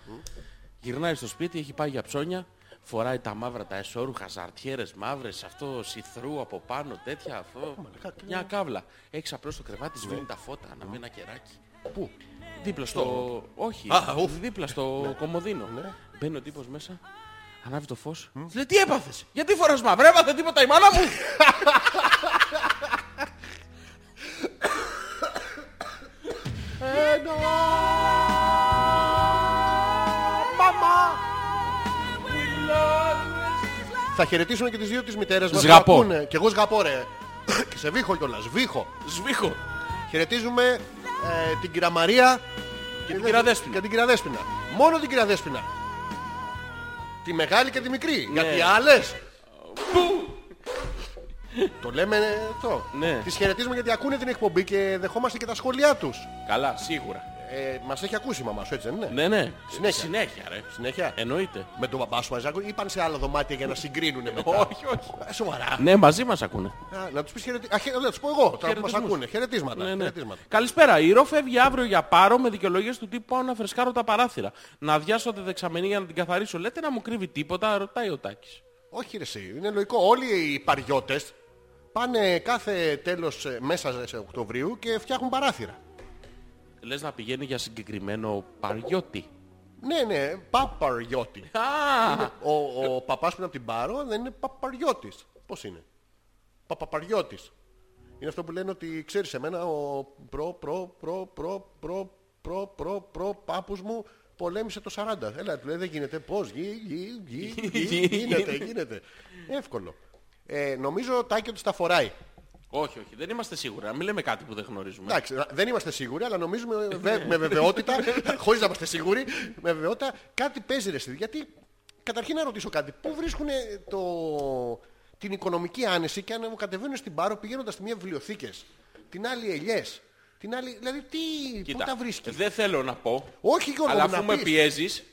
Γυρνάει στο σπίτι, έχει πάει για ψώνια, φοράει τα μαύρα τα εσώρουχα, ζαρτιέρες μαύρες, αυτό σιθρού από πάνω, τέτοια, αυτό. μια κάβλα. Έχει απλώς στο κρεβάτι, σβήνει τα φώτα, αναμένει ένα κεράκι. Ναι. Πού? Δίπλα στο... Όχι, Α, ουφ. Ναι. δίπλα στο κομμωδίνο. Μπαίνει ο τύπος μέσα, ανάβει το φως. της Λέει, τι έπαθες, γιατί φοράς μαύρα, έπαθε τίποτα η μάνα μου. Ένα... Μαμά! Θα χαιρετήσουμε και τις δύο τις μητέρες μας. που Σγαπώ. ακούνε. Κι εγώ σγαπώ ρε. και σε βήχω κιόλας, βήχω. Σβήχω. Χαιρετίζουμε ε, την κυρία Μαρία και, την κυρία Δέσποινα. και την κυρία Δέσποινα. Μόνο την κυρία Δέσποινα. Τη μεγάλη και τη Ναι. μικρή. Γιατί άλλες... το λέμε ε, αυτό. Ναι. Τις χαιρετίζουμε γιατί ακούνε την εκπομπή και δεχόμαστε και τα σχόλιά τους. Καλά, σίγουρα. Ε, μας έχει ακούσει η μαμά σου, έτσι δεν είναι. Ναι, Ε. ναι. Συνέχεια. Συνέχεια, ρε. Συνέχεια. Εννοείται. Με τον μπαμπά σου Αζάκο ή πάνε σε άλλα δωμάτια για να συγκρίνουνε μετά. Όχι, όχι. Ε, Σοβαρά. Ναι, μαζί μας ακούνε. Α, να τους πεις χαιρετίσματα. Να τους πω εγώ τώρα που μας Χαιρετισμούς. ακούνε. Χαιρετίσματα. Ναι, ναι. χαιρετίσματα. Καλησπέρα. Η Ρο φεύγει αύριο για πάρο με δικαιολογίες του τύπου πάω να φρεσκάρω τα παράθυρα. Να αδειάσω τη δεξαμενή για να την καθαρίσω. Λέτε να μου κρύβει τίποτα, ρωτάει ο Τάκης. Όχι ρε εσύ, είναι λογικό. Όλοι οι παριώτες Πάνε κάθε τέλος ε, μέσα σε Οκτωβρίου και φτιάχνουν παράθυρα. Λες να πηγαίνει για συγκεκριμένο παριώτη. Ναι, ναι, Παπαριώτη. Α, Ο, ο παπάς που είναι από την Πάρο δεν είναι Παπαριώτης. Πώς είναι. Παπαπαριώτης. Είναι αυτό που λένε ότι ξέρεις εμένα ο προ προ προ προ προ προ προ προ πάπους μου πολέμησε το 40. Έλα του λέει δεν γίνεται πώς γι, γι, γι, γι, γίνεται, γίνεται. Εύκολο. Ε, νομίζω Τάκη ότι τα φοράει. όχι, όχι, δεν είμαστε σίγουροι. Να μην λέμε κάτι που δεν γνωρίζουμε. Εντάξει, δεν είμαστε σίγουροι, αλλά νομίζουμε βε- με βεβαιότητα, χωρίς να είμαστε σίγουροι, με βεβαιότητα κάτι παίζει ρε εσύ. Γιατί, καταρχήν να ρωτήσω κάτι, πού βρίσκουν το... την οικονομική άνεση και αν μου κατεβαίνουν στην Πάρο πηγαίνοντας τη μία βιβλιοθήκες, την άλλη ελιές, την άλλη... Δηλαδή, τι, πού τα βρίσκει. δεν θέλω να πω, Όχι Γιώργο, αλλά μου να αφού με πεις. πιέζεις,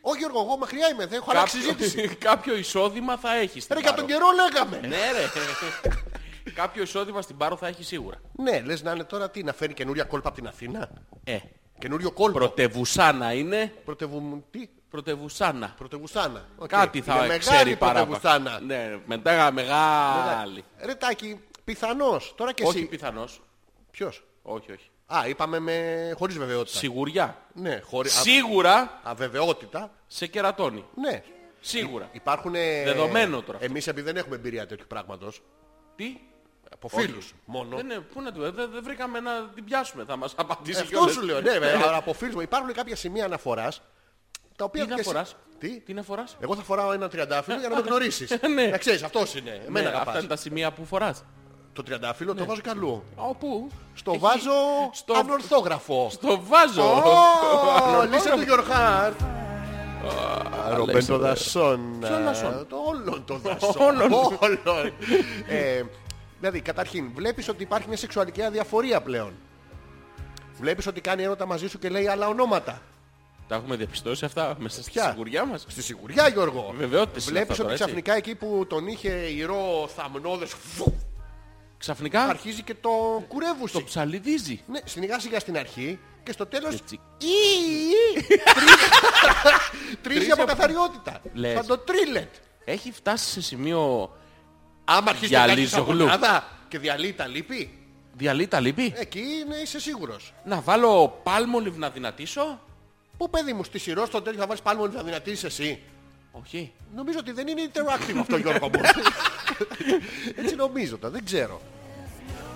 Όχι Γιώργο, εγώ μακριά είμαι, δεν έχω αλλάξει συζήτηση. κάποιο, κάποιο εισόδημα θα έχεις. στην Ρε, για τον Πάρο. καιρό λέγαμε. Ναι, ρε. κάποιο εισόδημα στην Πάρο θα έχει σίγουρα. Ναι, λες να είναι τώρα τι, να φέρει καινούρια κόλπα από την Αθήνα. Ε, Καινούριο κόλπο. πρωτεβουσάνα είναι. Πρωτεβου... Τι, Πρωτεβουσάνα. πρωτεβουσάνα. Οκ. Κάτι θα Είναι ξέρει μεγάλη πρωτεβουσάνα. παράπα. Ναι, μετά μεγάλη. Ρε Τάκη, πιθανώς. Τώρα και Όχι εσύ. πιθανός. Ποιος. Όχι, όχι. Α, είπαμε με... χωρίς βεβαιότητα. Σιγουριά. Ναι, χωρίς... Σίγουρα Αβεβαιότητα. σε κερατώνει. Ναι. Σίγουρα. Υπάρχουν... Δεδομένο τώρα αυτό. Εμείς επειδή δεν έχουμε εμπειρία τέτοιου πράγματος. Τι. Από Όχι. φίλους μόνο. Ε, Δεν είναι, πού να του, δεν δεν βρήκαμε να την πιάσουμε. Θα μας απαντήσει Αυτό κιόλας. Ε, σου λέω. Ναι, βέβαια, αλλά από φίλους μου. Υπάρχουν κάποια σημεία αναφοράς. Τα οποία Τι να και εσύ- φοράς. Τι. ε, Τι να φοράς. Εγώ θα φοράω ένα τριαντάφυλλο για να με γνωρίσεις. Ναι. Να ξέρεις, αυτός είναι. Εμένα Ναι, αυτά αγαπάς. είναι Ναι. τα σημεία που φοράς. Το τριαντάφυλλο το βάζω καλού. Όπου. Στο βάζω στο- ανορθόγραφο. Στο βάζω. Ω, Λύσε του Γιωργάρτ. Ρομπέντο Αλέξανδρε. Δασόνα. Ποιον Δασόν? Ε, Το όλον το Δασόν. Όλον. Όλον. Ε, Δηλαδή, καταρχήν, βλέπεις ότι υπάρχει μια σεξουαλική αδιαφορία πλέον. Βλέπεις ότι κάνει έρωτα μαζί σου και λέει άλλα ονόματα. Τα έχουμε διαπιστώσει αυτά μέσα στη Ποια? σιγουριά μας. Στη σιγουριά, Γιώργο. Βεβαιότητες είναι Βλέπεις αυτά ότι τώρα, έτσι. ξαφνικά εκεί που τον είχε ηρώ θαμνόδες, φου, Ξαφνικά αρχίζει και το κουρεύουσε. το ψαλιδίζει. Ναι, σιγά σιγά στην αρχή και στο τέλος... Και τσικ. Ή, ή, τρίζει- Τρίζει από από- καθαριότητα. Λες. Σαν το τρίλετ. Έχει φτάσει σε σημείο Άμα αρχίσει Για να κάνεις Λιζογλου. αγωνάδα και διαλύει τα λύπη, διαλύει τα λύπη. εκεί είναι, είσαι σίγουρος. Να βάλω πάλμολιβ να δυνατήσω. Πού παιδί μου, στη σειρό στο τέλος θα βάλεις πάλι να δυνατήσεις εσύ. Όχι. Νομίζω ότι δεν είναι interactive αυτό Γιώργο μου. Έτσι νομίζω τα, δεν ξέρω.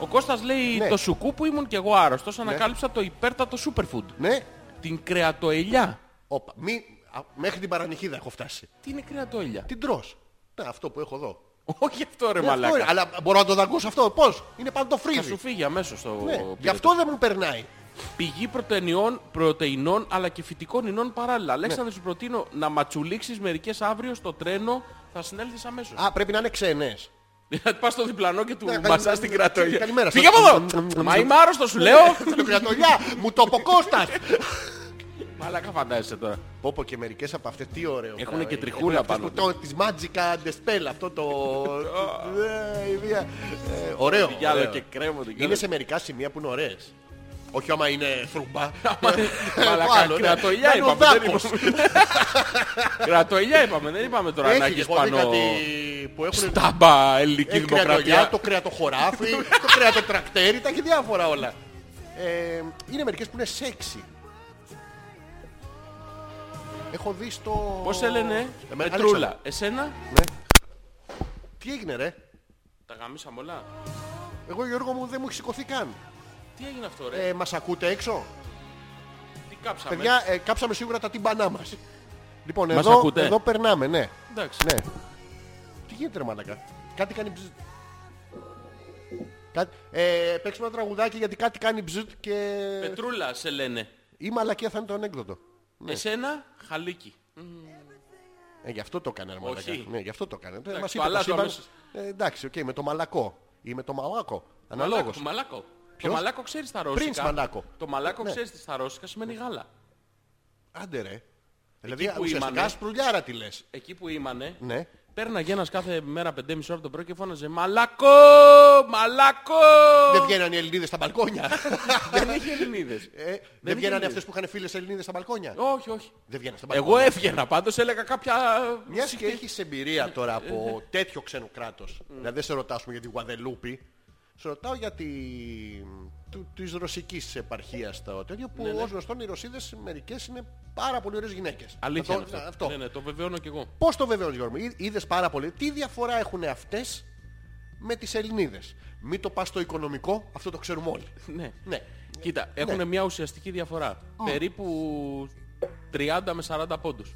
Ο Κώστας λέει Ναι. το σουκού που ήμουν και εγώ άρρωστος ανακάλυψα το υπέρτατο superfood. Ναι, Την κρεατοελιά. όπα, μη, α, μέχρι την παρανυχίδα έχω φτάσει. Τι είναι κρεατοελιά. Την τρως. Να, αυτό που έχω εδώ. Όχι αυτό ρε Ναι, αυτό είναι. Ε, μαλάκα. αλλά μπορώ να το δαγκώσω αυτό. Πώς, είναι Θα σου παντοφρύδι. φύγει αμέσως το Ναι, πυρετό. γι' αυτό δεν μου περνάει. Πηγή πρωτεϊνών, πρωτεϊνών αλλά και φυτικών ινών παράλληλα. Αλέξανδρε σου προτείνω να ματσουλήξεις μερικές αύριο στο τρένο. Θα συνέλθεις αμέσως. Α, πρέπει να είναι ξένες. Δηλαδή πας στο διπλανό και του Ναι, καλη- μασάς την κρατοελιά. καλημέρα σας. Φύγε από εδώ. Μα είμαι άρρωστος Ναι. σου λέω. Το κρατολιά, μου το αποκόστας. Μαλάκα φαντάζεσαι τώρα. Πω πω και μερικές από αυτές τι ωραίο. Έχουνε πράγμα. και τριχούλα Έχουν αυτές πάνω που τους. το- Τις Magica and the Spell, αυτό το... Ε, η μία. Ε, Ωραίο. Διάλο ωραίο. και κρέμονται. κι άλλο. Είναι σε μερικά σημεία που είναι ωραίες. Όχι άμα είναι θρούμπα. Άμα δεν- Το Μαλάκα, άλλο, ναι. Να κρατοελιά είναι ο είπαμε. δεν δάκος. είπαμε. Κρατοελιά είπαμε, δεν είπαμε τώρα να Έχει έχεις έχω δει πάνω κάτι που έχουν... στάμπα ελληνικής Ε, κρεατολιά, δημοκρατίας. το κρεατοχωράφι, το κρεατοτρακτέρι, τα έχει διάφορα όλα. Ε, είναι μερικές που είναι σεξι. Έχω δει στο... Πώς σε λένε, Εμένα- Μετρούλα. Εσένα, Ναι. Τι έγινε ρε. τα γαμίσαμε όλα. Εγώ Γιώργο μου δεν μου έχει σηκωθεί καν. Τι έγινε αυτό ρε, Ε, μας ακούτε έξω. τι κάψαμε. Παιδιά, ε, κάψαμε σίγουρα τα τυμπανά μας. Λοιπόν, Μας εδώ, ακούτε? εδώ περνάμε, ναι. Εντάξει. ναι. Τι γίνεται ρε μαλακά. Κάτι κάνει μπζζ. Κάτι... Ε, παίξουμε ένα τραγουδάκι γιατί κάτι κάνει μπζζ και... Πετρούλα σε λένε. Η μαλακία θα είναι το ανέκδοτο. Εσένα, χαλίκι. Ε, γι' αυτό το έκανε ρε μαλακά. Όχι. Ναι, γι' αυτό το έκανε. Ε, Εντάξει, μας το είπε, μας αλλάζω είπαν, αμέσως. ε, εντάξει, οκ, με το μαλακό ή με το μαλάκο. Μαλάκο. Αναλόγως. Μαλάκο. Το Ποιος? μαλάκο ξέρεις στα ρώσικα. Prince μαλάκο. Το μαλάκο Ναι. ξέρεις στα ρώσικα σημαίνει γάλα. Άντε ρε. Δηλαδή που ουσιαστικά ήμανε. σπρουλιάρα τη λες. Εκεί που ήμανε, Ναι. Πέρναγε ένας κάθε μέρα 5,5 ώρα το πρωί και φώναζε «Μαλάκο! Μαλάκο!» Δεν βγαίνανε οι Ελληνίδες στα μπαλκόνια. Ε, Δεν είχε Ελληνίδες. Ε, είχε δεν βγαίνανε Ελληνίδες. αυτές που είχαν φίλες Ελληνίδες στα μπαλκόνια. Όχι, όχι. Δεν βγαίνανε στα μπαλκόνια. Εγώ έφυγαινα πάντως, έλεγα κάποια... Μιας και έχεις εμπειρία τώρα Ε, από τέτοιο ξένο κράτος. Mm. Δηλαδή δεν σε ρωτάσουμε για τη Γουαδελούπη. Σε ρωτάω για τη... του- της ρωσικής επαρχίας το τέτοιο Ναι, που ως γνωστόν οι Ρωσίδες μερικές είναι πάρα πολύ ωραίες γυναίκες. Αλήθεια Να είναι το- αυτό. να- Ναι, ναι, το βεβαιώνω κι εγώ. Πώς το βεβαίως Γιώργο μου, είδες πάρα πολύ. Τι διαφορά έχουν αυτές με τις Ελληνίδες. Μην το πας στο οικονομικό, αυτό το ξέρουμε όλοι. Ναι. Ναι. Κοίτα, έχουν μια ουσιαστική διαφορά. Περίπου 30 με 40 πόντους.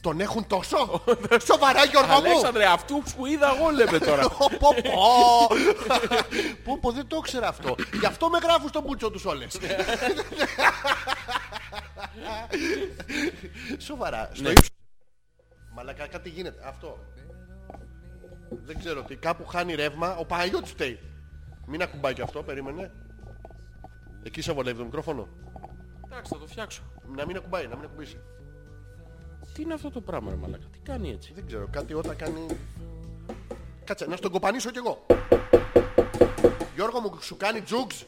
Τον έχουν τόσο. Σοβαρά Γιώργο μου. Αλέξανδρε, αυτού που είδα εγώ λέμε τώρα. Πω, πω, πω. Πω, πω, δεν το ήξερα αυτό. Γι' αυτό με γράφουν στον πουτσό τους όλες. Σοβαρά. Στο ύψος. Μαλακά κάτι γίνεται. Αυτό. Δεν ξέρω τι. Κάπου χάνει ρεύμα. Ο Παναγιώτης φταίει. Μην ακουμπάει και αυτό. Περίμενε. Εκεί σε βολεύει το μικρόφωνο. Εντάξει, θα το φτιάξω. Να μην ακουμπάει, να μην ακουμπήσει. Τι είναι αυτό το πράγμα, ρε μαλάκα. Τι κάνει έτσι. Δεν ξέρω, κάτι όταν κάνει... Κάτσε, να στον κοπανίσω κι εγώ. Γιώργο μου, σου κάνει τζουγκς.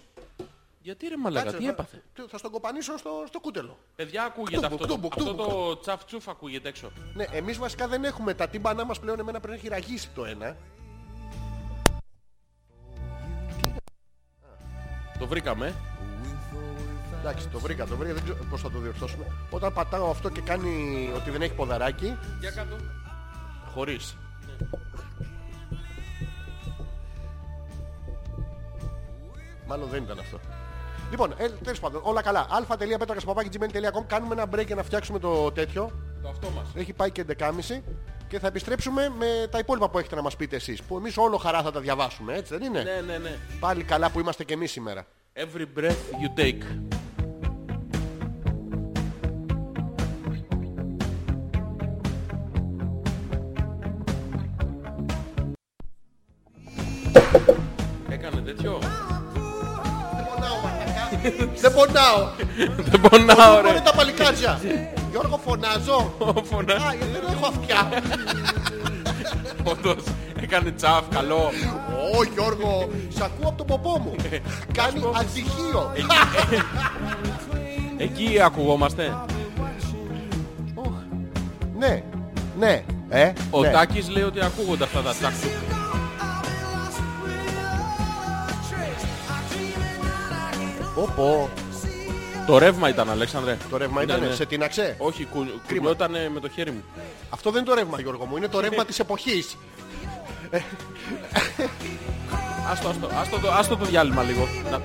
Γιατί ρε μαλάκα, Κάτσε, τι θα- έπαθε. τι- Θα στον κοπανίσω στο, στο κούτελο. Παιδιά ακούγεται Κτούμπου, αυτό. το- κτούμπου, Αυτό κτούμπου, το τσαφτσούφ ακούγεται έξω. Ναι, εμείς βασικά δεν έχουμε τα τύμπανά μας πλέον. Εμένα πρέπει να έχει ραγίσει το ένα. Το βρήκαμε. Εντάξει, το βρήκα, το βρήκα. Δεν ξέρω πώς θα το διορθώσουμε. Όταν πατάω αυτό και κάνει ότι δεν έχει ποδαράκι. Για κάτω. Χωρίς. Μάλλον δεν ήταν αυτό. Λοιπόν, ε, τέλος πάντων, όλα καλά. α.πέτρακα.gmail.com Κάνουμε ένα break για να φτιάξουμε το τέτοιο. Το αυτό μας. Έχει πάει και 11.30 και θα επιστρέψουμε με τα υπόλοιπα που έχετε να μας πείτε εσείς. Που εμείς όλο χαρά θα τα διαβάσουμε, έτσι δεν είναι. Ναι, ναι, ναι. Πάλι καλά που είμαστε και εμείς σήμερα. Every breath you take. Έκανε τέτοιο. Δεν πονάω, Δεν πονάω. Δεν πονάω Μόνο ρε. τα παλικάρια. Γιώργο, φωνάζω. Φωνά. Α, γιατί δεν έχω αυτιά. Όντως. Έκανε τσαφ, καλό. Ω Γιώργο, σ' ακούω από τον ποπό μου. Κάνει αντυχείο. Εκεί ακουγόμαστε. Ναι, ναι, ε, Ο ναι. Τάκης λέει ότι ακούγονται αυτά τα τσακτσουκ. Πω, πω. Το ρεύμα ήταν, Αλέξανδρε. Το ρεύμα Ναι, ήταν, ναι. σε τίναξε. Όχι, κου... κουνιότανε με το χέρι μου. Αυτό δεν είναι το ρεύμα Γιώργο μου, είναι το ρεύμα της εποχής. Άστο, άστο, άστο, το- άστο το διάλειμμα λίγο. Να...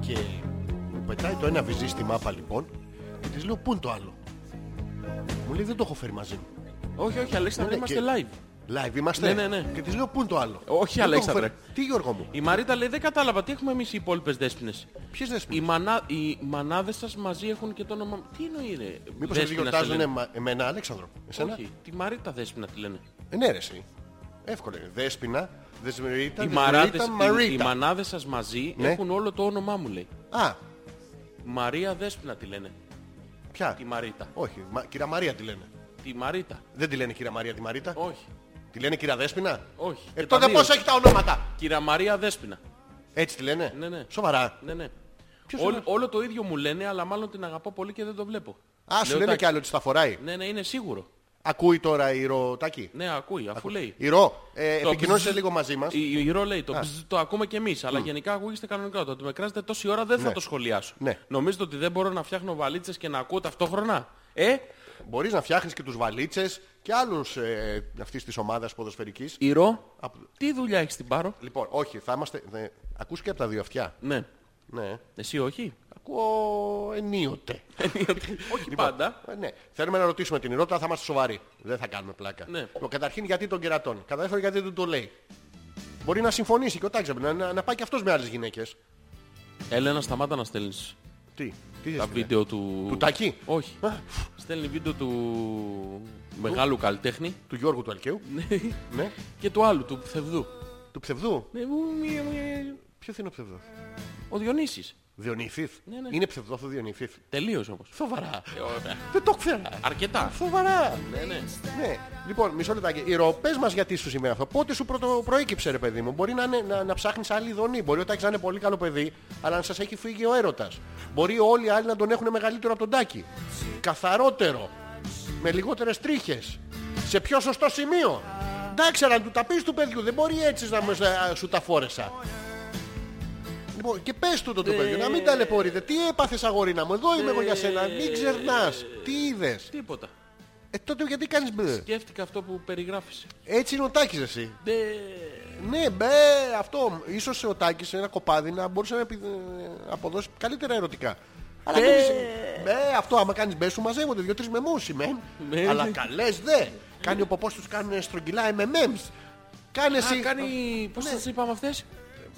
Και μου πετάει το ένα βυζί στη μάπα λοιπόν και της λέω πού είναι το άλλο. Μου λέει δεν το έχω φέρει μαζί μου. Όχι, όχι, Αλέξανδρε, Ναι, είμαστε και- live. Live είμαστε. Ναι, ναι, ναι. Και της λέω πού είναι το άλλο. Όχι, «Δεν το έχω Αλέξανδρε. φέρει». Τι Γιώργο μου. Η Μαρίτα λέει δεν κατάλαβα τι έχουμε εμείς οι υπόλοιπες δέσποινες. Ποιες δες Οι, μανά... οι μανάδες σας μαζί έχουν και το όνομα... μου. Τι εννοεί ρε. Μήπως δέσποινας σας τη γιορτάζουν λένε. εμα- εμένα Αλέξανδρο. Εσένα. Όχι, τη Μαρίτα δέσποινα τη λένε. Ε, ναι ρε εσύ. Εύκολο είναι. Δέσποινα, δεσμερίτα, Οι, δεσμερίτα, μαράτες, οι, οι μαρίτα. μανάδες σας μαζί Ναι. έχουν όλο το όνομά μου λέει. Α, Μαρία δέσποινα τη λένε. ποια. Τη Μαρίτα. Όχι, μα, κυρία Μαρία τη λένε. Τη Μαρίτα. Δεν τη λένε κυρία Μαρία τη Μαρίτα. Όχι. Τη λένε κυρία Δέσποινα. Όχι. Ε, Και τα τότε δύο. πώς έχει τα ονόματα. Κύρα Μαρία Δέσποινα. Έτσι τη λένε. Ναι, ναι. Σοβαρά. Ναι, ναι. Ποιος Όλ- είναι? όλο το ίδιο μου λένε, αλλά μάλλον την αγαπώ πολύ και δεν το βλέπω. Α, σου Λέω, λένε «Τάκη». κι άλλο ότι στα φοράει. Ναι, ναι, είναι σίγουρο. Ακούει τώρα η Ρωτάκη. Ναι, ακούει, αφού λέει. Η Ρο, ε, Το επικοινώνησε μπζζ- λίγο μαζί μας. Η, η Ρο λέει, το, μπζζ το ακούμε κι εμείς, αλλά γενικά ακούγεστε κανονικά. Το ότι με κράζετε τόση ώρα δεν θα Ναι. το σχολιάσω. Ναι. Νομίζετε ότι δεν μπορώ να φτιάχνω βαλίτσες και να ακούω ταυτόχρονα. Ε, Μπορείς να φτιάχνεις και τους βαλίτσες και άλλους ε, αυτής της ομάδας ποδοσφαιρικής. η Ρο, Από- τι δουλειά έχεις στην Πάρο. Λοιπόν, όχι, θα είμαστε... ναι. Ακούς και από τα δύο αυτιά. Ναι, Ναι. εσύ όχι. ακούω ενίοτε. Όχι πάντα. Ε, ναι. Θέλουμε να ρωτήσουμε την ερώτηση, θα είμαστε σοβαροί. Δεν θα κάνουμε πλάκα. Ναι. Λοιπόν, καταρχήν γιατί τον κερατών. Κατά δεύτερον γιατί δεν το λέει. Μπορεί να συμφωνήσει και ο Τάξαμπ, να, να, να πάει και αυτός με άλλες γυναίκες. Έλενα, σταμάτα να στέλνεις Τι, τι τα βίντεο του... Του Τάκη? Όχι. Στέλνει βίντεο του μεγάλου καλλιτέχνη Του Γιώργου του Αλκαίου. ναι. και του άλλου, του ψευδού. Του ψευδού. Ναι, μου- μου- μου- Ποιος είναι ο ψευδός. Ο Διονύσης. Διονύφης. Ναι, ναι. Είναι ψευδός ο Διονύφης. Τελείωσε όμως. Σοβαρά. Ε, ωραία. Δεν το ξέρα. Αρκετά. Σοβαρά. Ναι, ναι. Ναι. Λοιπόν, μισό λεπτάκι. Οι ροπές μας γιατί σου σημαίνει αυτό. Πότε σου πρωτο- προέκυψε, ρε παιδί μου. Μπορεί να, είναι, να, να ψάχνεις άλλη ειδονή. Μπορεί ο Τάκης να είναι πολύ καλό παιδί, αλλά να σας έχει φύγει ο έρωτας. Μπορεί όλοι οι άλλοι να τον έχουν μεγαλύτερο από τον Τάκη. Καθαρότερο. Με λιγότερες τρίχες. Σε πιο σωστό σημείο. Εντάξει, αλλά να του τα πεις του παιδιού. Δεν μπορεί έτσι να με- να σου τα φόρεσα. Λοιπόν, και πες του το, το παιδί, να μην ταλαιπωρείτε. Τι έπαθες αγορίνα μου, εδώ είμαι εγώ για σένα. Μην ξερνάς. Τι είδες. Τίποτα. Ε, τότε γιατί κάνεις μπλε. Σκέφτηκα αυτό που περιγράφεις. Έτσι είναι ο Τάκης εσύ. Ντε- Ναι, μπε, αυτό. Ίσως ο Τάκης σε ένα κοπάδι να μπορούσε να επι- ε, αποδώσει καλύτερα ερωτικά. Αλλά Μπε. κάνεις... Μπε, αυτό άμα κάνεις μπε σου μαζεύονται δύο-τρεις μεμούς σημαίνει. Ναι. Αλλά καλές δε. Κάνει ο ποπός τους κάνουν στρογγυλά MMMs. Κάνε εσύ Α, κάνει... ναι. Πώς σας είπαμε αυτές?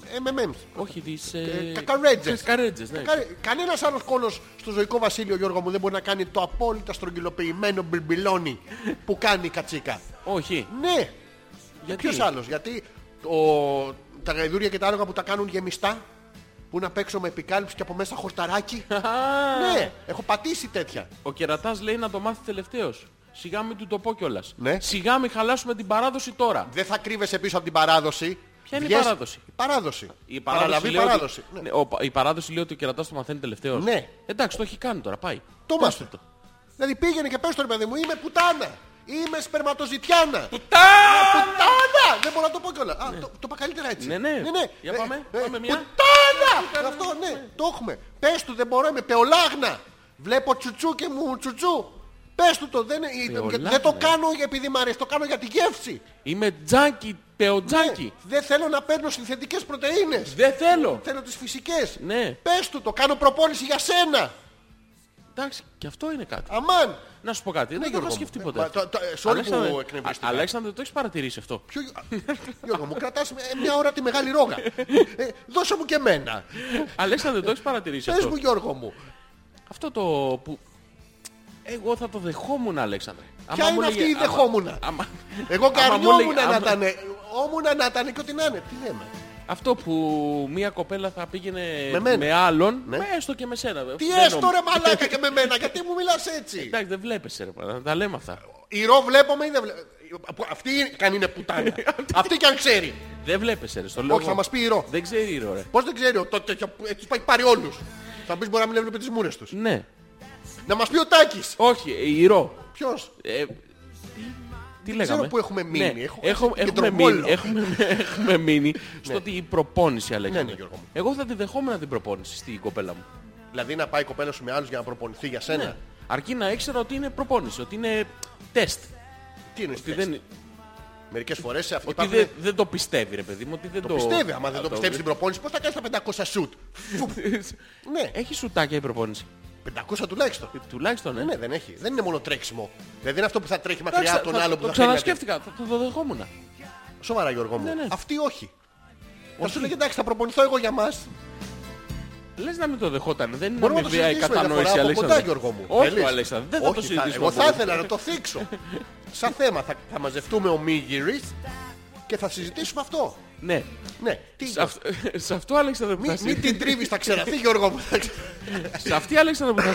MMMs. Όχι, τις... Ε, κακαρέτζες. Κακαρέτζες, ναι. Κάνε- Κανένας άλλος κόλος στο ζωικό βασίλειο Γιώργο μου δεν μπορεί να κάνει το απόλυτα στρογγυλοποιημένο μπιμπιλόνι που κάνει η κατσίκα. Όχι. Ναι, Γιατί? Ποιος άλλος, γιατί ο, τα γαϊδούρια και τα άλογα που τα κάνουν γεμιστά, που είναι απ' έξω με επικάλυψη και από μέσα χορταράκι. Α, ναι, έχω πατήσει τέτοια. Ο κερατάς λέει να το μάθει τελευταίος. Σιγά μην του το πω κιόλας. Ναι. Σιγά μην χαλάσουμε την παράδοση τώρα. Δεν θα κρύβεσαι πίσω από την παράδοση. Ποια είναι η Βγες- παράδοση? Η παράδοση. Η Παραλαβή παράδοση, λέει παράδοση. Ότι... Ναι. Ναι, ο- η παράδοση λέει ότι ο κερατάς το μαθαίνει τελευταίος. Ναι. Εντάξει, το έχει κάνει τώρα, πάει. Το Δώστε μάθε. Δηλαδή πήγαινε και πες το ρε παιδί μου, είμαι πουτάνα. Είμαι σπερματοζητιάνα. Πουτάνα! Δεν ναι, μπορώ να το πω κιόλας. Α, το, το είπα καλύτερα έτσι. Ναι, ναι. Για Ε, πάμε. ε, Πάμε μια. Πουτάνα! Αυτό, ναι. Το έχουμε. Πες του, δεν μπορώ, είμαι πεολάγνα. Βλέπω τσουτσού και μου τσουτσού. Πες του το, δεν, ε, Πεολάγνα. δεν το κάνω επειδή μ' αρέσει, το κάνω για τη γεύση. Είμαι τζάκι, πεοτζάκι. Ναι. Δεν θέλω να παίρνω συνθετικές πρωτεΐνες. Δεν θέλω. Θέλω τις φυσικές. Ναι. Πες του, το κάνω προπόνηση για σένα. Εντάξει, και αυτό είναι κάτι. Αμάν. Να σου πω κάτι, δεν το Γιώργο είχα μου. σκεφτεί Ε, ποτέ. μα, το- το- ε, sorry Αλέξανδρε- που εκνευρίστηκα. Α- Αλέξανδρε, το έχεις παρατηρήσει αυτό. Ποιο... Γιώργο μου, κρατάς ε, μια ώρα τη μεγάλη ρόγα. Ε, δώσε μου και εμένα. Αλέξανδρε, το έχεις παρατηρήσει Πες αυτό. μου Γιώργο μου, Αυτό το που... Εγώ θα το δεχόμουν, Αλέξανδρε. Ποια είναι αυτή η δεχόμουνα? Άμα... εγώ άμα μου καριόμουν λέγε- να άμα- ήταν, όμουνα να ήταν και ό,τι να είναι. Τι λέμε. Αυτό που μία κοπέλα θα πήγαινε Με μένα. άλλον, Ναι. με έστω και με σένα. Τι Δεν έστω νομίζω. Ναι. ρε μαλάκα και με μένα, γιατί μου μιλάς έτσι. Εντάξει, δεν βλέπεσαι, ρε, μα, τα λέμε αυτά. Ηρώ βλέπομαι ή δεν βλέπω. Αυτή καν είναι πουτάνα. Αυτή κι αν ξέρει. Δεν βλέπεσαι, ρε, στο λέω. Όχι, εγώ. θα μας πει ηρώ. Δεν ξέρει, ρε. ωραία. Πώς δεν ξέρει, ο- το- τέτοιο που- έτσι τους πάει πάρει όλους. Θα μπεις μπορεί να μην έβλεπε τις μούρες τους. Ναι. Να μας πει ο Τάκης. Όχι, ε, ηρώ. Ποιος. Ε, τι λέγαμε. ξέρω πού έχουμε μείνει. Έχω Έχω- χάσει έχουμε, κεντροπόλο. μείνει, έχουμε, έχουμε μείνει στο ότι η προπόνηση, Αλέξανδρε. Ναι, ναι, Γιώργο μου. Εγώ θα τη δεχόμουν την προπόνηση στην κοπέλα μου. Ναι. Δηλαδή να πάει η κοπέλα σου με άλλους για να προπονηθεί για σένα. Αρκεί να ήξερα ότι είναι προπόνηση, ότι είναι τεστ. Τι είναι Ότι δεν, Μερικές φορές σε αυτή ότι υπάρχουν- δεν, δεν το πιστεύει, ρε παιδί μου. Ότι δεν το, Πιστεύει, άμα δεν το Α, πιστεύει την προπόνηση, πώς θα κάνεις τα 500 σουτ. Ναι, Έχει σουτάκια η προπόνηση. 500 τουλάχιστον. Ε, Τουλάχιστον, ε. Ναι, δεν έχει. Δεν είναι μόνο τρέξιμο. Δηλαδή δεν είναι αυτό που θα τρέχει Εντάξει, μακριά από τον θα- άλλο που το θα θέλει να τρέχει. ξανασκέφτηκα, θα θα το δεχόμουν. Σοβαρά Γιώργο μου. Ναι, ναι. Αυτή όχι. Θα σου λέει εντάξει θα προπονηθώ εγώ για Ναι, μας. Λες να μην το δεχόταν. Δεν είναι Μπορούμε να το αμοιβαία η συζητήσουμε μια φορά κατανόηση, από κοντά ναι, Αλέξανδρε. Γιώργο μου. Όχι, Θέλεις? ο Αλέξανδρε, δεν θα Όχι, το συζητήσουμε. Εγώ θα πολύ. ήθελα να το θίξω. Σαν θέμα θα, θα μαζευτούμε ομίγυρις και θα συζητήσουμε αυτό. Ναι. Ναι. Τι, Σε αυ- Σε αυτό, Αλέξανδρε, που θα μην, μην συζητήσουμε. την τρίβεις θα ξεραθεί Γιώργο μου. Θα ξε- Σε αυτή, Αλέξανδρε, που θα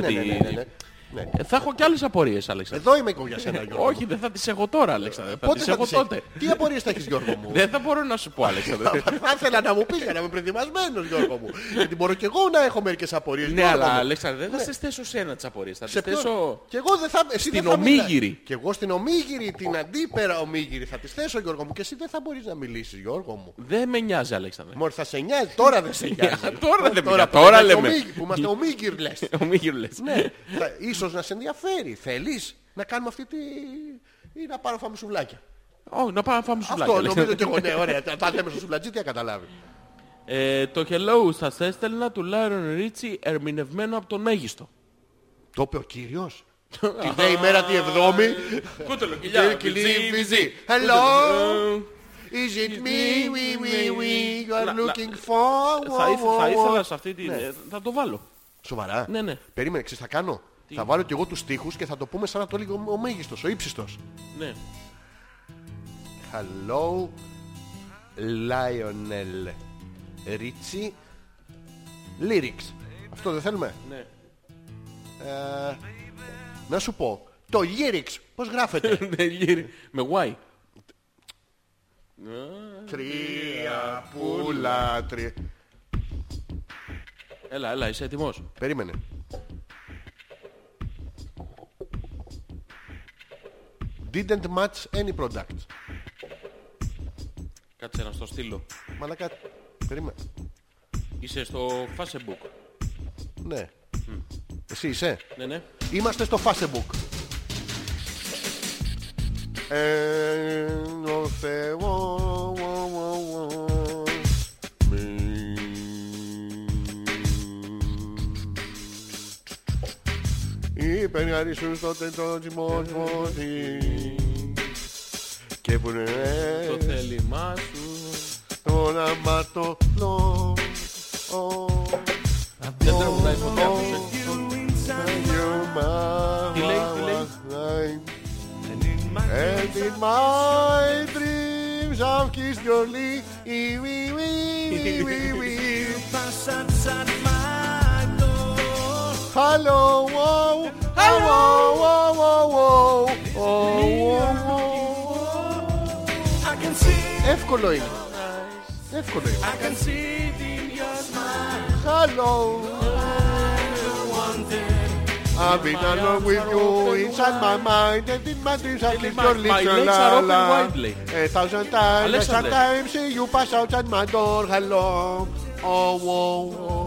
Ναι, ναι, ναι, ναι, τη- ναι. ναι. Ε, Θα έχω κι άλλες απορίες, Αλέξανδρε. Εδώ είμαι εγώ για σένα Γιώργο. Όχι, δεν θα τις έχω τώρα, Αλέξανδρε. Θα τι έχω Ε, τις έχεις? τότε. Τι απορίες θα έχεις Γιώργο μου. Δεν θα μπορώ να σου πω, Αλέξανδρε. Θα ήθελα να μου πεις για να είμαι προετοιμασμένος Γιώργο μου. Γιατί μπορώ και εγώ να έχω μερικές απορίες. Ναι, Γιώργο αλλά μου. Αλέξανδρε, δεν θα Ναι. σε θέσω σε ένα τις απορίες. Θα τις Σε ποιον? θέσω. Και εγώ δεν θα... Εσύ δεν Στην θα μιλάς. Ομίγυρη. Και εγώ στην ομίγυρη, την αντίπερα ομίγυρη θα τις θέσω Γιώργο μου. Και εσύ δεν θα μπορείς να μιλήσεις Γιώργο μου. Δεν με νοιάζει, Αλέξανδρε. Μόλις θα σε νοιάζει, τώρα δεν σε νοιάζει. Α, Ναι, τώρα δεν τώρα, μιλάω, που τώρα είμαστε λέμε. ομίγυροι, Που είμαστε ομίγυροι λες. Ο Μίγυρ λες. Ναι, θα- ίσως να σε ενδιαφέρει. Θέλεις να κάνουμε αυτή τη... ή να πάρω φαμισουβλάκια. Όχι, να πάμε να φάμε σουβλάκια. Αυτό νομίζω Αλέξανδρε. και εγώ, ναι, ωραία. Τα τα λέμε στο σουβλατζί, τι θα καταλάβει. Ε, το hello σας έστελνα του Λάιρον Ρίτσι ερμηνευμένο από τον μέγιστο. Το είπε ο κύριος. Την δε ημέρα τη εβδόμη. Κούτελο, κοιλιά, Κύριε Κιλί, Βυζί. Hello. Is it me, we, we, we, you Να, are να. looking for... Θα, ήθε- θα ήθελα σε αυτή την... ε, Θα το βάλω. Σοβαρά. Ναι, ναι. Περίμενε, ξέρεις τι θα κάνω. Θα βάλω κι εγώ τους στίχους και θα το πούμε σαν να το λέει ο- ο μέγιστος, ο ύψιστος. Ναι. Hello, Lionel Richie Lyrics. Αυτό δεν θέλουμε. ναι. Ε, να σου πω. Το lyrics, πώς γράφεται. Ναι, γύρι. Με Y. τρία πουλά, τρία. Έλα, έλα, είσαι έτοιμος. Περίμενε. Didn't match any product. Κάτσε να στο στείλω. Μαλάκα. Περίμενε. Είσαι στο Facebook. Ναι. Εσύ είσαι. Ναι, ναι. Είμαστε στο Facebook. Ε, ο Θεός, μη. Υπεργαρίσου στο τέντο τσιμοσμωδί και που Το είναι θέλημά σου. το να ματωθώ. Δεν τραγουδάει ποτέ Oh, αυτό. έτσι. Τι λέει, τι λέει. And in my dreams I've kissed your lips. Wee, wee, wee, wee, wee. Hello, wow, hello, wow, wow, wow, wow, wow, wow. Εύκολο είναι. Εύκολο είναι. Hello. I've been alone with you inside my mind and in my dreams I've kissed your lips. My legs la, are open la. widely. A thousand times, and Alexander. sometimes see you pass outside my door. Hello. Oh, oh, oh, oh,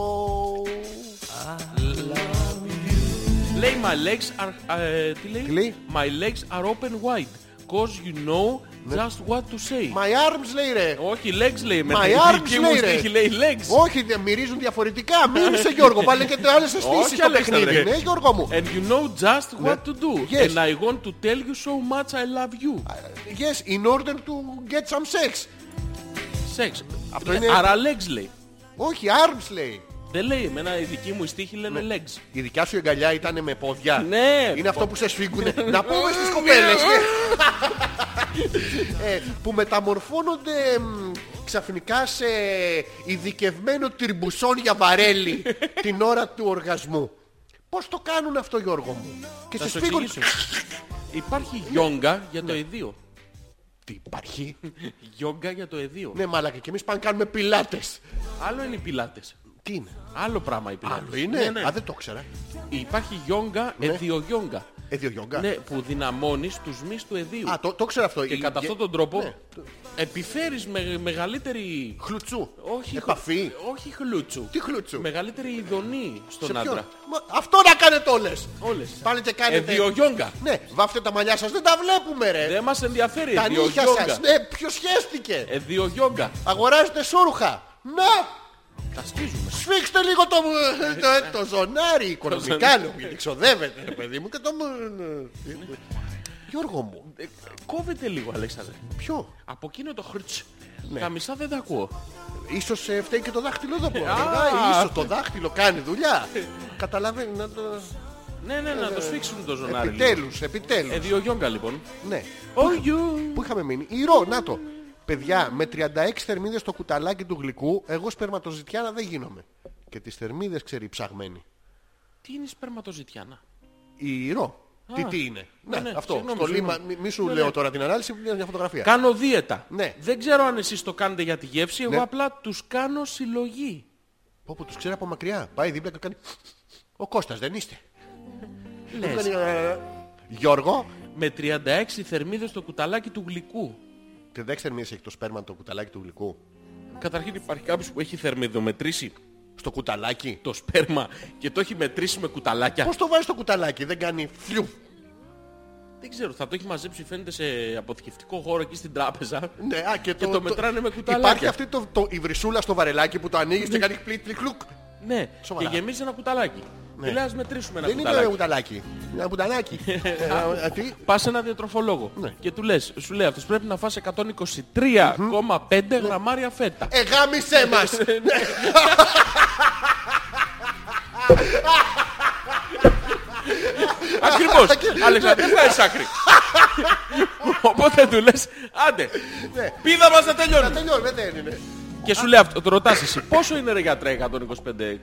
oh. Λέει my legs are... ε, Τι Τι λέει? λέει? My legs are open wide. Cause you know Ναι. just what to My say. arms, λέει ρε. Όχι, legs λέει. Με My την arms δική λέει, μου ρε. στίχη λέει legs. Όχι, δε- μυρίζουν διαφορετικά. Μύρισε Γιώργο, βάλε και άλλες αισθήσεις Όχι, στο Αλέξανδρε. παιχνίδι. Ναι, Γιώργο μου. And you know just what to do. Ναι. Yes. ε. And I want to tell you so much I love you. Yes, in order to get some sex. Sex. Αυτό Ε, είναι- Άρα legs λέει. Όχι, arms λέει. Δεν λέει εμένα η δική μου στίχη λένε Ναι. legs. Η δικιά σου αγκαλιά ήταν με πόδια. Ναι. Είναι αυτό που σε σφίγγουνε. Να πούμε στις κοπέλες. Ε, που μεταμορφώνονται μ, ξαφνικά σε ειδικευμένο τυρμπουσόν για βαρέλι την ώρα του οργασμού. Πώς το κάνουν αυτό Γιώργο μου. Και Θα σε σου σφίγγουν. εξηγήσω. Υπάρχει Ναι. γιόγκα για το εδίο. Τι υπάρχει. Γιόγκα για το εδίο. ναι μάλακα και εμείς πάμε να κάνουμε πιλάτες. Άλλο είναι οι πιλάτες. Τι είναι. Άλλο πράγμα οι πιλάτες. Άλλο είναι. Ναι, ναι. Α δεν το ξέρα. Υπάρχει γιόγκα, εδίο γιόγκα. Ε, δύο γιόγκα. Ναι, που δυναμώνεις τους μυς του εδίου. Α, το, το ξέρα αυτό. Και Η- κατά γε- αυτόν τον τρόπο Ναι. επιφέρεις με, μεγαλύτερη... Χλουτσού. Όχι, Επαφή. όχι χλούτσου. Τι χλουτσού. Μεγαλύτερη ειδονή στον Σε ποιον? άντρα. Μα, Αυτό να κάνετε όλες. Όλες. Ε, Πάνε και κάνετε. Εδιογιόγκα. Ναι, βάφτε τα μαλλιά σας, δεν τα βλέπουμε ρε. Δεν μας ενδιαφέρει. τα νύχια σας. Εδιογιόγκα. Ναι, ποιος σχέστηκε. Εδιογιόγκα. Αγοράζετε σούρουχα. Να, Τα σκίζουμε. σφίξτε λίγο το, το, το ζωνάρι οικονομικά. λέω, γιατί Ξοδεύετε ρε παιδί μου και το... Γιώργο μου, Ε, Κόβεται λίγο, Αλέξανδρε. ποιο. Από εκείνο το χρτς. Τα μισά δεν τα ακούω. Ίσως ε, φταίει και το δάχτυλο εδώ που Α. Ίσως το δάχτυλο κάνει δουλειά. Καταλαβαίνει να το... Ναι, ναι, να το σφίξουν το ζωνάρι. λοιπόν. λίγο. Επιτέλους, επιτέλους. Εδιογιόγκα λοιπόν. Ναι. Oh you. Πού είχαμε μείνει. Ηρώ, να το. Παιδιά, με 36 θερμίδες στο κουταλάκι του γλυκού, εγώ σπερματοζητιάνα δεν γίνομαι. Και τις θερμίδες ξέρει ψαγμένη. Τι είναι η σπερματοζητιάνα. Η Ηρώ. Τι, τι είναι. Ναι, ναι, αυτό. συγγνώμη, στο συγγνώμη. Ναι, λίμα, μη, μη σου λέω τώρα την ανάλυση, είναι μια φωτογραφία. Κάνω δίαιτα. Ναι. Δεν ξέρω αν εσείς το κάνετε για τη γεύση. Εγώ Ναι. απλά τους κάνω συλλογή. Πω, πω, τους ξέρει από μακριά. Πάει δίπλα και κάνει... Ο Κώστας δεν είστε. Λες. Κάνει, «Ε, Γιώργο, Με 36 θερμίδες στο κουταλάκι του γλυκού. 36 θερμίδες έχει το σπέρμα το κουταλάκι του γλυκού. Καταρχήν υπάρχει κάποιος που έχει θερμιδομετρήσει Στο κουταλάκι. το σπέρμα και το έχει μετρήσει με κουταλάκια. Πώς το βάζεις στο κουταλάκι, δεν κάνει φλιου. Δεν ξέρω, θα το έχει μαζέψει φαίνεται σε αποθηκευτικό χώρο εκεί στην τράπεζα. Ναι, α, και, Και το μετράνε με κουταλάκια. Υπάρχει αυτή το, το, η βρυσούλα στο βαρελάκι που το ανοίγεις και κάνει πλικ πλικ λουκ. Ναι, Σοβαρά. και γεμίζει ένα κουταλάκι. Ναι. Λέει, ας μετρήσουμε ένα Δεν είναι κουταλάκι. ένα κουταλάκι. Ένα κουταλάκι. Ε, α, α, τι? Πας σε ένα διατροφολόγο Ναι. και του λες, σου λέει αυτός πρέπει να φας 123,5 γραμμάρια φέτα. ναι. Ε, γάμισέ μας. Ακριβώς. Ναι. Αλεξάνδρε, δεν βγάζεις άκρη. Οπότε του λες, άντε, Ναι. πίδα μας να Θα τελειώνει. τελειώνουμε, δεν είναι. Και σου λέει αυτό, το ρωτάς εσύ, πόσο είναι ρε γιατρέ 125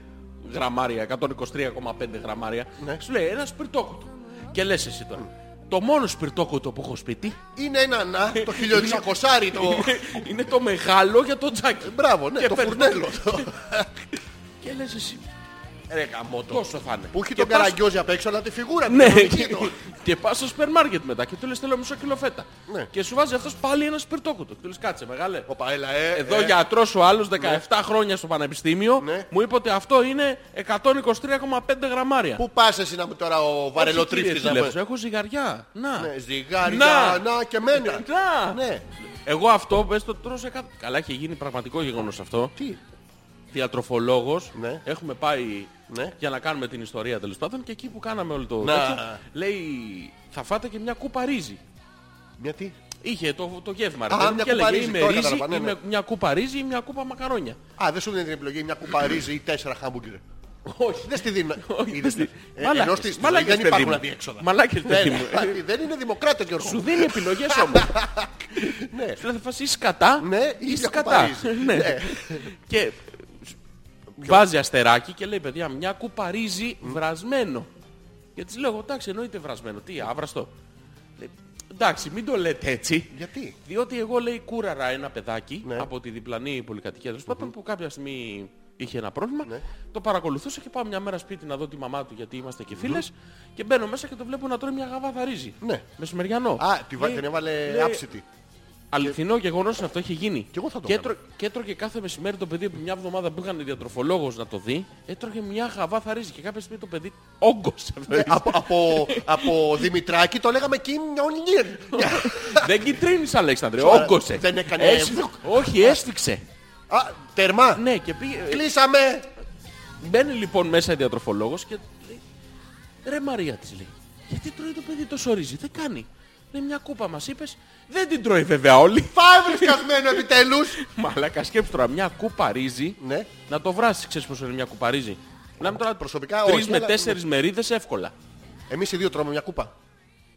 γραμμάρια, 123,5 γραμμάρια. Ναι. Σου λέει ένα σπιρτόκουτο. Και λες εσύ τώρα, το μόνο σπιρτόκουτο που έχω σπίτι Είναι ένα να, το 1600 το... είναι το μεγάλο για το τζάκι. Μπράβο, ναι, Ναι. Και το παίρνω. φουρνέλο. Και λες εσύ, Ρε γαμότο. τόσο θα είναι. Που έχει Και τον πας- καραγκιόζη απ' έξω, αλλά τη φιγούρα του. Ναι, την και- δική του. και πας στο σούπερ μάρκετ μετά και του λες θέλω μισό κιλό φέτα. Ναι. Και σου βάζει αυτός πάλι ένα σπιρτόκουτο. Και του λες κάτσε μεγάλε. Οπα, έλα, ε, Εδώ ε, γιατρός ο άλλος 17 χρόνια στο πανεπιστήμιο Ναι. μου είπε ότι αυτό είναι 123,5 γραμμάρια. Πού πας εσύ να μου τώρα ο βαρελοτρίφτης να λέμε. πας. Έχω ζυγαριά. Να. Ναι, Ζυγάρι, Να. να, να και μένα. Να. Ναι. Εγώ αυτό πες το τρώω σε κάτω. Καλά έχει γίνει πραγματικό γεγονός αυτό. Τι. Διατροφολόγος. Ναι. Έχουμε πάει Ναι. για να κάνουμε την ιστορία τέλος πάντων και εκεί που κάναμε όλο το Να. τέτοιο, λέει θα φάτε και μια κούπα ρύζι. Μια τι. Είχε το, το γεύμα. Α, μια ρε, παιδί μου, και κούπα έλεγε ρύζι, είμαι τώρα ρύζι, καταλαβαίνω, είμαι ναι. μια κούπα ρύζι ή μια κούπα μακαρόνια. Α, δεν σου δίνει την επιλογή μια κουπαρίζη ή τέσσερα χάμπουργκερ. Όχι. Δεν στη δίνουν. δεν στη- Ε, Μαλάκες, Ενώ στη στη ζωή μαλάκες, δεν παιδί υπάρχουν μου. αντίέξοδα. Μαλάκες, παιδί μου. Ναι, Δεν είναι δημοκράτες Γιώργο. Σου δίνει επιλογές όμως. Ναι. Σου λέει θα φας ή σκατά Ναι, ή ή μια σκατά. κουπαρίζη. Ναι. Ναι. Και βάζει αστεράκι και λέει παιδιά μια κούπα ρύζι βρασμένο. Και της λέω εντάξει εννοείται βρασμένο. Τι άβραστο. Λέει, Εντάξει μην το λέτε έτσι. Γιατί. Διότι εγώ λέει κούραρα ένα παιδάκι Ναι. από τη διπλανή πολυκατοικία τέλος πάντων, που κάποια στιγμή είχε ένα πρόβλημα. Ναι. Το παρακολουθούσα και πάω μια μέρα σπίτι να δω τη μαμά του γιατί είμαστε και φιλες Και μπαίνω μέσα και το βλέπω να τρώει μια γαβάδα ρύζι. Ναι. Μεσημεριανό. Α, τη βα- Λέει- την έβαλε λέει, άψητη. Αληθινό γεγονός είναι αυτό, έχει γίνει. Κι εγώ θα το και, έκανα. έτρω- και έτρωγε κάθε μεσημέρι το παιδί από μια εβδομάδα που είχαν διατροφολόγος να το δει. Έτρωγε μια γαβάδα ρύζι και κάποια στιγμή το παιδί όγκωσε. Ε, από, από, από Δημητράκη το λέγαμε Kim Jong-un. Δεν κυτρίνεις, Αλέξανδρε, Σοβαρά. όγκωσε. Δεν έκανε- Έσφι- Όχι, έστηξε. Α, τερμά. Ναι, και πήγε. Κλείσαμε. Μπαίνει λοιπόν μέσα η διατροφολόγος και λέει «Ρε Μαρία» της λέει «Γιατί τρώει το παιδί τόσο ρύζι, δεν κάνει». Λέει μια κούπα μας είπες «Δεν την τρώει βέβαια όλη». Φαύρι σκασμένο επιτέλους. Μαλάκα σκέψου τώρα μια κούπα ρύζι Ναι. να το βράσεις ξέρεις πόσο είναι μια κούπα ρύζι. Μιλάμε τώρα Προσωπικά τρεις όχι, με αλλά- τέσσερις μερίδες εύκολα. Εμείς οι δύο τρώμε μια κούπα.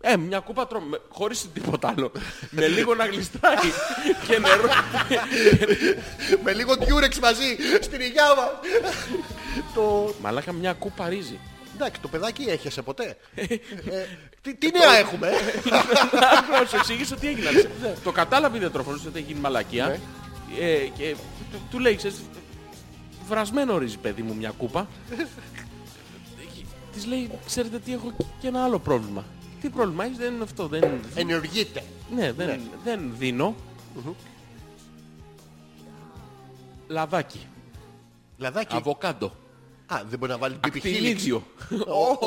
Ε, μια κούπα τρώμε, χωρίς τίποτα άλλο. με λίγο να γλιστράει και νερό. Με λίγο τιούρεξ μαζί στην υγειά μας. το... Μαλάκα μια κούπα ρύζι. Εντάξει, το παιδάκι έχεσαι ποτέ. ε, τι, τι νέα έχουμε. ε? Να σου εξηγήσω τι έγινε. Άλεξε. το κατάλαβε η διατροφολόγος ότι έχει γίνει μαλακία. ε, και του, του λέει, ξέρεις, βρασμένο ρύζι παιδί μου μια κούπα. Της λέει, ξέρετε τι έχω και ένα άλλο πρόβλημα. Τι πρόβλημα έχεις, δεν είναι αυτό, δεν, Ενεργείται. ναι, δεν, δεν δίνω. Λαδάκι, Λαδάκι. αβοκάντο, Α, δεν μπορεί να βάλει μπιπι χίλιξη. πιλίδιο.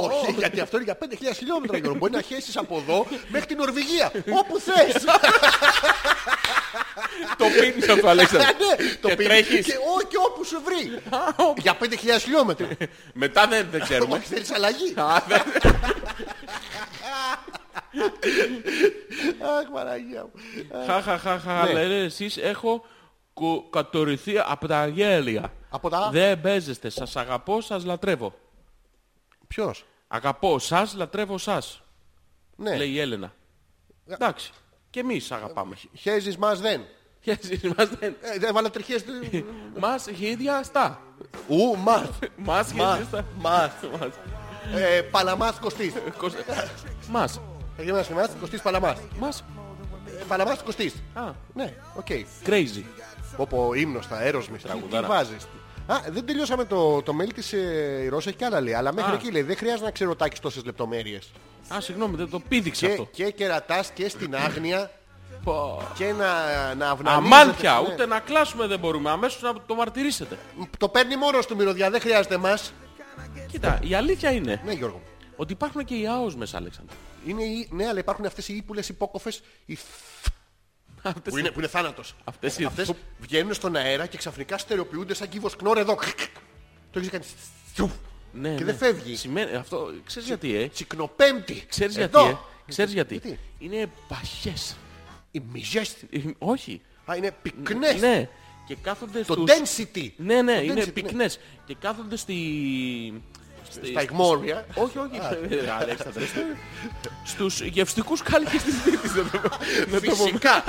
Όχι, γιατί αυτό είναι για 5.000 χιλιόμετρα. Γιώργο. Μπορεί να χέσεις από εδώ μέχρι την Νορβηγία. Όπου θες. το πίνεις αυτό, Αλέξανδρε. Ναι, το και πίνεις τρέχεις. Και, ό, και όπου σου βρει. για 5.000 χιλιόμετρα. Μετά δεν, δεν ξέρουμε. Όχι, θέλεις αλλαγή. Ε, ναι. Α, ναι. δεν- Αχ, Παναγία μου. Χαχαχαχα, Ναι. λένε εσείς έχω κου- κατορριθεί από τα γέλια. Από τα- Δεν παίζεστε, σας αγαπώ, σας λατρεύω. Ποιος. Αγαπώ σας, λατρεύω σας, Ναι. λέει η Έλενα. Εντάξει, και εμείς σας αγαπάμε. Χέζεις μας δεν. Και εσείς μας δεν... Ε, δεν βάλα τριχές. Μας ίδια στα. Ου, μας. Μας ίδια στα. Μας. Μας. Ε, Παλαμάς Κωστής. Ε, Κοσ- Μας. Περίμενα σε εμάς, Κωστής Παλαμάς. Μας. Ε, Παλαμάς Κωστής. Α, Ναι, οκ. crazy. Πω πω, ύμνος τα Aerosmith. Τι- Τι Τραγουδάρα. βάζεις. Α, δεν τελειώσαμε το, το mail της ε, η Ρώσα έχει κι άλλα λέει. Αλλά μέχρι Α. εκεί λέει, δεν χρειάζεται να ξέρω τάκης τόσες λεπτομέρειες. Α, συγγνώμη, δεν το πήδηξε Και, αυτό. και κερατάς και στην άγνοια Πω. και να, να αυνανίζεται. Αμάντια, Ναι. ούτε να κλάσουμε δεν μπορούμε. Αμέσως να το μαρτυρήσετε. Το παίρνει μόνος του μυρωδιά, δεν χρειάζεται εμάς. Κοίτα, η αλήθεια είναι Ναι Γιώργο. μου. ότι υπάρχουν και οι ΑΟΣ μέσα, Αλέξανδρο. Είναι οι... Ναι, αλλά υπάρχουν αυτές οι ύπουλες υπόκοφες, οι φ- Αυτές που είναι, που είναι θάνατος. Αυτές οι Αυτές φου- βγαίνουν στον αέρα και ξαφνικά στερεοποιούνται σαν κύβος κνόρ εδώ. Το έχεις κάνει. Ναι, και ναι. δεν φεύγει. Σημαίνει, αυτό ξέρεις γιατί, ε. Τσικνοπέμπτη. Ξέρεις γιατί, Εδώ. ε. Ξέρεις γιατί. Γιατί? Είναι παχές. Οι μυζές. Ε, Όχι. Α, είναι πυκνές. Ναι. Και κάθονται Το στους... density. Ναι, ναι, Το είναι density, ναι. πυκνές. Και κάθονται στη... στη- Στα ναι. Ιγμόρια. Όχι, όχι. ε, Αλέξανδρε. Στους γευστικούς κάλικες της Δίτης. να το- να το πω- Φυσικά.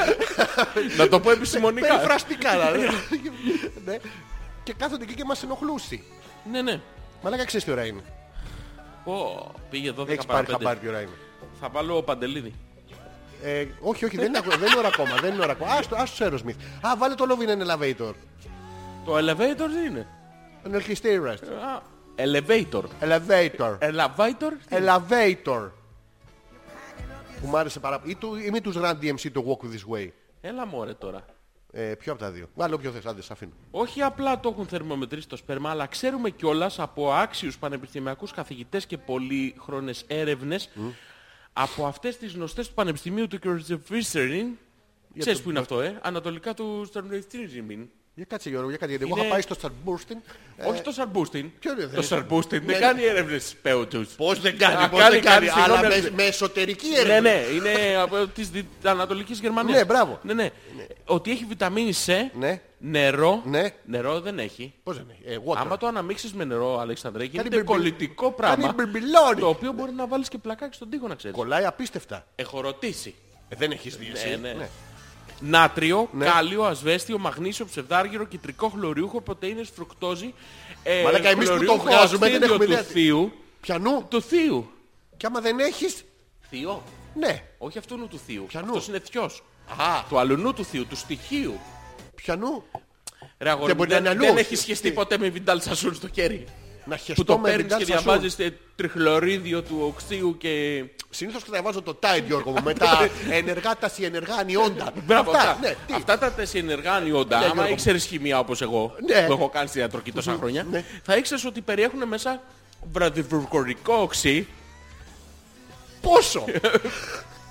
Να το πω επιστημονικά. Περιφραστικά. δηλαδή. Ναι. Και κάθονται εκεί και μας ενοχλούσι. Ναι, ναι. Μαλάκα ξέρεις τι ώρα είναι. Πω, πήγε 12 Έχεις παρά πάρει πέντε. χαμπάρι τι ώρα είναι. Θα βάλω παντελίδι. Ε, όχι, όχι, δεν είναι, ακο- δεν είναι ώρα ακόμα. Δεν είναι ώρα ακόμα. Ας το, ας το Aerosmith. Α, βάλε το Love in an Elevator. Το elevator τι είναι. Ενοχληστήρας. Α, Elevator. Elevator. Elevator. Ε, τι είναι? Elevator. Που μ' άρεσε πάρα πολύ. Ή, του- ή μη τους Run DMC το Walk This Way. Έλα μωρέ τώρα. Ε, ποιο από τα δύο. Βάλε όποιο θες, άντε, σ' αφήνω. Όχι απλά το έχουν θερμομετρήσει το σπέρμα, αλλά ξέρουμε κιόλας από άξιους πανεπιστημιακούς καθηγητές και πολύχρονες έρευνες από αυτές τις γνωστές του Πανεπιστημίου του Κερζεφίσεριν. Ξέρεις το- που είναι αυτό, ε? Ανατολικά του Στερνοϊστρίζιμιν. Για κάτσε Γιώργο, για κάτσε, γιατί εγώ Είναι- είχα πάει στο Starburstin. Ε, Όχι το Σαρμπούστιν. ποιο είναι, Το δεν- Σαρμπούστιν Ναι. δεν κάνει έρευνες στους πέωτους. Πώς δεν Α, κάνει, πώς κάνει, δεν κάνει, κάνει, αλλά συγγνώμη, με, αλλά- με εσωτερική Ναι, έρευνα. ναι, είναι από της δι- Ανατολικής Γερμανίας. Ναι, μπράβο. Ναι, ναι. Ότι έχει βιταμίνη C, Ναι. νερό. Ναι. Νερό δεν έχει. Πώς δεν έχει, ε, water. Άμα το αναμίξεις με νερό, Αλεξανδρέ, γίνεται μπιρμπι- κολλητικό πράγμα. Κάνει μπιρμπιλόνι. Το οποίο μπορεί να βάλεις και πλακάκι στον τοίχο να ξέρεις. Κολλάει απίστευτα. Έχω ρωτήσει. Ε, δεν έχεις δει εσύ. ναι. Ναι. Νάτριο, Ναι. κάλιο, ασβέστιο, μαγνήσιο, ψευδάργυρο, κυτρικό χλωριούχο, πρωτεΐνες, φρουκτόζη. Ε, Μαλάκα, εμείς που το χλωριούχο βγάζουμε, δεν αστίδιο έχουμε ιδέα του τι- θείου. Πιανού. Του θείου. Και άμα δεν έχεις, Θείο. ναι. Όχι αυτού του θείου. Ποιανού? Αυτός είναι θειός. Α, Του αλουνού του θείου, του στοιχείου. πιανού. Ρε αγόρι Δεν μου, μπορεί δεν, να είναι δεν αλλού. έχει σχεστεί Τι? ποτέ με βιντάλ σασούν στο χέρι. Να Που το χεστώ με παίρνεις και βιντάλ σασούν. διαβάζεις ε, τριχλωρίδιο του οξύου και... Συνήθως καταβάζω το Tide Γιώργο μου με τα ενεργά τα σιενεργά ανιόντα. Μπράβο, αυτά, αυτά, ναι, τι. τα τεσσενεργά ανιόντα, Ναι, άμα Γιώργο. ήξερες χημεία όπως εγώ, Ναι. που έχω κάνει στη διατροφή τόσα χρόνια, ναι. θα ήξερες ότι περιέχουν μέσα βραδιβουρκορικό οξύ. Πόσο.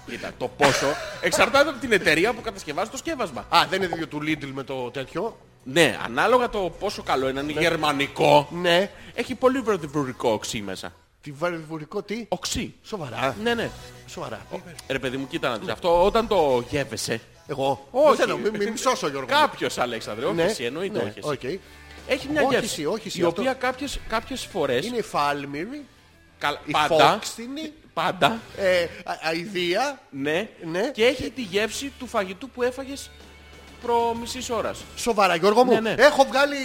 Κοίτα, το πόσο εξαρτάται από την εταιρεία που κατασκευάζει το σκεύασμα. Α, δεν είναι ίδιο του Lidl με το τέτοιο. Ναι, ανάλογα το πόσο καλό είναι, αν είναι γερμανικό, Ναι. έχει πολύ βραδιβουρικό οξύ μέσα. Τη βαρβουρικό τι. Οξύ. Σοβαρά. Ναι. Ναι, ναι. Σοβαρά. Ρε παιδί μου, κοίτα να δεις. Αυτό όταν το γεύεσαι, Εγώ. Όχι. Δεν θέλω, μην, μην σώσω Γιώργο. μου. κάποιος Αλέξανδρε, Ναι. όχι εσύ, εννοείται όχι εσύ. οκ. Έχει μια Όχι γεύση, εσύ, όχι εσύ, η αυτό- οποία κάποιες, κάποιες φορές, Είναι η Φάλμυρη, καλ- η πάντα, Φόξινη, πάντα, ε, α- αηδία. ναι, Ναι. και έχει τη γεύση του φαγητού που έφαγες προ μισής ώρας. Σοβαρά Γιώργο μου. Ναι, ναι. Έχω βγάλει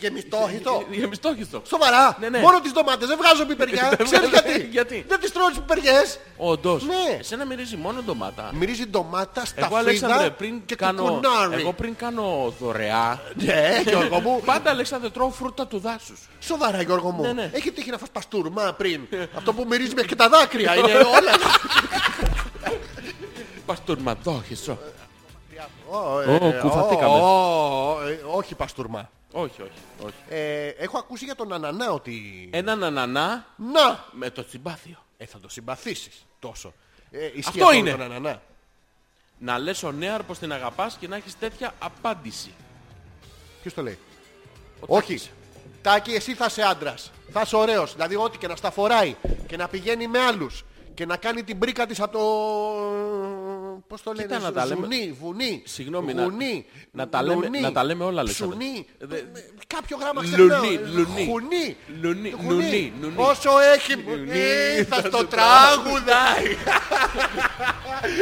γεμιστό χιτό. Ε, Γεμιστόχιστο. Σοβαρά. Ναι, ναι. Μόνο τις ντομάτες. Δεν βγάζω πιπεριά. Δεν Ξέρεις βγάζω- Ε, γιατί. γιατί? Δεν τις τρώω τις πιπεριές. Όντως, Ναι. εσένα μυρίζει μόνο ντομάτα. Μυρίζει ντομάτα, Εγώ Αλέξανδρε σταφίδα πριν και κάνω, κουκουνάρι. εγώ πριν κάνω δωρεά, Ναι, Γιώργο μου. πάντα Αλέξανδρε τρώω φρούτα του δάσους. Σοβαρά Γιώργο μου. Ναι, ναι. Έχει τύχει να φας παστούρμα πριν. Αυτό που μυρίζεις μέχρι και τα δάκρυα είναι όλα. Παστούρματόχιστο. Ω, ε, Ω, κουφαθήκαμε. ω, ω, ε, Όχι παστούρμα. Όχι, όχι, όχι. Ε, Έχω ακούσει για τον Ανανά ότι... Έναν ανανά Να! με το τσιμπάθιο. Ε, θα το συμπαθήσεις τόσο. Ε, ισχύει Αυτό με είναι. Τον Ανανά. Να λες ο νέαρ πως την αγαπάς και να έχεις τέτοια απάντηση. Ναι. Ποιος το λέει. Ο Όχι. Τάκης. Τάκη, εσύ θα είσαι άντρας. Θα είσαι ωραίος. Δηλαδή, ό,τι και να στα φοράει και να πηγαίνει με άλλους και να κάνει την μπρίκα της από το. Πώς το λένε, Κοίτα να τα λέμε. Ζουνί, βουνί. Συγγνώμη, να- γουνί, να τα λέμε- λουνί, να τα λέμε όλα, Αλέξανδρε. ψουνί, Δε- Κάποιο γράμμα Λουνί, ξεχνάω. λουνί. Χουνί. Λουνί, Χουνί. λουνί, λουνί. Όσο έχει. Ε, Θα στο τραγουδάει.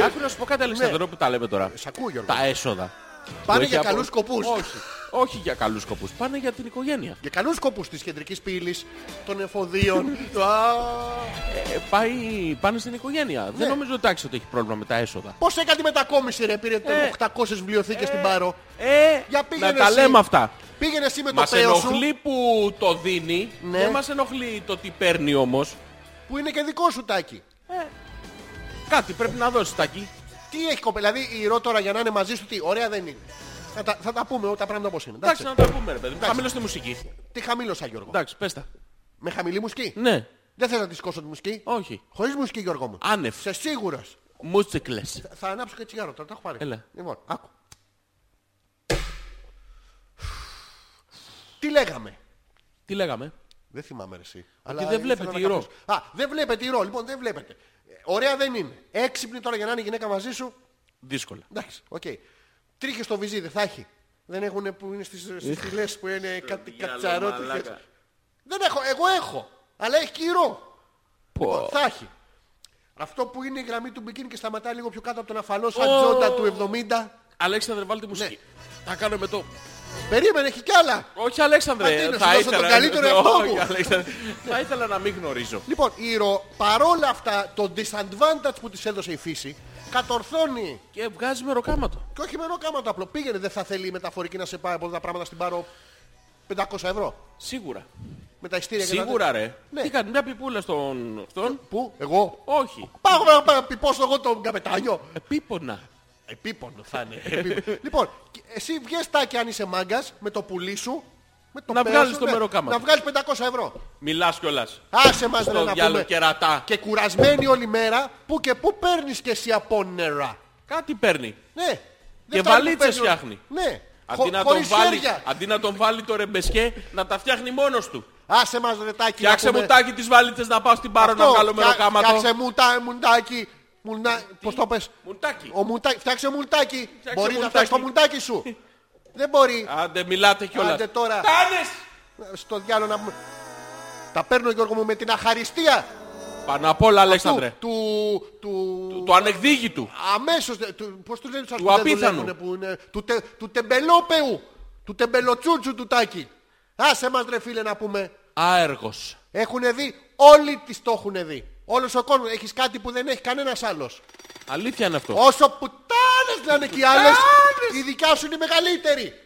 Άκου να σου πω κάτι Αλεξανδρό που τα λέμε τώρα. Ναι. Σ' ακούω, Γιώργο. Τα έσοδα. Πάνε Το για έχει απο- καλούς σκοπούς. Όχι. Όχι για καλούς σκοπούς. Πάνε για την οικογένεια. Για καλούς σκοπούς της κεντρικής πύλης, των εφοδίων. Α, Ε, πάει, πάνε στην οικογένεια. Ναι. Δεν νομίζω ότι άξιο ότι έχει πρόβλημα με τα έσοδα. Πώς έκανε τη μετακόμιση ρε, πήρε το Ε. 800 βιβλιοθήκες στην Πάρο. Ε, Για να πήγαινε τα εσύ. λέμε αυτά. Πήγαινε εσύ με το Μας παίο σου ενοχλεί που το δίνει, Ναι. δεν μας ενοχλεί το τι παίρνει όμως. που είναι και δικό σου τάκι. Κάτι πρέπει να δώσεις τάκι. Τι έχει κοπέλα, δηλαδή η Ρο τώρα για να είναι μαζί σου, τι ωραία δεν είναι. Θα τα, θα τα πούμε ό, τα πράγματα όπως είναι. Εντάξει, Εντάξει. να τα πούμε ρε παιδί μου. Χαμηλώ στη μουσική. Τι χαμήλωσα Γιώργο. Εντάξει, πες τα. Με χαμηλή μουσική. Ναι. Δεν θέλω να της σκόσω τη μουσική. Όχι. Χωρίς μουσική, Γιώργο μου. Άνευ. Σε σίγουρος. Μουτσικλες. Θα ανάψω και τσιγάρο τώρα, το έχω πάρει. Έλα. Λοιπόν, άκου. Τι λέγαμε. Τι λέγαμε. Δεν θυμάμαι ρε, εσύ. δεν ήθελα βλέπετε να η ρο. καθαρίσω. Α, δεν βλέπετε η ρο. Λοιπόν, δεν βλέπετε. Ε, Ωραία δεν είναι. Έξυπνη τώρα για να είναι η γυναίκα μαζί σου. Δύσκολα. Εντάξει, οκ. Τρίχες στο βυζί, δεν θα έχει. Δεν έχουν που είναι στις, στις φυλές που είναι κάτι κατσαρότυχες. μαλάκα. Δεν έχω, εγώ έχω. Αλλά έχει και η ρο. Λοιπόν, Πω. θα έχει. Αυτό που είναι η γραμμή του μπικίνι και σταματάει λίγο πιο κάτω από τον αφαλό σαν τζόντα του 70. Αλέξανδρε, βάλτε μουσική. Ναι. Θα κάνω με το... Περίμενε, έχει κι άλλα. Όχι, Μα Αλέξανδρε. τι να σου θα δώσω ήθελα... τον καλύτερο εαυτό μου. Όχι, Αλέξανδρε. θα ήθελα να μην γνωρίζω. Λοιπόν, η ρο, παρόλα αυτά, το disadvantage που της έδωσε η φύση, κατορθώνει. Και βγάζει με ροκάματο. Και όχι με ροκάμα το απλό. Πήγαινε, δεν θα θέλει η μεταφορική να σε πάει από τα πράγματα στην Πάρο 500 ευρώ. Σίγουρα. Με τα ειστήρια και τα Σίγουρα τέτοια. ρε. Ναι. Τι κάνει, μια πιπούλα στον αυτόν. Πού, εγώ. Όχι. Πάω να πάω να πιπώσω εγώ τον καπετάνιο. Επίπονα. Επίπονο θα είναι. επίπονο. λοιπόν, και εσύ βγες τάκι αν είσαι μάγκας με το πουλί σου. Με το Να πέρα βγάλεις σου, το ναι. μεροκάμα. Να βγάλεις 500 ευρώ. Μιλάς κιόλας. Άσε μας ρε Στο να διάλογο πούμε. κερατά. Και κουρασμένη όλη μέρα, που και που παίρνεις και εσύ από νερά. Κάτι παίρνει. Ναι. Και Δεν φτάνει που βαλίτσες παίρνει ο- φτιάχνει. Ναι. Αντί Χω- να, τον χωρίς βάλει, χέρια. αντί να τον βάλει το ρεμπεσκέ, να τα φτιάχνει μόνος του. Άσε μας ρετάκι. Φτιάξε μου τάκι τις βαλίτσες να πάω στην πάρο να βγάλω Φτιάξε μεροκάματο. μου τα- μουντάκι. Μουνά... Πώς το πες. Μουντάκι. Ο μουντα- Φτιάξε μουντάκι. μπορεί να μουντάκι. φτιάξει το μουντάκι σου. Δεν μπορεί. Άντε μιλάτε κιόλας. Άντε τώρα. Κάνες. Στο διάλογο να... μου- Τα παίρνω Γιώργο μου με την αχαριστία Πάνω απ' όλα του, Αλέξανδρε. του, του, Του ανεκδίκητου. αμέσως, δε- του, πώς τους λένε τους Του άλλους που δεν απίθανου. δουλεύουνε, που είναι, του, τε, του τεμπελόπεου, του τεμπελοτσούτσου του τάκι. Άσε μας ρε φίλε να πούμε. Άεργος. Έχουν δει, όλοι τις το έχουν δει. Όλος ο κόσμος. Έχεις κάτι που δεν έχει κανένας άλλος. Αλήθεια είναι αυτό. Όσο πουτάνες να είναι και οι άλλες, η δικιά σου είναι η μεγαλύτερη.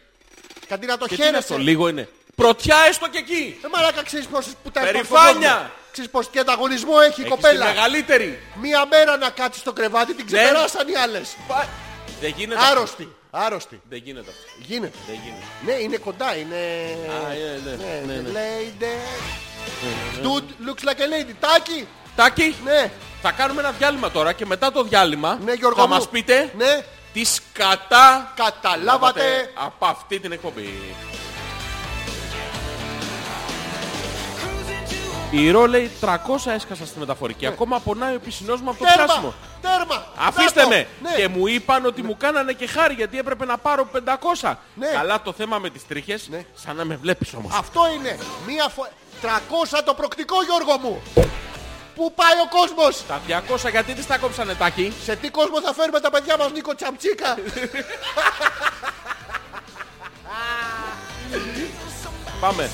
Αντί να το Και τι είναι αυτό, χαίρεσαι. λίγο είναι. Πρωτιά έστω και εκεί. Ε, μαλάκα, ξέρεις πόσες πουτάνες υπάρχουν στον Περηφάνεια. κόσμο. Ξέρεις πως και ανταγωνισμό έχει η Έχεις κοπέλα. τη Ναι. μεγαλύτερη. Μία μέρα να κάτσεις στο κρεβάτι, την ξεπεράσαν οι άλλες. Πα- Δεν γίνεται. αυτό. Άρρωστη. Άρρωστη. Δεν γίνεται αυτό. Γίνεται. Δεν γίνεται. Ναι, είναι κοντά, είναι... Α, ε, ναι, ναι, ναι. Lady. Dude looks like a lady. Τάκι. Τάκη, Ναι. θα κάνουμε ένα διάλειμμα τώρα και μετά το διάλειμμα Ναι, Γιώργο θα μου. μας πείτε Ναι. τις σκατά Καταλάβατε. από αυτή την εκπομπή. Η Ρο λέει 300 έσκασα στη μεταφορική. Ναι. Ακόμα πονάει ο πισινός μου από το Τέρμα. πιάσιμο. Τέρμα. Αφήστε Κάτω. με! Ναι. Και μου είπαν ότι μου κάνανε και χάρη γιατί έπρεπε να πάρω 500. Ναι. Καλά το θέμα με τις τρίχες, Ναι. σαν να με βλέπεις όμως. Αυτό είναι. Μία φο... 300 το προκτικό Γιώργο μου. Πού πάει ο κόσμος. Τα 200 γιατί τις τα κόψανε τάκι. Σε τι κόσμο θα φέρουμε τα παιδιά μας Νίκο Τσαμτσίκα. Πάμε.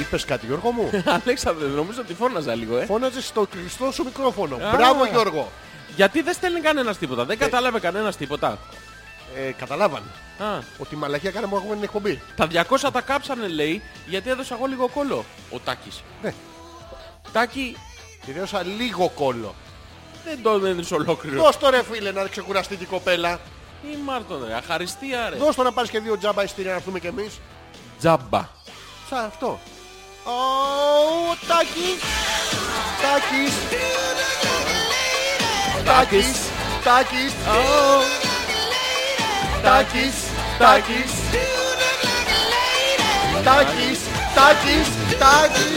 Είπες κάτι Γιώργο μου. Αλέξανδρε, νομίζω ότι φώναζα λίγο, ε. Φώναζες στο κλειστό σου μικρόφωνο. Α. Μπράβο Γιώργο. Γιατί δεν στέλνει κανένας τίποτα, δεν κατάλαβε κανένας τίποτα. Ε, καταλάβανε Α, ότι η μαλακία κάναμε εγώ την εκπομπή. τα 200 τα κάψανε λέει γιατί έδωσα εγώ λίγο κόλλο. Ο Τάκης. Ναι. Τάκη Τη δέωσα λίγο κόλλο. δεν το δίνεις ολόκληρο. Δώσ' το ρε φίλε να ξεκουραστεί την κοπέλα. Τι Μάρτον ρε, αχαριστία ρε. Δώσ' το να πάρεις και δύο τζάμπα ειστήρια να έρθουμε κι εμείς. Τζάμπα. Σαν αυτό. Ω, Τάκης. Τάκης. Τάκης. Τάκης. Ω. Τάκης. Τάκης. Τάκης. Τάκης. Τάκης.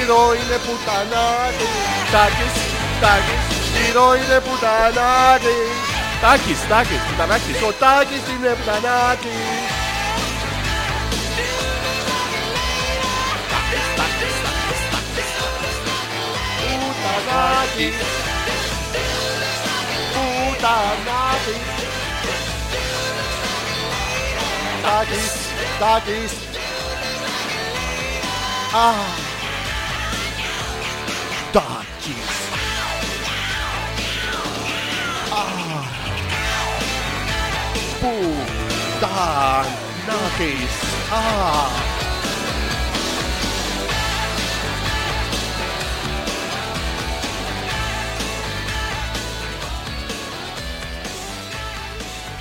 Η ρο είναι πουτανά της. Τάκης. Τάκης. Η ρο είναι πουτανά της. Τάκης, Τάκης, Τιτανάκης. Και ο Τάκης είναι πουτανά της. Πουτανάκι Πουτανάκι Τάκης, τάκης Α, Τάκης. Που Τανάκης.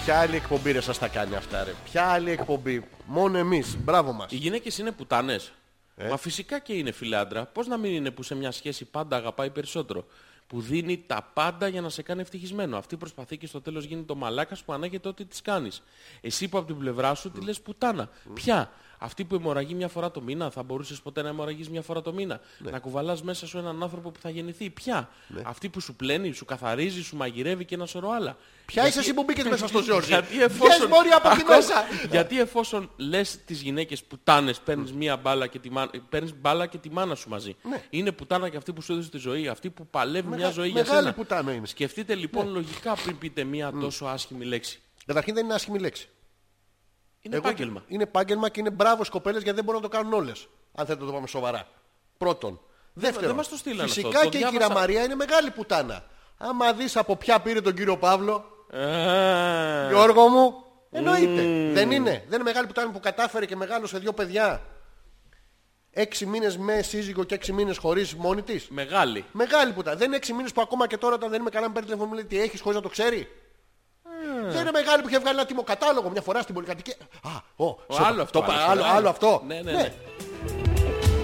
Ποια άλλη εκπομπή ρε σας τα κάνει αυτά ρε. Ποια άλλη εκπομπή. Μόνο εμείς. Μπράβο μας. Ε. Οι γυναίκες είναι πουτάνες. Μα φυσικά και είναι φιλάντρα. Πώς να μην είναι που σε μια σχέση πάντα αγαπάει περισσότερο. Που δίνει τα πάντα για να σε κάνει ευτυχισμένο. Αυτή προσπαθεί και στο τέλος γίνει το μαλάκας που ανάγεται ό,τι της κάνεις. Εσύ που από την πλευρά σου τη λες πουτάνα. Ποια. Αυτή που αιμορραγεί μια φορά το μήνα, θα μπορούσες ποτέ να αιμορραγείς μια φορά το μήνα. Ναι. Να κουβαλάς μέσα σου έναν άνθρωπο που θα γεννηθεί. Ποια. Αυτή που σου πλένει, σου καθαρίζει, σου μαγειρεύει και ένα σωρό άλλα. Ποια είσαι εσύ που μπήκες μέσα στο Ζόρζι. Γιατί Βγες εφόσον, μόρια από εκεί Ακόμα- μέσα. γιατί εφόσον λες τις γυναίκες πουτάνες, Mm. παίρνεις, μία μπάλα και τη μάνα, παίρνεις μπάλα και τη μάνα σου μαζί. Ναι. Είναι πουτάνα και αυτή που σου έδωσε τη ζωή, αυτή που παλεύει μια ζωή για μεγάλη σένα. πουτάνα είναι. Ναι. Mm. Σκεφτείτε λοιπόν λογικά πριν πείτε μία τόσο άσχημη λέξη. Καταρχήν δεν είναι άσχημη λέξη. Είναι Εγώ- επάγγελμα. Είναι επάγγελμα και είναι μπράβος κοπέλες γιατί δεν μπορούν να το κάνουν όλες. Αν θέλετε να το πάμε σοβαρά. Πρώτον. Δεύτερον. δεν μας το στείλανε φυσικά αυτό, το και η διάβασα. κυρία Μαρία είναι μεγάλη πουτάνα. Άμα δεις από ποια πήρε τον κύριο Παύλο, Ε, Γιώργο μου, εννοείται. Δεν είναι. Δεν είναι μεγάλη πουτάνα που κατάφερε και μεγάλωσε δύο παιδιά. Έξι μήνες με σύζυγο και έξι μήνες χωρίς μόνη της. Μεγάλη. Μεγάλη πουτάνα. Δεν είναι έξι μήνες που ακόμα και τώρα όταν δεν είμαι καλά με παίρνει τηλέφωνο μου λέει τι έχεις χωρίς να το ξέρει. Ε. Δεν είναι μεγάλη που είχε βγάλει ένα τιμοκατάλογο μια φορά στην πολυκατοικία. Α, ο, Ο, σοπα, άλλο αυτό. το πα- μας, άλλο, ε. άλλο αυτό. Ναι, ναι, ναι.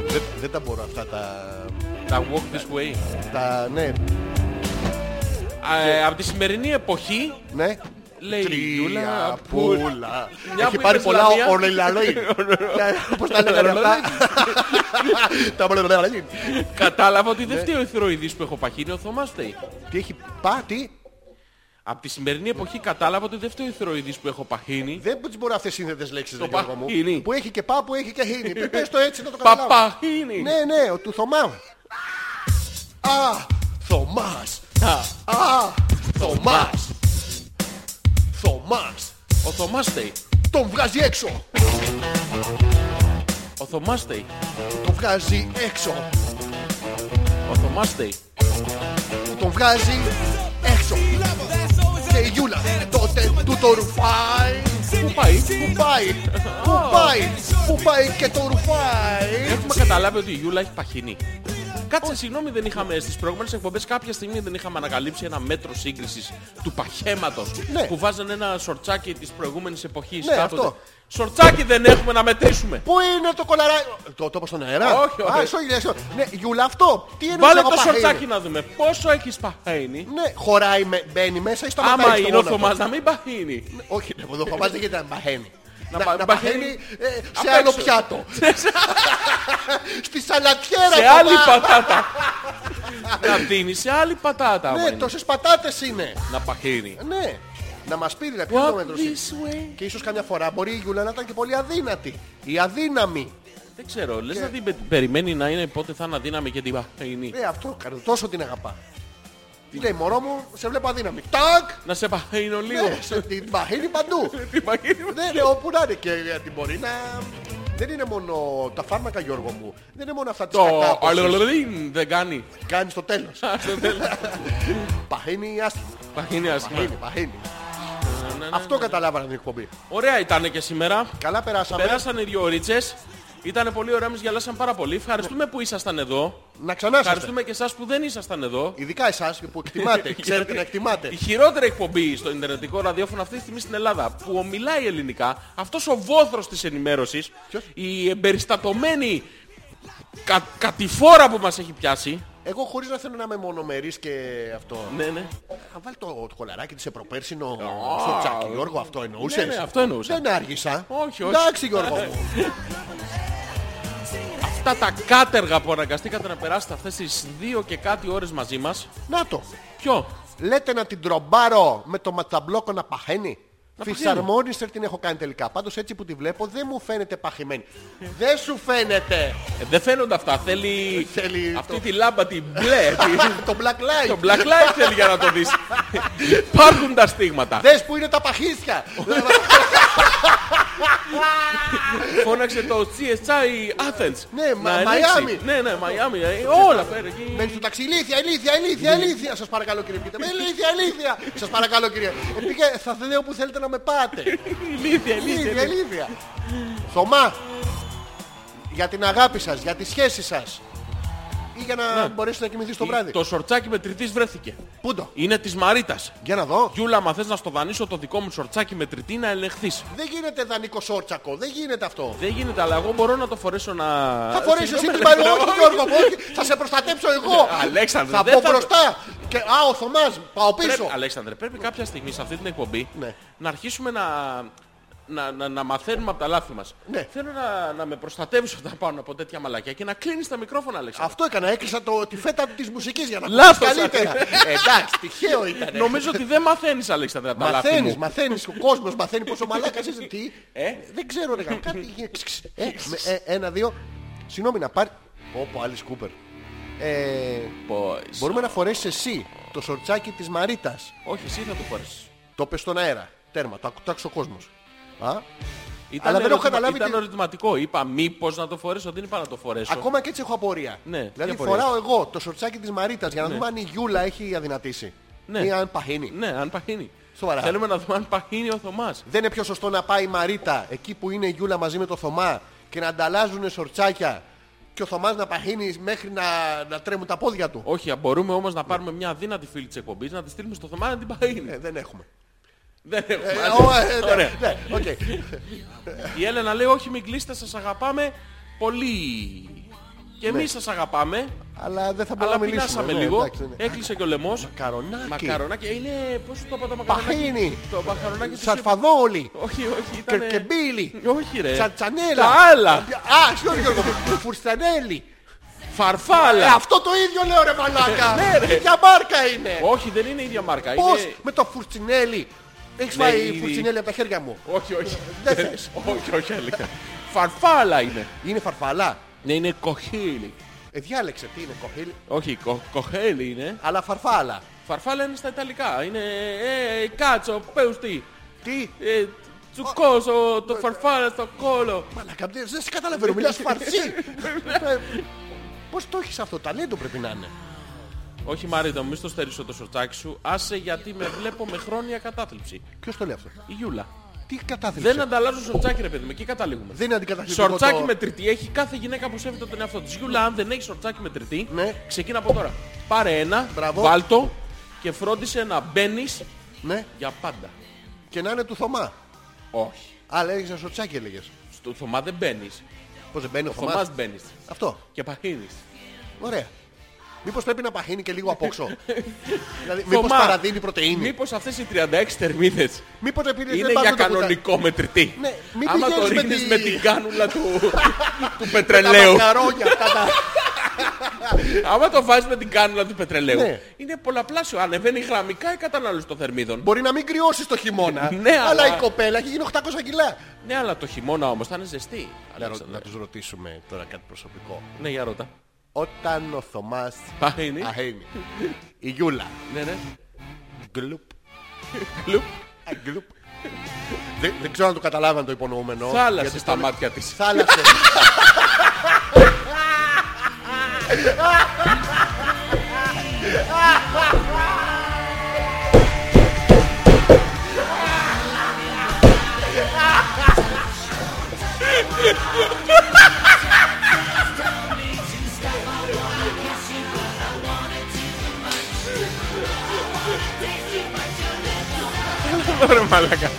Δεν, δεν τα μπορώ αυτά τα. Τα walk this way. τα ναι, από τη σημερινή εποχή ναι. λέει η Γιούλα, Τρία που- πουλά. Μια Έχει που πάρει είπε πολλά Σλαβία. ορελαλόι. Πώς τα λέγανε αυτά. Τα ορελαλόι. κατάλαβα ότι Ναι. δεν φταίει ο ηθροειδής που έχω παχύνει, ο Θωμάς φταίει. Τι έχει πά, τι. Από τη σημερινή εποχή κατάλαβα ότι δεν φταίει ο ηθροειδής που έχω παχύνει. Δεν τις μπορώ αυτές τις σύνθετες λέξεις, ρε Το Γιώργο μου. παχύνι. Που έχει και πά, που έχει και χίνι. Πες το έτσι να το καταλάβω. Παπαχύνη! Ναι, ναι, ο του Θωμά. Α, Θωμάς. Α, Θωμάς. Θωμάς. Ο Θωμάς φταίει. Τον βγάζει έξω. Ο Θωμάς φταίει. Τον βγάζει έξω. Ο Θωμάς φταίει. Τον βγάζει έξω. Και η Γιούλα τότε του το ρουφάει. Πού πάει? Πού πάει, πού πάει, πού πάει και το ρουφάει. Έχουμε καταλάβει ότι η Γιούλα έχει παχύνει. Κάτσε, συγγνώμη, δεν είχαμε στις προηγούμενες εκπομπές κάποια στιγμή δεν είχαμε ανακαλύψει ένα μέτρο σύγκρισης του παχέματος Ναι. που βάζανε ένα σορτσάκι της προηγούμενης εποχής Ναι, κάποτε. αυτό. Σορτσάκι δεν έχουμε να μετρήσουμε. Πού είναι το κολαράκι. Το, το είπα στον αέρα. Όχι, όχι. Α, sorry, sorry. Ναι, Γιούλα, αυτό. Τι είναι Βάλε το σορτσάκι να δούμε πόσο έχεις παχύνει. Ναι, χωράει, με- μπαίνει μέσα ή σταματάει. Άμα στο είναι ο γόνατο. Θωμάς να μην παχύνει. Όχι, ναι, ο Θωμάς δεν γίνεται να μπαχαίνει. Να Να, πα- να μπαχαίνει μπαχαίνει ε, απ' σε άλλο έξω. πιάτο. Στη σαλατιέρα Ναι, σε Θωμά. άλλη πατάτα. να δίνεις σε άλλη πατάτα. άμα Ναι, είναι. τόσες πατάτες είναι. Να παχύνει. Ναι. Να μας πει δηλαδή ποιο είναι το Walk μέτρο σου. this way. Και ίσως καμιά φορά μπορεί η Γιούλα να ήταν και πολύ αδύνατη. Η αδύναμη. Δεν ξέρω, λες να την πε- περιμένει να είναι πότε θα αναδύναμε και την παχύνει. Ε, αυτό κάνω. Τόσο την αγαπά. Τι λέει, μωρό μου, σε βλέπω αδύναμη. Τάκ! Να σε παχύνω λίγο. Ναι, σε- την παχύνει παντού. Την παχύνει. Ναι, ναι, όπου να είναι και ε, την μπορεί να... Δεν είναι μόνο τα φάρμακα, Γιώργο μου. Δεν είναι μόνο αυτά τις Το κακάποσες. αλολολίν δεν κάνει. Κάνει στο τέλος. Στο τέλος. Ναι. Παχύνει άσχημα. Παχύνει Παχύνει, άσχημα. παχύνει. Αυτό καταλάβανα την εκπομπή. Ωραία ήταν και σήμερα. Καλά περάσαμε. Περάσανε οι δύο ωρίτσες. Ήταν πολύ ωραία, εμείς γελάσαμε πάρα πολύ. Ευχαριστούμε που ήσασταν εδώ. Να ξανάσαστε. Ευχαριστούμε και εσάς που δεν ήσασταν εδώ. Ειδικά εσάς που εκτιμάτε. Ξέρετε να Η εκτιμάτε. χειρότερη εκπομπή στο Ιντερνετικό ραδιόφωνο αυτή τη στιγμή στην Ελλάδα που ομιλάει ελληνικά, αυτός ο βόθρος της ενημέρωσης, Ποιος? η εμπεριστατωμένη κα- κατηφόρα που μας έχει πιάσει. Εγώ χωρίς να θέλω να είμαι μονομερής και αυτό. Ναι, ναι. Α, βάλει το, το κολαράκι της σε προπέρσινο στο τσάκι, Γιώργο, αυτό εννοούσες. Ναι, ναι, αυτό εννοούσα. Δεν άργησα. Όχι, όχι. Εντάξει, Γιώργο μου. Αυτά τα κάτεργα που αναγκαστήκατε να περάσετε αυτές τις δύο και κάτι ώρες μαζί μας. Να το. Ποιο? Λέτε να την τρομπάρω με το ματσαμπλόκο να παχαίνει. Να παχαίνει. Φυσαρμόνιστερ την έχω κάνει τελικά. Πάντως έτσι που τη βλέπω δεν μου φαίνεται παχημένη. δεν σου φαίνεται. Ε, δεν φαίνονται αυτά. Θέλει, Θέλει αυτή το- τη λάμπα την μπλε. τη- το black light. το black light θέλει για να το δεις. Υπάρχουν τα στίγματα. Δες που είναι τα παχύσια. Φώναξε το CSI Athens. Ναι, Να Μα- ελέγξει. Μαϊάμι. Ναι, ναι, Μαϊάμι. ε, Όλα πέρα εκεί. Μπαίνει στο ταξί, ηλίθεια, ηλίθεια, ηλίθεια, ηλίθεια. Σας παρακαλώ κύριε, πείτε με. Ηλίθια, ηλίθια. Σας παρακαλώ κύριε. Ε, Πήγε, θα δέω όπου θέλετε να με πάτε. Ηλίθεια, Ηλίθια, ηλίθεια. ηλίθια. Θωμά, για την αγάπη σας, για τη σχέση σας. Ή για να μπορέσετε να κοιμηθείς το βράδυ. Ναι. Το σορτσάκι μετρητής βρέθηκε. Πού το. Είναι της Μαρίτας. Για να δω. Γιούλα, μα θες να στο δανείσω το δικό μου σορτσάκι μετρητή να ελεγχθείς. Δεν γίνεται δανεικό σόρτσακο, δεν γίνεται αυτό. Δεν γίνεται, αλλά εγώ μπορώ να το φορέσω να... Θα φορέσεις εσύ την παλιά, όχι Γιώργο, μου, όχι, θα σε προστατέψω εγώ. Αλέξανδρε, θα δεν πω θα- μπροστά. Και, α, ο Θωμάς, πάω πίσω. Πρέπει, Αλέξανδρε, πρέπει κάποια στιγμή σε αυτή την εκπομπή Ναι. να αρχίσουμε να, να, να, να μαθαίνουμε από τα λάθη μας. Ναι. Θέλω να, να με προστατεύεις όταν πάω από τέτοια μαλακιά και να κλείνεις τα μικρόφωνα, Αλέξανδρε. Αυτό έκανα, έκλεισα το, τη φέτα της μουσικής για να Λάθος, Ε, ακούσεις καλύτερα. Αλέξανδρε. Εντάξει, τυχαίο ήταν. Νομίζω ότι δεν μαθαίνεις, Αλέξανδρε, από τα λάθη Μαθαίνεις, μου. μαθαίνεις, ο κόσμος μαθαίνει πόσο μαλάκας είσαι. Τι, Ε? δεν ξέρω ρε, γαμ, κάτι γίνεται. Ξ, ξ, ε, με, ε, ένα, δύο, συγγνώμη να πάρει. Όπο, Alice Cooper. Ε, Boys. μπορούμε να φορέσεις εσύ το σορτσάκι της Μαρίτας. Όχι, εσύ θα το φορέσεις. Το πες στον αέρα, τέρμα, το άκουσε ο κόσμος. Α, Ήταν Αλλά δεν έχω ερωτημα- καταλάβει Ήταν τι- ερωτηματικό. Είπα μήπως να το φορέσω, δεν είπα να το φορέσω. Ακόμα και έτσι έχω απορία. Ναι, τι δηλαδή απορία φοράω εγώ το σορτσάκι της Μαρίτας για να δούμε αν η Γιούλα έχει αδυνατήσει. Ναι. Ή αν παχύνει. Ναι, αν παχύνει. Σοβαρά. Θέλουμε να δούμε αν παχύνει ο Θωμάς. Δεν είναι πιο σωστό να πάει η Μαρίτα εκεί που είναι η Γιούλα μαζί με το Θωμά και να ανταλλάζουν σορτσάκια και ο Θωμάς να παχύνει μέχρι να, να τρέμουν τα πόδια του. Όχι, α, μπορούμε όμως να πάρουμε μια αδύνατη φίλη της εκπομπής, να τη στείλουμε στο Θωμά να την παχύνει. Ε, δεν έχουμε. Δεν Ε, έχουμε. άντε. ο, ε, ναι, Ωραία. ναι, οκ. Η Έλενα λέει όχι μην κλείσετε σας αγαπάμε πολύ. Και εμείς σας αγαπάμε, Αλλά δεν θα μπορούμε αλλά να Ναι. μιλήσουμε. πεινάσαμε Ναι, λίγο. εντάξει, ναι. Έκλεισε και ο λαιμός. Μακαρονάκι. Μακαρονάκι. Ε, Είναι, πώς το είπα το μακαρονάκι. Παχύνει. Το μακαρονάκι του σκύλου. Σαρφαδό όλοι. Όχι, όχι, ήταν... Κερκεμπίλι. Όχι ρε. Τσατσανέλα. Ε, Τα άλλα. Α, συγγνώμη Γιώργο. Φουρστανέλη. Ε, Φαρφάλα. αυτό το ίδιο λέω ρε μαλάκα. Ναι, ρε. Η ίδια μάρκα είναι. Όχι, δεν είναι η ίδια μάρκα. Πώς Είναι... με το φουρτσινέλι. Έχεις Ναι, φάει ήδη. φουρτσινέλι από τα χέρια μου. Όχι, όχι. Δεν θες. όχι, όχι, αλήθεια. Φαρφάλα είναι. Είναι φαρφαλά. Ναι, είναι κοχύλι. Ε, διάλεξε τι είναι κοχύλι. Όχι, κο, κοχέλι είναι. Αλλά φαρφάλα. Φαρφάλα είναι στα Ιταλικά. Είναι ε, κάτσο, πέουστι. Τι. Ε, τσουκόζο, το φαρφάλα στο κόλο. Μαλάκα, δεν δεν σε καταλαβαίνω. Μιλάς φαρσί. Ε, Πώς το έχεις αυτό. Ταλέντο πρέπει να είναι. Όχι Μαρίτα, μου, μη στο στερήσω το σορτσάκι σου. Άσε γιατί με βλέπω με χρόνια κατάθλιψη. Ποιος το λέει αυτό. Η Γιούλα. Τι κατάθλιψε. Δεν ανταλλάζω σορτσάκι ρε παιδί μου, εκεί καταλήγουμε. Δεν είναι αντικαταθλιπτικό Σορτσάκι το- με τριτή έχει κάθε γυναίκα που σέβεται τον εαυτό της. Γιούλα, αν δεν έχει σορτσάκι με τριτή, Ναι. ξεκίνα από τώρα. Πάρε ένα, Μπράβο. βάλτο και φρόντισε να μπαίνεις Ναι. για πάντα. Και να είναι του Θωμά. Όχι. Αλλά έχεις ένα σορτσάκι έλεγες. Στο Θωμά δεν μπαίνεις. Πώς δεν μπαίνει ο Θωμάς Θωμάς. μπαίνεις. Αυτό. Και παχύνει. Ωραία. Μήπως πρέπει να παχύνει και λίγο από όξω. δηλαδή, Θωμά, μήπως παραδίνει πρωτεΐνη. Μήπως αυτές οι 36 θερμίδες Μήπως επειδή είναι Ναι, δεν για πάρουν τα κουτά- κανονικό μετρητή. Ναι, μην Άμα το πηγαίνεις με ρίχνεις τη- με την κάνουλα του, του Τα πετρελαίου. μακαρόνια. αυτά τα- Άμα το βάζεις με την κάνουλα του πετρελαίου. Ναι. Είναι πολλαπλάσιο. Ανεβαίνει γραμμικά η κατανάλωση των θερμίδων. Μπορεί να μην κρυώσει το χειμώνα. Ναι, αλλά αλλά- η κοπέλα έχει γίνει 800 κιλά. Ναι, αλλά το χειμώνα όμως θα είναι ζεστή. Να, ρω- Αλέξανδρε. να τους ρωτήσουμε τώρα κάτι προσωπικό. Ναι, για ρώτα. Όταν ο Θωμάς Παχύνει. Αχένει, η Γιούλα, Ναι, ναι. γκλουπ, Λουπ. γκλουπ. δεν, δεν ξέρω αν το καταλάβαν το υπονοούμενο. Θάλασσε γιατί στα το- μάτια της. Θάλασσε. Ρε μαλάκα.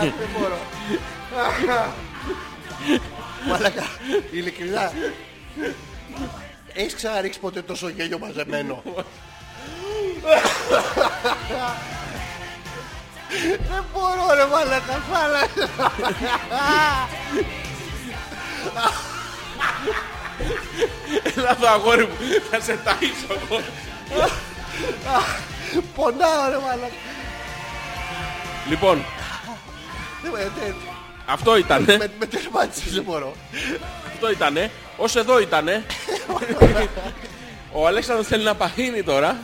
δεν μπορώ. Μαλάκα, ειλικρινά. Έχεις ξαναρίξει ποτέ τόσο γέλιο μαζεμένο. Δεν μπορώ ρε μαλάκα, θάλασσα. Έλα εδώ αγόρι μου. Θα σε ταΐσω εγώ. Πονάω ρε μαλάκα. Λοιπόν, Δεν- ε, δεν- αυτό ήτανε. με- Με τερμάτισες δεν μπορώ. Αυτό ήτανε. Ως εδώ ήτανε. Ο Αλέξανδρος θέλει να παχύνει τώρα.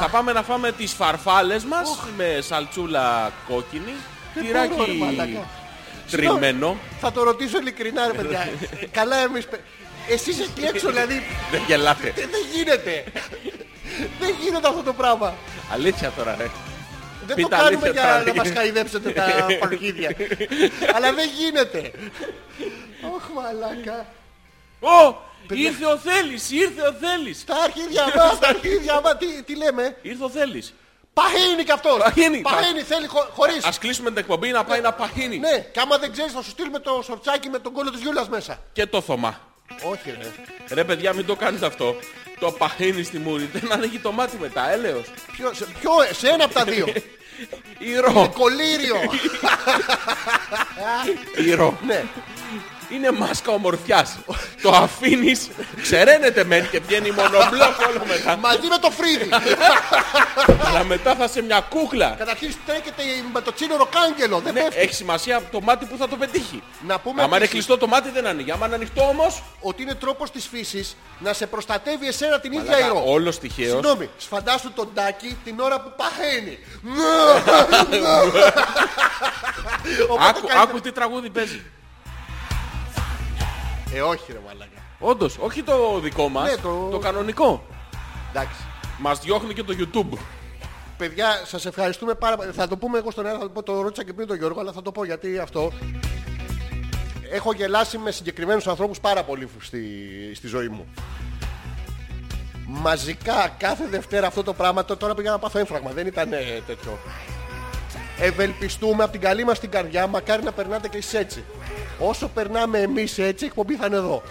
Θα πάμε να φάμε τις φαρφάλες μας με σαλτσούλα κόκκινη, Ε, μπορώ, ρε τυράκι μαλάκα. τριμμένο. Θα το ρωτήσω ειλικρινά, ρε παιδιά. Καλά, εμείς. Εσείς εκεί έξω, δηλαδή. Δεν γελάτε. Δεν δεν γίνεται. Δεν γίνεται αυτό το πράγμα. Αλήθεια τώρα, ρε. Δεν το Πείτε κάνουμε αλήθεια για τώρα, να δεν μας γίνεται. χαϊδέψετε τα παρκίδια. Αλλά δεν γίνεται. Ωχ, μαλάκα. Ω! Ήρθε ο Θέλης, ήρθε ο Θέλης. Τα αρχίδια μας, τα αρχίδια μας. Τι, τι λέμε. Ήρθε ο Θέλης. Παχύνει κι αυτός. Παχύνει. Παχύνει, θέλει χω, χωρίς. Ας κλείσουμε την εκπομπή να πάει να παχύνει. Ναι, και άμα δεν ξέρεις θα σου στείλουμε το σορτσάκι με τον κόλλο της Γιούλας μέσα. Και το Θωμά. Όχι ρε. Ρε παιδιά μην το κάνεις αυτό. Το παχύνει στη μούρη. Δεν ανοίγει το μάτι μετά. Έλεος. Ποιο, σε, ποιο, σε ένα από τα δύο. Ήρω. Κολύριο. Ήρω. ναι. Είναι μάσκα ομορφιάς. το αφήνεις. Ξεραίνεται μεν και βγαίνει μονομπλοκ όλο μετά. Μαζί με το φρύδι. αλλά μετά θα σε μια κούκλα. Ναι, Καταρχήν στέκεται με το τσίνορο κάγκελο. Δεν πέφτει. Έχει σημασία το μάτι που θα το πετύχει. Να πούμε ε, Άμα είναι επίσης- κλειστό το μάτι δεν ανοίγει. Άμα είναι ανοιχτό όμως... ότι είναι τρόπος της φύσης να σε προστατεύει εσένα την ίδια μαλάκα, ηρώ. Όλος τυχαίος. Συγγνώμη, σφαντάσου τον Τάκη την ώρα που παχαίνει. Οπότε Άκου, καλύτερα- άκου τι τραγούδι παίζει. Ε, όχι ρε μαλάκα. Όντως, όχι το δικό μας, Ναι, το- το κανονικό. Εντάξει. Μας διώχνει και το YouTube. Παιδιά, σας ευχαριστούμε πάρα πολύ. Θα το πούμε εγώ στον αέρα, θα το, πω, το ρώτησα και πριν τον Γιώργο, αλλά θα το πω γιατί αυτό. Έχω γελάσει με συγκεκριμένους ανθρώπους πάρα πολύ στη, στη ζωή μου. Μαζικά κάθε Δευτέρα αυτό το πράγμα, το- τώρα πήγα να πάθω έμφραγμα, δεν ήταν ε, τέτοιο. Ευελπιστούμε από την καλή μας την καρδιά, μακάρι να περνάτε και εσείς έτσι. Όσο περνάμε εμείς έτσι, η εκπομπή θα είναι εδώ.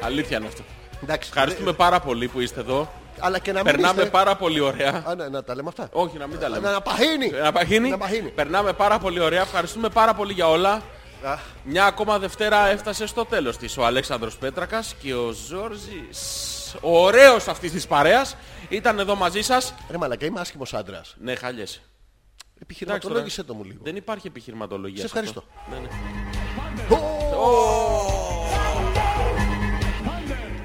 Αλήθεια είναι αυτό. Εντάξει, Ευχαριστούμε πάρα πολύ που είστε εδώ. δε- αλλά και Ε, να μην Περνάμε είστε- πάρα πολύ ωραία. Α, ναι, να, να τα λέμε αυτά. Όχι, να μην τα Να, λέμε. να παχύνει. Ε, Να παχύνει. Να παχύνει. Περνάμε πάρα πολύ ωραία. Ευχαριστούμε πάρα πολύ για όλα. Α. Μια ακόμα Δευτέρα έφτασε στο τέλος της. Ο Αλέξανδρος Πέτρακας και ο Ζόρζης, ο ωραίος αυτής της παρέας, ήταν εδώ μαζί σας. Ρε μαλακά, είμαι άσχημος άντρας. Ναι, χάλιες. Επιχειρηματολόγησε το μου λίγο. Δεν υπάρχει επιχειρηματολογία. Σε σε αυτό. ευχαριστώ. Ναι, ναι.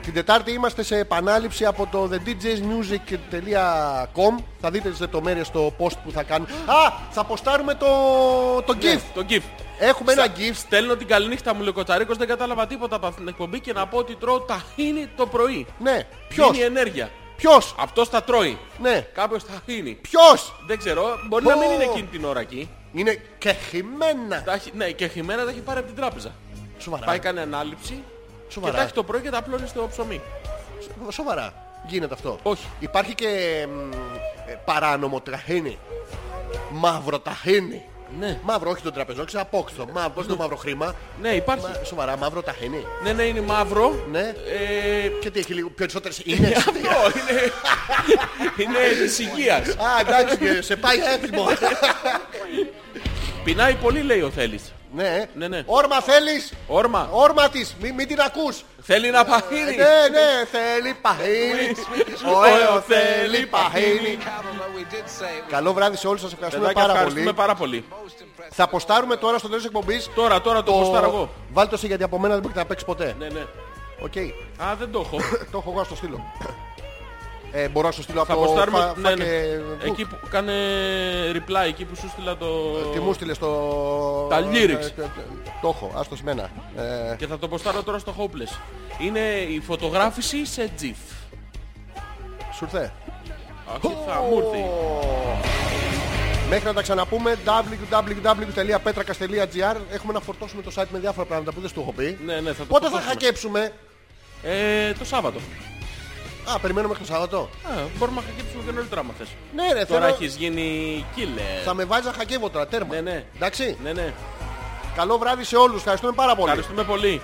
Την Τετάρτη είμαστε σε επανάληψη από το thedjsmusic.com Θα δείτε τις λεπτομέρειες στο post που θα κάνουμε. Α! Θα ποστάρουμε το, το GIF. Το GIF. Έχουμε ένα Ναι. Στα- GIF. Στέλνω την καληνύχτα μου, λέει ο Κοτσαρίκος, δεν κατάλαβα τίποτα από αυτήν την εκπομπή και να πω ότι τρώω ταχύνι το πρωί. Ναι. Ποιος. Δίνει ενέργεια. Ποιος. Αυτός τα τρώει. Ναι. Κάποιος τα δίνει. Ποιος. Δεν ξέρω, μπορεί Πω. να μην είναι εκείνη την ώρα εκεί. Είναι κεχημένα. Τα έχει- ναι, και χειμένα τα έχει πάρει από την τράπεζα. Σοβαρά. Πάει κάνει ανάληψη και Ναι. Σοβαρά. τα έχει το πρωί και τα πλώνει στο ψωμί. Σοβαρά. Γίνεται αυτό. Όχι. Υπάρχει και μ, ε, παράνομο ταχύνι. Μαύρο ταχύνι. Ναι. Μαύρο, όχι το τραπεζό, ξαπόξτο. Ε, Μαύρο, πώς το μαύρο χρήμα. Ναι, υπάρχει. Μα- Σοβαρά, μαύρο ταχύνι. Ναι, ναι, είναι μαύρο. Ναι. Ε, Και τι έχει λίγο περισσότερες είναι. αυτό είναι. είναι της υγείας. Α, εντάξει, και σε πάει έθιμο. Ε. Πεινάει πολύ, λέει ο Θέλης. ναι. Ναι, ναι. Όρμα θέλεις. Όρμα, Όρμα της, μην, μην την ακούς. θέλει να παχύνει. ναι, ναι, θέλει παχύνι. Ο Αίο θέλει παχύνι. I don't know, we did say it was Καλό βράδυ σε όλους, σας ναι, ευχαριστούμε Παιδάκια, πάρα ευχαριστούμε πολύ. πάρα πολύ. most impressive. Θα αποστάρουμε τώρα στο τέλος της εκπομπής Τώρα, τώρα το ποστάρω εγώ. Βάλτε σε γιατί από μένα δεν μπορεί να παίξει ποτέ. Ναι, ναι. Οκ. Α, δεν το έχω. Το έχω εγώ να στο στείλω. Ε, μπορώ να στο στείλω Θα από το αποστάρουμε. φα- ναι, φα- ναι. και- Εκεί που κάνε reply, εκεί που σου στείλα το. Τι μου στείλες το... Τα lyrics. Ε, το- Το έχω, άστο σε μένα. Ε, Και θα το ποστάρω τώρα στο Hopeless. Είναι η φωτογράφηση σε GIF. Σου ήρθε. Όχι, θα μου έρθει. Μέχρι να τα ξαναπούμε www.petrakas.gr Έχουμε να φορτώσουμε το site με διάφορα πράγματα που δεν σου το έχω πει. Ναι, ναι, θα το Πότε θα φορτώσουμε. χακέψουμε. Ε, το Σάββατο. Α, περιμένουμε μέχρι το Σάββατο. Α, μπορούμε να χακέψουμε και νωρίτερα άμα θες. Ναι, ρε, Τώρα θέλω... έχεις γίνει killer. Θα με βάζεις να χακεύω τώρα, τέρμα. Ναι, ναι. Εντάξει. Ναι, ναι. Καλό βράδυ σε όλους. Ευχαριστούμε πάρα πολύ. Ευχαριστούμε πολύ.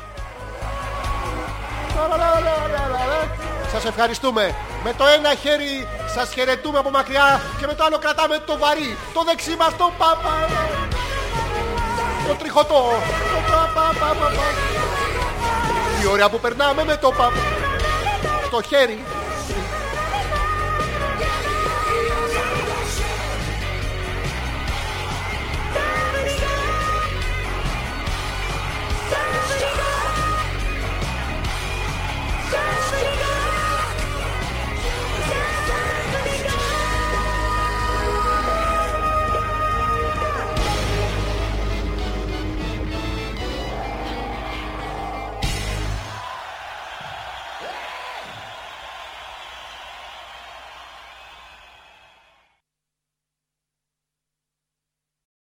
Σας ευχαριστούμε. Με το ένα χέρι σας χαιρετούμε από μακριά και με το άλλο κρατάμε το βαρύ. Το δεξί μας το παπα... Το τριχωτό. Το πα- πα- πα- πα- πα. Τι ωραία που περνάμε με το παπα... Το χέρι.